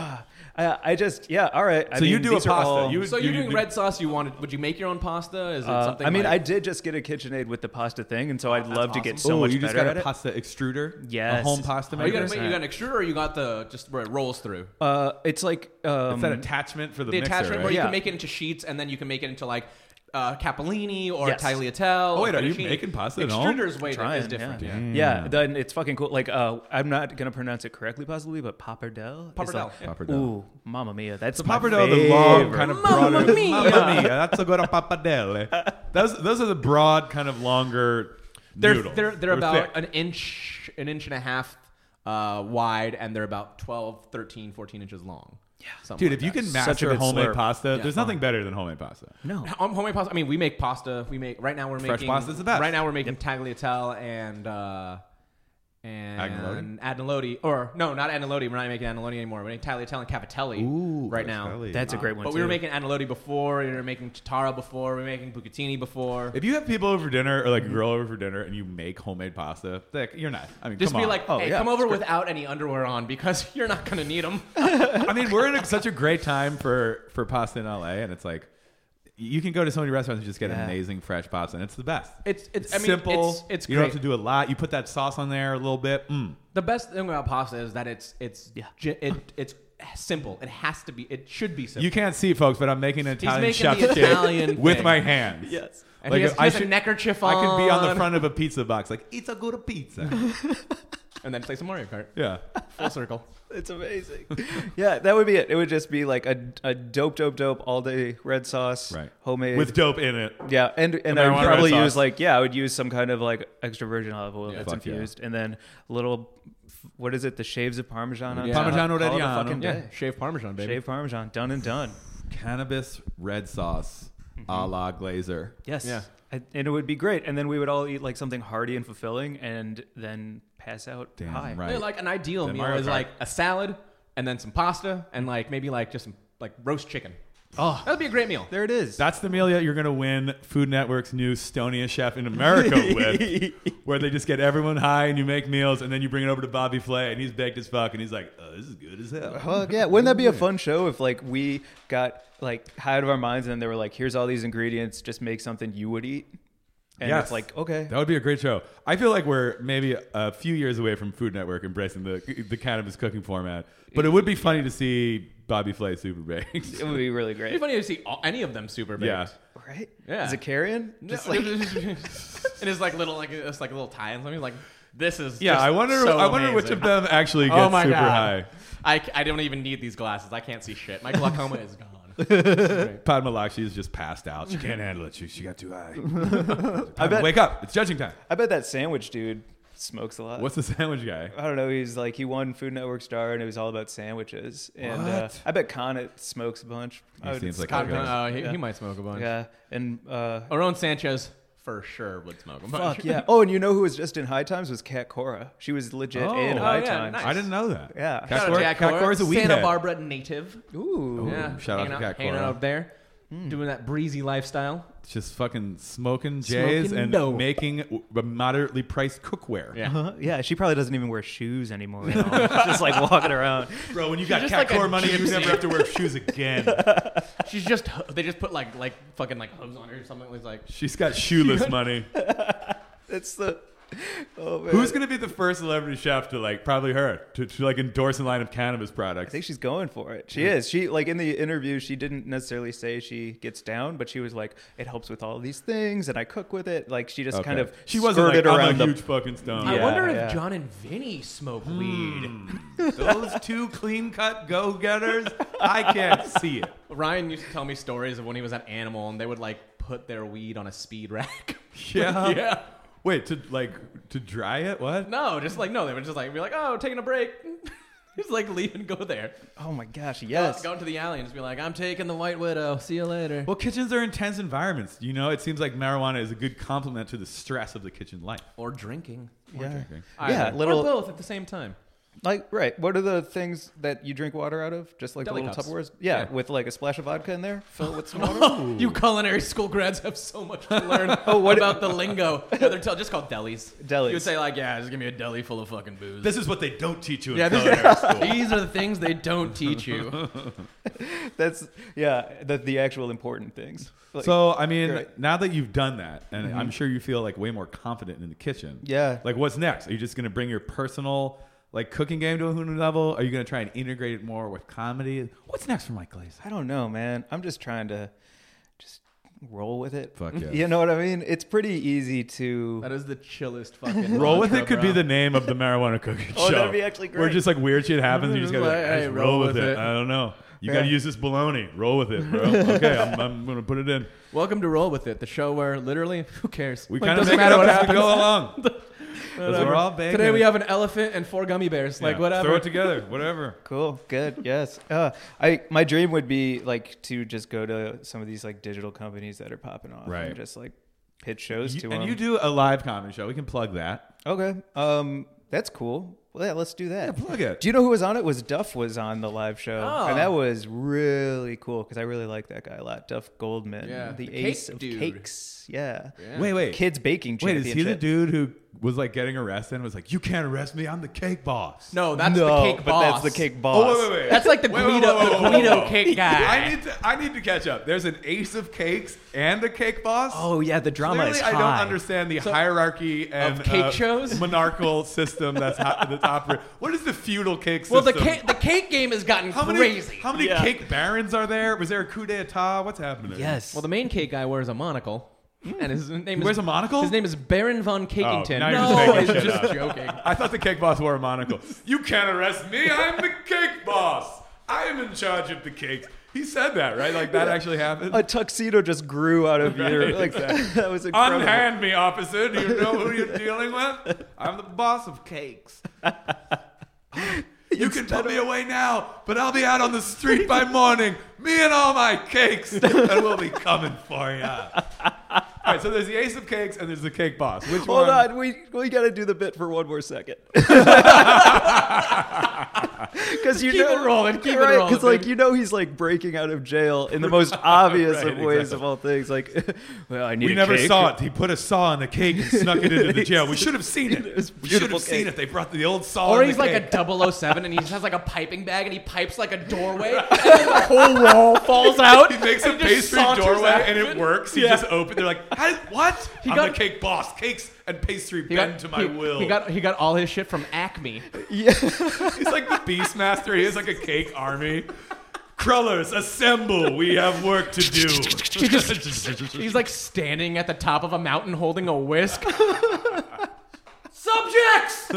[SPEAKER 4] I, I just yeah. All right. I
[SPEAKER 1] so you
[SPEAKER 4] mean,
[SPEAKER 1] do a
[SPEAKER 4] these are
[SPEAKER 1] pasta.
[SPEAKER 4] all-
[SPEAKER 1] you,
[SPEAKER 2] So you're
[SPEAKER 1] you
[SPEAKER 2] doing
[SPEAKER 1] do-
[SPEAKER 2] red sauce. You wanted? Would you make your own pasta? Is it
[SPEAKER 4] Uh,
[SPEAKER 2] something?
[SPEAKER 4] I mean, I
[SPEAKER 2] like,
[SPEAKER 4] did just get a KitchenAid with the pasta thing, and so I'd
[SPEAKER 2] that's
[SPEAKER 4] love to get
[SPEAKER 2] awesome.
[SPEAKER 4] so
[SPEAKER 1] Ooh,
[SPEAKER 4] much
[SPEAKER 1] Oh, you just
[SPEAKER 4] better
[SPEAKER 1] got a
[SPEAKER 4] at it.
[SPEAKER 1] pasta extruder.
[SPEAKER 4] Yes.
[SPEAKER 1] a home pasta
[SPEAKER 2] Are you
[SPEAKER 1] maker.
[SPEAKER 2] gonna make? You got an extruder, or you got the just where it rolls through?
[SPEAKER 4] Uh, it's like um,
[SPEAKER 1] it's that attachment for the,
[SPEAKER 2] the
[SPEAKER 1] mixer,
[SPEAKER 2] attachment
[SPEAKER 1] right?
[SPEAKER 2] where you
[SPEAKER 4] Yeah.
[SPEAKER 2] can make it into sheets, and then you can make it into like uh, capellini or
[SPEAKER 4] Yes.
[SPEAKER 2] tagliatelle.
[SPEAKER 1] Oh, wait,
[SPEAKER 2] or
[SPEAKER 1] are you
[SPEAKER 2] fettuccine.
[SPEAKER 1] making pasta at home?
[SPEAKER 2] Extruders way
[SPEAKER 3] Trying,
[SPEAKER 2] is different.
[SPEAKER 3] yeah.
[SPEAKER 2] Yeah.
[SPEAKER 4] yeah.
[SPEAKER 1] Mm.
[SPEAKER 4] Then it's fucking cool. Like uh, I'm not gonna pronounce it correctly, possibly, but pappardelle. is
[SPEAKER 2] Pappardelle,
[SPEAKER 4] Like,
[SPEAKER 2] yeah.
[SPEAKER 1] Pappardelle.
[SPEAKER 3] Ooh, mamma mia! That's
[SPEAKER 1] So
[SPEAKER 3] my
[SPEAKER 1] pappardelle, the
[SPEAKER 3] favorite.
[SPEAKER 1] long kind of
[SPEAKER 2] Mamma
[SPEAKER 1] broader.
[SPEAKER 2] mia.
[SPEAKER 1] Mamma mia, that's a good pappardelle. eh? Those those are the broad kind of longer.
[SPEAKER 2] They're
[SPEAKER 1] noodles.
[SPEAKER 2] they're they're about
[SPEAKER 1] thick.
[SPEAKER 2] an inch, an inch and a half uh, wide, and they're about 12, 13, 14 inches long. Yeah,
[SPEAKER 1] dude. If you can
[SPEAKER 3] Such a
[SPEAKER 1] master
[SPEAKER 3] good
[SPEAKER 1] homemade
[SPEAKER 3] slurp.
[SPEAKER 1] pasta,
[SPEAKER 2] Yeah.
[SPEAKER 1] there's nothing better than homemade pasta.
[SPEAKER 3] no.
[SPEAKER 2] Um, homemade pasta. I mean, we make pasta. We make right now. We're
[SPEAKER 1] Fresh
[SPEAKER 2] making
[SPEAKER 1] pasta's the best.
[SPEAKER 2] Right now, we're making tagliatelle and uh, and
[SPEAKER 1] Agnolotti?
[SPEAKER 2] agnolotti, or no, not agnolotti. We're not making agnolotti anymore. We're making tagliatelle and cavatelli right now.
[SPEAKER 1] Tagliatelle.
[SPEAKER 3] That's a great one.
[SPEAKER 2] But we were
[SPEAKER 3] too.
[SPEAKER 2] making agnolotti before. We were making tatara before. We were making bucatini before.
[SPEAKER 1] If you have people over for dinner or like a girl over for dinner and you make homemade pasta, like you're not. I mean,
[SPEAKER 2] Just
[SPEAKER 1] come
[SPEAKER 2] be
[SPEAKER 1] on.
[SPEAKER 2] like,
[SPEAKER 4] Oh,
[SPEAKER 2] hey,
[SPEAKER 4] yeah,
[SPEAKER 2] come over without any underwear on because *laughs* you're not gonna need them.
[SPEAKER 1] I mean, we're in a, such a great time for for pasta in LA, and it's like you can go to so many restaurants and just get
[SPEAKER 4] Yeah.
[SPEAKER 1] amazing fresh pasta, and it's the best.
[SPEAKER 2] It's it's I mean,
[SPEAKER 1] simple.
[SPEAKER 2] It's, it's
[SPEAKER 1] you
[SPEAKER 2] great.
[SPEAKER 1] don't have to do a lot. You put that sauce on there a little bit. Mm.
[SPEAKER 2] The best thing about pasta is that it's it's
[SPEAKER 3] Yeah.
[SPEAKER 2] ge- it, it's simple. It has to be. It should be simple.
[SPEAKER 1] You can't see, folks, but I'm making an Italian
[SPEAKER 2] making
[SPEAKER 1] chef's
[SPEAKER 2] the
[SPEAKER 1] dish
[SPEAKER 2] Italian
[SPEAKER 1] *laughs* with
[SPEAKER 2] thing.
[SPEAKER 1] my hands.
[SPEAKER 3] yes.
[SPEAKER 2] and
[SPEAKER 1] Like,
[SPEAKER 2] he has,
[SPEAKER 1] I
[SPEAKER 2] he has a
[SPEAKER 1] should-
[SPEAKER 2] neckerchief on.
[SPEAKER 1] I could be on the front of a pizza box, like it's a good
[SPEAKER 2] *laughs*
[SPEAKER 1] pizza.
[SPEAKER 2] and then play some Mario Kart.
[SPEAKER 1] yeah,
[SPEAKER 2] Full circle.
[SPEAKER 4] It's
[SPEAKER 1] *laughs*
[SPEAKER 4] amazing. *laughs* yeah, that would be it. It would just be like a, a dope, dope, dope all day red sauce,
[SPEAKER 1] right.
[SPEAKER 4] Homemade
[SPEAKER 1] with dope in it.
[SPEAKER 4] Yeah, and and
[SPEAKER 1] marijuana
[SPEAKER 4] I
[SPEAKER 1] red
[SPEAKER 4] would probably
[SPEAKER 1] sauce.
[SPEAKER 4] use like yeah, I would use some kind of like extra virgin olive oil that's
[SPEAKER 1] fuck yeah.
[SPEAKER 4] infused, and then a little what is it? The shaves of parmesan on
[SPEAKER 2] Yeah.
[SPEAKER 4] top.
[SPEAKER 1] Parmigiano
[SPEAKER 4] Call it a
[SPEAKER 1] Reggiano.
[SPEAKER 4] fucking
[SPEAKER 2] Yeah,
[SPEAKER 4] day.
[SPEAKER 2] shave Parmesan, baby.
[SPEAKER 4] Shave parmesan, done and
[SPEAKER 1] *laughs*
[SPEAKER 4] done.
[SPEAKER 1] Cannabis red sauce, a
[SPEAKER 2] Mm-hmm.
[SPEAKER 1] la Glazer.
[SPEAKER 4] Yes.
[SPEAKER 2] Yeah.
[SPEAKER 4] I- and it would be great, and then we would all eat like something hearty and fulfilling, and then pass out
[SPEAKER 1] Damn
[SPEAKER 4] high.
[SPEAKER 1] right.
[SPEAKER 2] Yeah, like an ideal
[SPEAKER 1] Then
[SPEAKER 2] meal
[SPEAKER 1] Mario
[SPEAKER 2] is
[SPEAKER 1] Kart.
[SPEAKER 2] like a salad and then some pasta and like maybe like just some like roast chicken. Oh, that'd be a great meal.
[SPEAKER 4] There it is.
[SPEAKER 1] That's the meal that you're going to win Food Network's new Stoniest Chef in
[SPEAKER 2] *laughs*
[SPEAKER 1] America with, where they just get everyone high and you make meals and then you bring it over to Bobby Flay and he's baked as fuck and he's like, oh, this is good as hell.
[SPEAKER 4] Fuck yeah! Wouldn't that be a fun show if like we got like high out of our minds, and then they were like, "Here's all these ingredients. Just make something you would eat." And
[SPEAKER 1] Yes.
[SPEAKER 4] it's like, okay,
[SPEAKER 1] That would be a great show. I feel like we're maybe a few years away from Food Network embracing the the cannabis cooking format, but it would be funny to see Bobby Flay super baked.
[SPEAKER 4] it would be really
[SPEAKER 2] It'd be
[SPEAKER 4] great,
[SPEAKER 2] funty to see all, any of them super baked.
[SPEAKER 1] yeah,
[SPEAKER 4] right?
[SPEAKER 2] Yeah.
[SPEAKER 4] Is it carrion? Just like
[SPEAKER 2] and it's like little like it's like a little tie and something like this is
[SPEAKER 1] *laughs* yeah.
[SPEAKER 2] just
[SPEAKER 1] I wonder.
[SPEAKER 2] so
[SPEAKER 1] I wonder which
[SPEAKER 2] amazing.
[SPEAKER 1] of them actually gets
[SPEAKER 2] oh my
[SPEAKER 1] super
[SPEAKER 2] god
[SPEAKER 1] high.
[SPEAKER 2] I, c- I don't even need these glasses I can't see shit my glaucoma is gone
[SPEAKER 1] Padma Lakshmi is just passed out. She
[SPEAKER 2] *laughs*
[SPEAKER 1] can't handle it. She, she got too high. Padma,
[SPEAKER 4] bet-
[SPEAKER 1] wake up! It's judging time.
[SPEAKER 4] I bet that sandwich dude
[SPEAKER 3] smokes a lot.
[SPEAKER 1] What's the sandwich guy?
[SPEAKER 3] I don't know. He's like he won Food Network star, and it was all about sandwiches. And uh,
[SPEAKER 1] What?
[SPEAKER 3] I bet Connett smokes a bunch. I would-
[SPEAKER 1] seems like
[SPEAKER 2] God,
[SPEAKER 1] Okay.
[SPEAKER 2] uh, he,
[SPEAKER 3] Yeah.
[SPEAKER 2] he might smoke a bunch.
[SPEAKER 3] yeah, and uh,
[SPEAKER 2] Aron Sanchez for sure would smoke a bunch.
[SPEAKER 3] fuck yeah. Oh, and you know who was just in High Times was Kat Cora. She was legit
[SPEAKER 1] Oh.
[SPEAKER 3] in
[SPEAKER 1] Oh,
[SPEAKER 3] High
[SPEAKER 2] yeah,
[SPEAKER 3] Times.
[SPEAKER 2] nice.
[SPEAKER 1] I didn't know that.
[SPEAKER 3] Yeah.
[SPEAKER 1] Cat
[SPEAKER 2] Shout out
[SPEAKER 1] Cor-
[SPEAKER 2] Jack
[SPEAKER 1] Cat
[SPEAKER 2] Cor,
[SPEAKER 1] Cor's a
[SPEAKER 2] Santa
[SPEAKER 1] weekhead.
[SPEAKER 2] Barbara native.
[SPEAKER 3] Ooh.
[SPEAKER 2] yeah,
[SPEAKER 1] shout out
[SPEAKER 2] hanging
[SPEAKER 1] to Cat
[SPEAKER 2] hanging
[SPEAKER 1] Cora.
[SPEAKER 2] out up there, doing that breezy lifestyle.
[SPEAKER 1] Just fucking smoking jays
[SPEAKER 2] Smoking
[SPEAKER 1] and
[SPEAKER 2] dope.
[SPEAKER 1] making w- moderately priced cookware.
[SPEAKER 2] Yeah.
[SPEAKER 6] Uh-huh. Yeah, she probably doesn't even wear shoes anymore. at all. She's just like walking around.
[SPEAKER 1] Bro, when you got
[SPEAKER 2] just
[SPEAKER 1] Cat
[SPEAKER 2] like a
[SPEAKER 1] Cor money, you
[SPEAKER 2] gypsy.
[SPEAKER 1] never have to wear shoes
[SPEAKER 2] *laughs*
[SPEAKER 1] again.
[SPEAKER 2] She's just they just put like like fucking like hooves on her or something. It's like
[SPEAKER 1] She's got shoeless money.
[SPEAKER 3] *laughs* That's the. Oh man.
[SPEAKER 1] Who's gonna be the first celebrity chef to like probably her to, to like endorse a line of cannabis
[SPEAKER 3] I
[SPEAKER 1] products?
[SPEAKER 3] think she's going for it. She is. She like in the interview, she didn't necessarily say she gets down, but she was like, "It helps with all these things, and I cook with it." Like she just
[SPEAKER 1] Okay.
[SPEAKER 3] kind of
[SPEAKER 1] she wasn't like
[SPEAKER 3] skirted
[SPEAKER 1] I'm a
[SPEAKER 3] around the
[SPEAKER 1] huge fucking stone.
[SPEAKER 2] I
[SPEAKER 3] Yeah,
[SPEAKER 2] wonder if
[SPEAKER 3] yeah.
[SPEAKER 2] John and Vinny smoke weed.
[SPEAKER 1] *laughs*
[SPEAKER 7] Those two clean cut go getters, I can't see it.
[SPEAKER 2] *laughs* Ryan used to tell me stories of when he was at Animal and they would like put their weed on a speed rack.
[SPEAKER 1] *laughs*
[SPEAKER 2] *laughs*
[SPEAKER 1] Yeah.
[SPEAKER 2] yeah.
[SPEAKER 1] Wait to like to dry it? What?
[SPEAKER 2] No, just like no, they would just like be like, oh, taking a break. *laughs* just like leave and go there.
[SPEAKER 3] Oh my gosh, yes.
[SPEAKER 2] Go into the alley and just be like, I'm taking the White Widow. See you later.
[SPEAKER 1] Well, kitchens are intense environments. You know, it seems like marijuana is a good complement to the stress of the kitchen life.
[SPEAKER 2] Or drinking.
[SPEAKER 3] yeah.
[SPEAKER 1] drinking.
[SPEAKER 3] Yeah,
[SPEAKER 2] Either.
[SPEAKER 3] little-
[SPEAKER 2] Or both at the same time.
[SPEAKER 3] Like right. What are the things that you drink water out of? Just like
[SPEAKER 2] Deli
[SPEAKER 3] the little
[SPEAKER 2] cups.
[SPEAKER 3] Tupperwares. Yeah,
[SPEAKER 2] Yeah.
[SPEAKER 3] with like a splash of vodka in there. *laughs* Fill it with
[SPEAKER 2] *laughs*
[SPEAKER 3] some water.
[SPEAKER 2] Oh.
[SPEAKER 3] Oh,
[SPEAKER 2] You culinary school grads have so much to
[SPEAKER 3] *laughs*
[SPEAKER 2] learn about the lingo. Yeah, they're tell- just called delis.
[SPEAKER 3] Delis.
[SPEAKER 2] You would say like, yeah, just give me a deli full of fucking booze.
[SPEAKER 1] This is what they don't teach you in
[SPEAKER 2] yeah, this- *laughs*
[SPEAKER 1] culinary school.
[SPEAKER 2] these are the things they don't teach you.
[SPEAKER 3] That's yeah. The the actual important things. Like,
[SPEAKER 1] So, I mean,
[SPEAKER 3] Great.
[SPEAKER 1] now that you've done that, and I'm sure you feel like way more confident in the kitchen.
[SPEAKER 3] Yeah.
[SPEAKER 1] Like, what's next? Are you just going to bring your personal like cooking game to a new level? Are you going to try and integrate it more with comedy? What's next for Mike Glaze?
[SPEAKER 3] I don't know, man. I'm just trying to just roll with it.
[SPEAKER 1] Fuck yeah.
[SPEAKER 3] *laughs* You know what I mean? It's pretty easy to.
[SPEAKER 2] *laughs* That is the chillest *laughs* fucking.
[SPEAKER 1] Roll with
[SPEAKER 2] mantra,
[SPEAKER 1] it could
[SPEAKER 2] bro.
[SPEAKER 1] be the name of the marijuana cooking show.
[SPEAKER 3] Oh, that'd be actually
[SPEAKER 1] Where
[SPEAKER 3] great.
[SPEAKER 1] just like weird shit happens, and you just gotta
[SPEAKER 2] Like,
[SPEAKER 1] like, I just
[SPEAKER 2] hey,
[SPEAKER 1] roll, with it. I don't know. You gotta
[SPEAKER 3] Yeah.
[SPEAKER 1] use this bologna. Roll with it, bro. Okay, I'm, I'm gonna put it in.
[SPEAKER 2] Welcome to Roll with It, the show where literally, who cares?
[SPEAKER 1] We
[SPEAKER 2] Like,
[SPEAKER 1] kind of
[SPEAKER 2] doesn't
[SPEAKER 1] make it
[SPEAKER 2] matter
[SPEAKER 1] up
[SPEAKER 2] what
[SPEAKER 1] as we
[SPEAKER 2] happens.
[SPEAKER 1] go along. 'Cause we're all big.
[SPEAKER 2] Today we have an elephant and four gummy bears. Like
[SPEAKER 1] Yeah,
[SPEAKER 2] whatever.
[SPEAKER 1] Throw it together. Whatever.
[SPEAKER 3] Cool. Good. Yes. Uh, I my dream would be like to just go to some of these like digital companies that are popping off
[SPEAKER 1] Right.
[SPEAKER 3] and just like pitch shows
[SPEAKER 1] You-
[SPEAKER 3] to
[SPEAKER 1] and
[SPEAKER 3] them.
[SPEAKER 1] you do a live comedy show. We can plug that.
[SPEAKER 3] okay. Um, that's cool. Well, yeah, let's do that.
[SPEAKER 1] Yeah, plug it. Ah.
[SPEAKER 3] Do you know who was on it? Was Duff was on the live show,
[SPEAKER 2] Oh.
[SPEAKER 3] and that was really cool because I really like that guy a lot. Duff Goldman,
[SPEAKER 2] Yeah.
[SPEAKER 3] the,
[SPEAKER 2] The cake
[SPEAKER 3] ace of
[SPEAKER 2] dude.
[SPEAKER 3] cakes. Yeah.
[SPEAKER 1] Wait, wait.
[SPEAKER 3] kids baking
[SPEAKER 1] Wait,
[SPEAKER 3] championship.
[SPEAKER 1] is he the dude who was like getting arrested and was like, "You can't arrest me. I'm the cake boss."
[SPEAKER 2] No, that's
[SPEAKER 3] no,
[SPEAKER 2] the cake
[SPEAKER 3] but
[SPEAKER 2] boss.
[SPEAKER 3] that's the cake boss.
[SPEAKER 1] Oh, wait, wait, wait.
[SPEAKER 2] That's like the
[SPEAKER 1] Wait,
[SPEAKER 2] Guido,
[SPEAKER 1] wait, wait, wait,
[SPEAKER 2] the
[SPEAKER 1] wait,
[SPEAKER 2] Guido
[SPEAKER 1] wait.
[SPEAKER 2] cake guy.
[SPEAKER 1] I need to. I need to catch up. There's an ace of cakes and a cake boss.
[SPEAKER 6] Oh yeah, the drama
[SPEAKER 1] Clearly,
[SPEAKER 6] is
[SPEAKER 1] I
[SPEAKER 6] high.
[SPEAKER 1] don't understand the hierarchy and uh,
[SPEAKER 2] cake shows? *laughs*
[SPEAKER 1] monarchical system that's hot, that's operating. What is the feudal cake
[SPEAKER 2] well,
[SPEAKER 1] system?
[SPEAKER 2] the cake, the cake game has gotten
[SPEAKER 1] how many, *laughs*
[SPEAKER 2] crazy.
[SPEAKER 1] How many
[SPEAKER 6] Yeah.
[SPEAKER 1] cake barons are there? Was there a coup d'état? What's happening?
[SPEAKER 3] Yes.
[SPEAKER 2] well, the main cake guy wears a monocle, and his name is
[SPEAKER 1] wears a monocle? Oh,
[SPEAKER 2] His name is Baron von Cakington.
[SPEAKER 1] now you're just
[SPEAKER 2] no,
[SPEAKER 1] making
[SPEAKER 2] I'm
[SPEAKER 1] shit
[SPEAKER 2] just
[SPEAKER 1] up.
[SPEAKER 2] joking.
[SPEAKER 1] I thought the cake boss wore a monocle. You can't arrest me. I'm the cake boss. I'm in charge of the cakes. He said that, right? Like that actually happened.
[SPEAKER 3] a tuxedo just grew out
[SPEAKER 1] *laughs*
[SPEAKER 3] of your like that was incredible.
[SPEAKER 1] Unhand me, officer. Do you know who you're dealing with? I'm the boss of cakes. You can put me away now, but I'll be out on the street by morning, me and all my cakes, and we'll be coming for ya. All right, so there's the ace of cakes and there's the cake boss. Which
[SPEAKER 3] Hold
[SPEAKER 1] one?
[SPEAKER 3] on, we we got to do the bit for one
[SPEAKER 1] *laughs*
[SPEAKER 3] more second. *laughs* Because you
[SPEAKER 2] Keep
[SPEAKER 3] know,
[SPEAKER 2] it rolling, keep it rolling,
[SPEAKER 3] Because like
[SPEAKER 2] baby.
[SPEAKER 3] you know, he's like breaking out of jail in the most obvious
[SPEAKER 1] *laughs* Right,
[SPEAKER 3] of ways
[SPEAKER 1] exactly.
[SPEAKER 3] of all things. Like, *laughs* well, I need.
[SPEAKER 1] We
[SPEAKER 3] a
[SPEAKER 1] never
[SPEAKER 3] cake.
[SPEAKER 1] saw it. He put a saw in the cake and snuck it into the
[SPEAKER 3] *laughs*
[SPEAKER 1] jail. We should have seen it.
[SPEAKER 3] was
[SPEAKER 1] we should
[SPEAKER 3] beautiful
[SPEAKER 1] have seen
[SPEAKER 3] cake.
[SPEAKER 1] it. They brought the old saw.
[SPEAKER 2] Or
[SPEAKER 1] in
[SPEAKER 2] he's
[SPEAKER 1] the
[SPEAKER 2] like *laughs*
[SPEAKER 1] cake.
[SPEAKER 2] a 007 and he just has like a piping bag and he pipes like
[SPEAKER 1] *laughs*
[SPEAKER 2] a doorway and then the whole wall falls out.
[SPEAKER 1] He makes a
[SPEAKER 2] and just
[SPEAKER 1] pastry
[SPEAKER 2] saunters
[SPEAKER 1] doorway
[SPEAKER 2] out.
[SPEAKER 1] and it works. He
[SPEAKER 2] Yeah.
[SPEAKER 1] just opened. They're like, How,
[SPEAKER 2] *laughs*
[SPEAKER 1] what? I'm
[SPEAKER 2] got-
[SPEAKER 1] the cake boss. Cakes and pastry
[SPEAKER 2] He
[SPEAKER 1] bend
[SPEAKER 2] got-
[SPEAKER 1] to my
[SPEAKER 2] he-
[SPEAKER 1] will.
[SPEAKER 2] He got he got all his shit from Acme.
[SPEAKER 1] *laughs* he's like the beast master. He is like a cake
[SPEAKER 2] *laughs*
[SPEAKER 1] army. Crullers, assemble. We have work to
[SPEAKER 2] *laughs*
[SPEAKER 1] do. *laughs*
[SPEAKER 2] He's like standing at the top of a mountain holding a *laughs* whisk. *laughs* Subjects!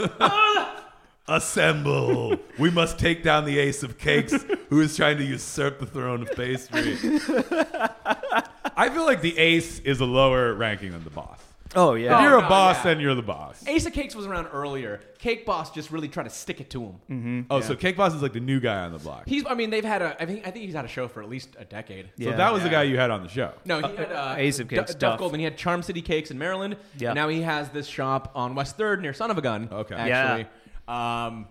[SPEAKER 1] assemble. We must take down the ace of cakes who is trying to usurp the throne of *laughs* pastry. I feel like the ace is a lower ranking than the boss.
[SPEAKER 3] Oh
[SPEAKER 1] If
[SPEAKER 3] yeah.
[SPEAKER 1] you're a
[SPEAKER 2] God,
[SPEAKER 1] boss,
[SPEAKER 2] yeah.
[SPEAKER 1] then you're the boss.
[SPEAKER 2] Ace of Cakes was around earlier. Cake Boss just really tried to stick it to him.
[SPEAKER 1] Oh, so Cake Boss is like the new guy on the block.
[SPEAKER 2] He's, I mean, they've had a, I think, I think he's had a show for at least a decade.
[SPEAKER 1] So
[SPEAKER 3] Yeah.
[SPEAKER 1] that was the guy you had on the show.
[SPEAKER 2] No, he had uh,
[SPEAKER 3] Ace of
[SPEAKER 2] Du-
[SPEAKER 3] Cakes,
[SPEAKER 2] Duff,
[SPEAKER 3] Duff.
[SPEAKER 2] Goldman. He had Charm City Cakes in Maryland.
[SPEAKER 3] Yeah.
[SPEAKER 2] And Now he has this shop on West Third near Son of a Gun.
[SPEAKER 1] Okay.
[SPEAKER 2] Actually. Um,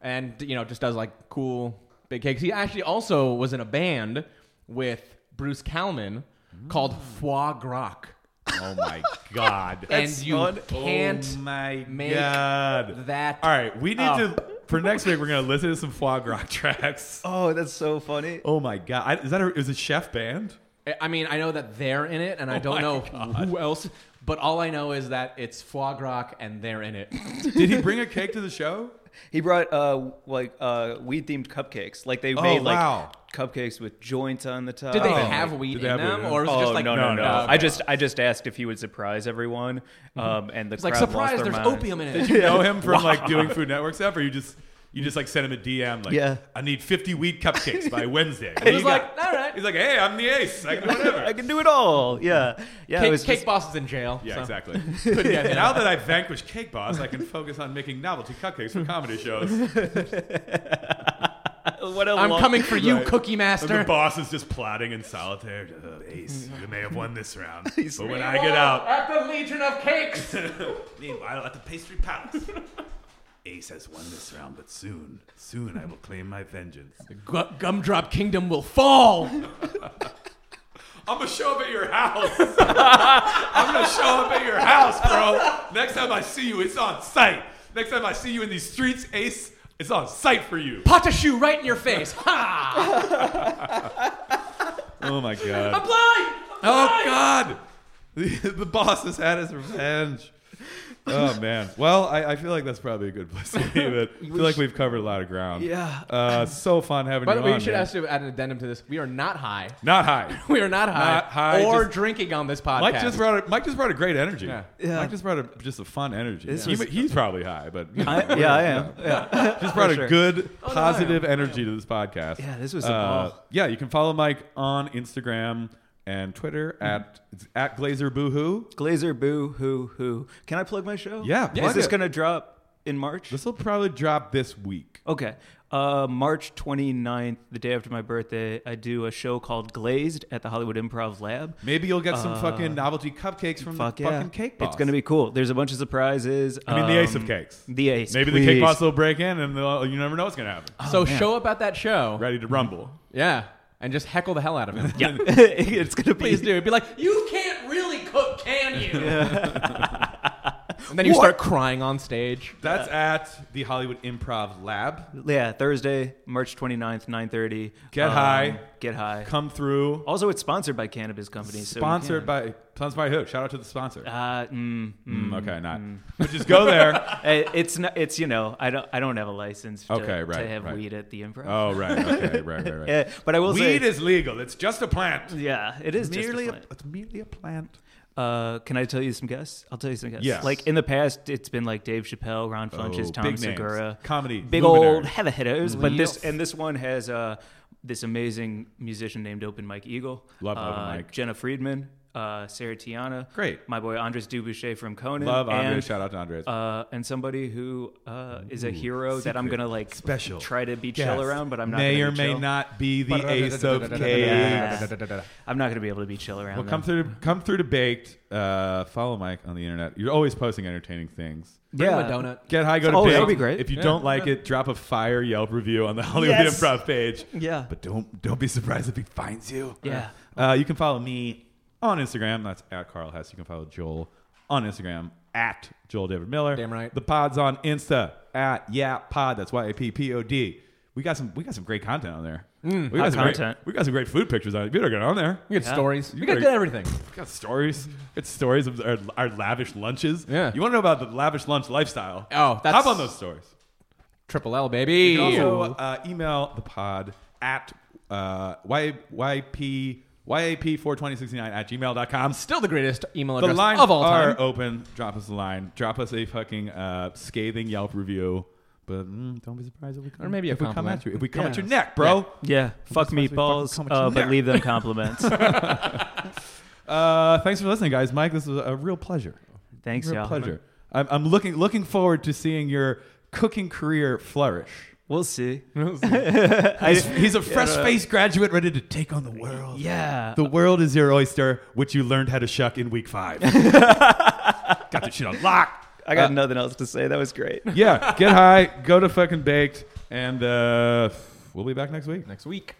[SPEAKER 2] and you know, just does like cool big cakes. He actually also was in a band with Bruce Kalman called
[SPEAKER 3] Mm.
[SPEAKER 2] Foie Gras.
[SPEAKER 1] *laughs* Oh my god.
[SPEAKER 2] And you
[SPEAKER 3] fun.
[SPEAKER 2] can't
[SPEAKER 1] oh my
[SPEAKER 2] make Oh.
[SPEAKER 1] god.
[SPEAKER 2] that.
[SPEAKER 1] All right, we need
[SPEAKER 2] up.
[SPEAKER 1] to for next week. We're gonna listen to some foie gras *laughs* tracks.
[SPEAKER 3] Oh, that's so funny.
[SPEAKER 1] Oh my god, I, is that a, is a chef band?
[SPEAKER 2] I- I mean, I know that they're in it,
[SPEAKER 3] Oh
[SPEAKER 2] and I
[SPEAKER 1] my
[SPEAKER 2] don't know who else. But all I know is that it's foie gras, and they're in
[SPEAKER 3] *laughs*
[SPEAKER 2] it.
[SPEAKER 1] Did he bring a cake to the show?
[SPEAKER 3] He brought uh like uh weed themed cupcakes. Like they
[SPEAKER 1] Oh,
[SPEAKER 3] made like
[SPEAKER 1] wow.
[SPEAKER 3] cupcakes with joints on the top.
[SPEAKER 2] Did they
[SPEAKER 1] Oh.
[SPEAKER 2] have wheat
[SPEAKER 1] Did
[SPEAKER 2] in
[SPEAKER 1] they have wheat
[SPEAKER 2] them,
[SPEAKER 1] in
[SPEAKER 2] or was it
[SPEAKER 3] Oh
[SPEAKER 2] just like uh,
[SPEAKER 3] no, no, no,
[SPEAKER 1] no,
[SPEAKER 3] I just I just asked if he would surprise everyone, um, and the
[SPEAKER 2] It's like
[SPEAKER 3] crowd
[SPEAKER 2] surprise.
[SPEAKER 3] lost their
[SPEAKER 2] There's
[SPEAKER 3] minds.
[SPEAKER 2] opium in
[SPEAKER 1] Did
[SPEAKER 2] it.
[SPEAKER 1] you know him from like doing Food Network stuff, or you just you just like sent him a DM like,
[SPEAKER 3] Yeah.
[SPEAKER 1] I need 50 wheat cupcakes by Wednesday. What
[SPEAKER 2] It
[SPEAKER 1] do
[SPEAKER 2] was
[SPEAKER 1] you got?
[SPEAKER 2] like, all right.
[SPEAKER 1] he's like, hey, I'm the ace. I can do whatever.
[SPEAKER 3] I can do it all. Yeah, yeah. it
[SPEAKER 2] Cake,
[SPEAKER 3] was
[SPEAKER 2] cake
[SPEAKER 3] just-
[SPEAKER 2] boss is in jail.
[SPEAKER 1] Yeah,
[SPEAKER 2] so.
[SPEAKER 1] exactly. now that I've vanquished Cake Boss, I can focus on making novelty cupcakes for comedy shows. And
[SPEAKER 3] what a
[SPEAKER 2] I'm *laughs*
[SPEAKER 3] long-
[SPEAKER 2] coming for you,
[SPEAKER 1] Right.
[SPEAKER 2] Cookie
[SPEAKER 1] the
[SPEAKER 2] Master.
[SPEAKER 1] boss is just plotting in solitaire. "Uh, ace, you may have won this round, but when I get out,
[SPEAKER 2] at the Legion of Cakes.
[SPEAKER 1] meanwhile at the pastry palace, Ace has won this round, but soon, soon I will claim my vengeance.
[SPEAKER 2] Gu- Gumdrop Kingdom will *laughs* fall.
[SPEAKER 1] I'm gonna show up at your house. *laughs* I'm gonna show up at your house, bro. Next time I see you, it's on site. Next time I see you in these streets, Ace, it's on site for you.
[SPEAKER 2] Pot a shoe right in your face. Ha!
[SPEAKER 1] Oh my god.
[SPEAKER 2] I'm blind.
[SPEAKER 1] Oh God! *laughs* The, the boss has had his revenge. Oh man. Well, I, I feel like that's probably a good place to leave
[SPEAKER 2] *laughs*
[SPEAKER 1] it. I feel like we've covered a lot of ground.
[SPEAKER 3] Yeah.
[SPEAKER 1] Uh, so fun having
[SPEAKER 2] By
[SPEAKER 1] you
[SPEAKER 2] the way,
[SPEAKER 1] on.
[SPEAKER 2] you should
[SPEAKER 1] man.
[SPEAKER 2] ask to add an addendum to this. We are not high.
[SPEAKER 1] Not
[SPEAKER 2] *laughs*
[SPEAKER 1] high.
[SPEAKER 2] We are not high.
[SPEAKER 1] Not high,
[SPEAKER 2] or
[SPEAKER 1] just-
[SPEAKER 2] drinking on this podcast.
[SPEAKER 1] Mike just brought a, Mike just brought a great energy.
[SPEAKER 2] Yeah.
[SPEAKER 3] Yeah.
[SPEAKER 1] Mike just brought a, just a fun energy.
[SPEAKER 3] This
[SPEAKER 1] He-
[SPEAKER 3] was-
[SPEAKER 1] he's probably high, but you know,
[SPEAKER 3] I, yeah, I am. *laughs*
[SPEAKER 1] just brought a
[SPEAKER 3] sure. Oh,
[SPEAKER 1] good
[SPEAKER 2] no, I
[SPEAKER 1] positive energy to this podcast.
[SPEAKER 3] Yeah, this was a
[SPEAKER 1] uh,
[SPEAKER 3] ball.
[SPEAKER 1] yeah. You can follow Mike on Instagram and Twitter
[SPEAKER 3] Mm-hmm.
[SPEAKER 1] at it's at Glazer Boohoo.
[SPEAKER 3] Glazer, boo, hoo, hoo. Can I plug my show?
[SPEAKER 1] Yeah, plug
[SPEAKER 3] Is this
[SPEAKER 1] it.
[SPEAKER 3] gonna drop in March?
[SPEAKER 1] This will probably drop this week.
[SPEAKER 3] Okay. Uh, March 29th, the day after my birthday, I do a show called Glazed at the Hollywood Improv Lab.
[SPEAKER 1] Maybe you'll get some fucking novelty cupcakes from
[SPEAKER 3] Uh, Fuck
[SPEAKER 1] the
[SPEAKER 3] yeah.
[SPEAKER 1] fucking cake boss.
[SPEAKER 3] It's going to be cool. There's a bunch of surprises. Um,
[SPEAKER 1] I mean, the ace of cakes.
[SPEAKER 3] The ace.
[SPEAKER 1] Maybe the cake
[SPEAKER 3] please. Uh,
[SPEAKER 1] boss will break in, and they'll- you never know what's gonna happen.
[SPEAKER 2] so
[SPEAKER 3] man.
[SPEAKER 2] show up at that show.
[SPEAKER 1] Ready to rumble.
[SPEAKER 2] Yeah, and just heckle the hell out *laughs* of him.
[SPEAKER 3] Yeah. *laughs* it's going to be.
[SPEAKER 2] Please do. It'd be like, you can't really cook,
[SPEAKER 1] *laughs*
[SPEAKER 2] can you? and then you start crying on stage.
[SPEAKER 1] *laughs* That's at the Hollywood Improv Lab.
[SPEAKER 3] Yeah, Thursday, March 29th, 9.30.
[SPEAKER 1] Get high.
[SPEAKER 3] Um, Get high.
[SPEAKER 1] Come through.
[SPEAKER 3] Also, it's sponsored by Cannabis Company. so you
[SPEAKER 1] Sponsored
[SPEAKER 3] can-
[SPEAKER 1] by sponsored by who? Shout out to the sponsor.
[SPEAKER 3] Uh, mm, mm.
[SPEAKER 1] Mm, okay, not. But just go
[SPEAKER 3] *laughs*
[SPEAKER 1] there.
[SPEAKER 3] Uh, It's not, it's you know I don't I don't have a license to,
[SPEAKER 1] Okay, right,
[SPEAKER 3] to have
[SPEAKER 1] right.
[SPEAKER 3] weed at the improv.
[SPEAKER 1] oh right. Okay. Right. Right. Right.
[SPEAKER 3] Yeah, but I will say
[SPEAKER 1] Weed is legal. It's just a plant.
[SPEAKER 3] yeah it is just a
[SPEAKER 1] merely a,
[SPEAKER 3] plant.
[SPEAKER 1] it's merely a plant.
[SPEAKER 3] Uh, can I tell you some guests? I'll tell you some guests.
[SPEAKER 1] Yes.
[SPEAKER 3] Like in the past, it's been like Dave Chappelle, Ron Funches,
[SPEAKER 1] Oh,
[SPEAKER 3] Tom
[SPEAKER 1] big names.
[SPEAKER 3] Segura,
[SPEAKER 1] Comedy
[SPEAKER 3] big
[SPEAKER 1] luminaries.
[SPEAKER 3] old heavy hitters. But this
[SPEAKER 2] Yes.
[SPEAKER 3] and this one has uh, this amazing musician named Open Mike Eagle.
[SPEAKER 1] Love Open
[SPEAKER 3] uh,
[SPEAKER 1] Mic.
[SPEAKER 3] Jenna Friedman, uh, Sarah Tiana.
[SPEAKER 1] Great.
[SPEAKER 3] My boy Andres Dubuchet from Conan.
[SPEAKER 1] Love Andres.
[SPEAKER 3] and,
[SPEAKER 1] Shout out to Andres.
[SPEAKER 3] Uh, and somebody who uh, is a hero that I'm
[SPEAKER 1] secret,
[SPEAKER 3] gonna like
[SPEAKER 1] special
[SPEAKER 3] try to be
[SPEAKER 1] guest.
[SPEAKER 3] chill around, but I'm not.
[SPEAKER 1] May
[SPEAKER 3] gonna
[SPEAKER 1] or
[SPEAKER 3] be
[SPEAKER 1] may
[SPEAKER 3] chill. uh,
[SPEAKER 1] not be the ace
[SPEAKER 3] *laughs*
[SPEAKER 1] of cakes.
[SPEAKER 3] Yeah. I'm not gonna be able to be chill around.
[SPEAKER 1] Well, come
[SPEAKER 3] them.
[SPEAKER 1] through, come through to baked. Uh, follow Mike on the internet. You're always posting entertaining things.
[SPEAKER 2] Bring him
[SPEAKER 3] Yeah.
[SPEAKER 2] a donut.
[SPEAKER 1] Get high, go to
[SPEAKER 3] Oh,
[SPEAKER 1] baked.
[SPEAKER 3] that'd be great.
[SPEAKER 1] If you
[SPEAKER 2] Yeah.
[SPEAKER 1] don't like it, drop a fire Yelp review on the Hollywood
[SPEAKER 3] Yes.
[SPEAKER 1] Improv page.
[SPEAKER 3] Yeah.
[SPEAKER 1] But don't don't be surprised if he finds you.
[SPEAKER 3] Yeah.
[SPEAKER 1] Uh, you can follow me on Instagram. That's at Carl Hess. You can follow Joel on Instagram at Joel David Miller.
[SPEAKER 2] Damn right.
[SPEAKER 1] The pod's on Insta at Yeah Pod. That's Y A P P O D. We got some we got some great content on there.
[SPEAKER 2] Hmm,
[SPEAKER 1] we got
[SPEAKER 3] hot
[SPEAKER 1] some great-
[SPEAKER 3] content.
[SPEAKER 1] we got some great food pictures on it. You better get on there.
[SPEAKER 2] We got stories.
[SPEAKER 1] You
[SPEAKER 2] we got
[SPEAKER 1] gotta-
[SPEAKER 2] good everything.
[SPEAKER 1] got stories. It's stories of our, our lavish lunches.
[SPEAKER 2] Yeah.
[SPEAKER 1] You want to know about the lavish lunch lifestyle?
[SPEAKER 2] Oh, that's-
[SPEAKER 1] hop on those stories.
[SPEAKER 2] Triple L, baby.
[SPEAKER 1] You can also uh, email the pod at uh, y yp yap four twenty sixty nine at gmail.com.
[SPEAKER 2] Still the greatest email
[SPEAKER 1] The
[SPEAKER 2] address
[SPEAKER 1] lines
[SPEAKER 2] of all
[SPEAKER 1] are
[SPEAKER 2] time.
[SPEAKER 1] open. Drop us a line. Drop us a fucking uh, scathing Yelp review. But mm, don't be surprised if we come,
[SPEAKER 2] Or maybe a
[SPEAKER 1] if we come
[SPEAKER 2] compliment.
[SPEAKER 1] at you. If we come at
[SPEAKER 3] Yeah.
[SPEAKER 1] your neck, bro.
[SPEAKER 3] Yeah, fuck
[SPEAKER 1] supposed to be
[SPEAKER 3] meatballs,
[SPEAKER 1] fucking
[SPEAKER 3] uh,
[SPEAKER 1] coming
[SPEAKER 3] but
[SPEAKER 1] to-
[SPEAKER 3] leave
[SPEAKER 4] *laughs*
[SPEAKER 3] them compliments.
[SPEAKER 1] Uh, thanks for listening, guys. Mike, this was a real pleasure.
[SPEAKER 3] Thanks,
[SPEAKER 1] Real
[SPEAKER 3] y'all.
[SPEAKER 1] pleasure. I'm, I'm looking looking forward to seeing your cooking career flourish.
[SPEAKER 3] We'll see.
[SPEAKER 1] He's, he's
[SPEAKER 2] *laughs*
[SPEAKER 1] a fresh faced graduate ready to take on the world.
[SPEAKER 3] Yeah.
[SPEAKER 1] The world is your oyster, which you learned how to shuck in week *laughs* five. Got the shit on lock.
[SPEAKER 4] I
[SPEAKER 3] Uh,
[SPEAKER 4] got nothing else to say. That was great.
[SPEAKER 1] Yeah, get high, go to fucking baked, and uh, we'll be back next week.
[SPEAKER 2] Next week.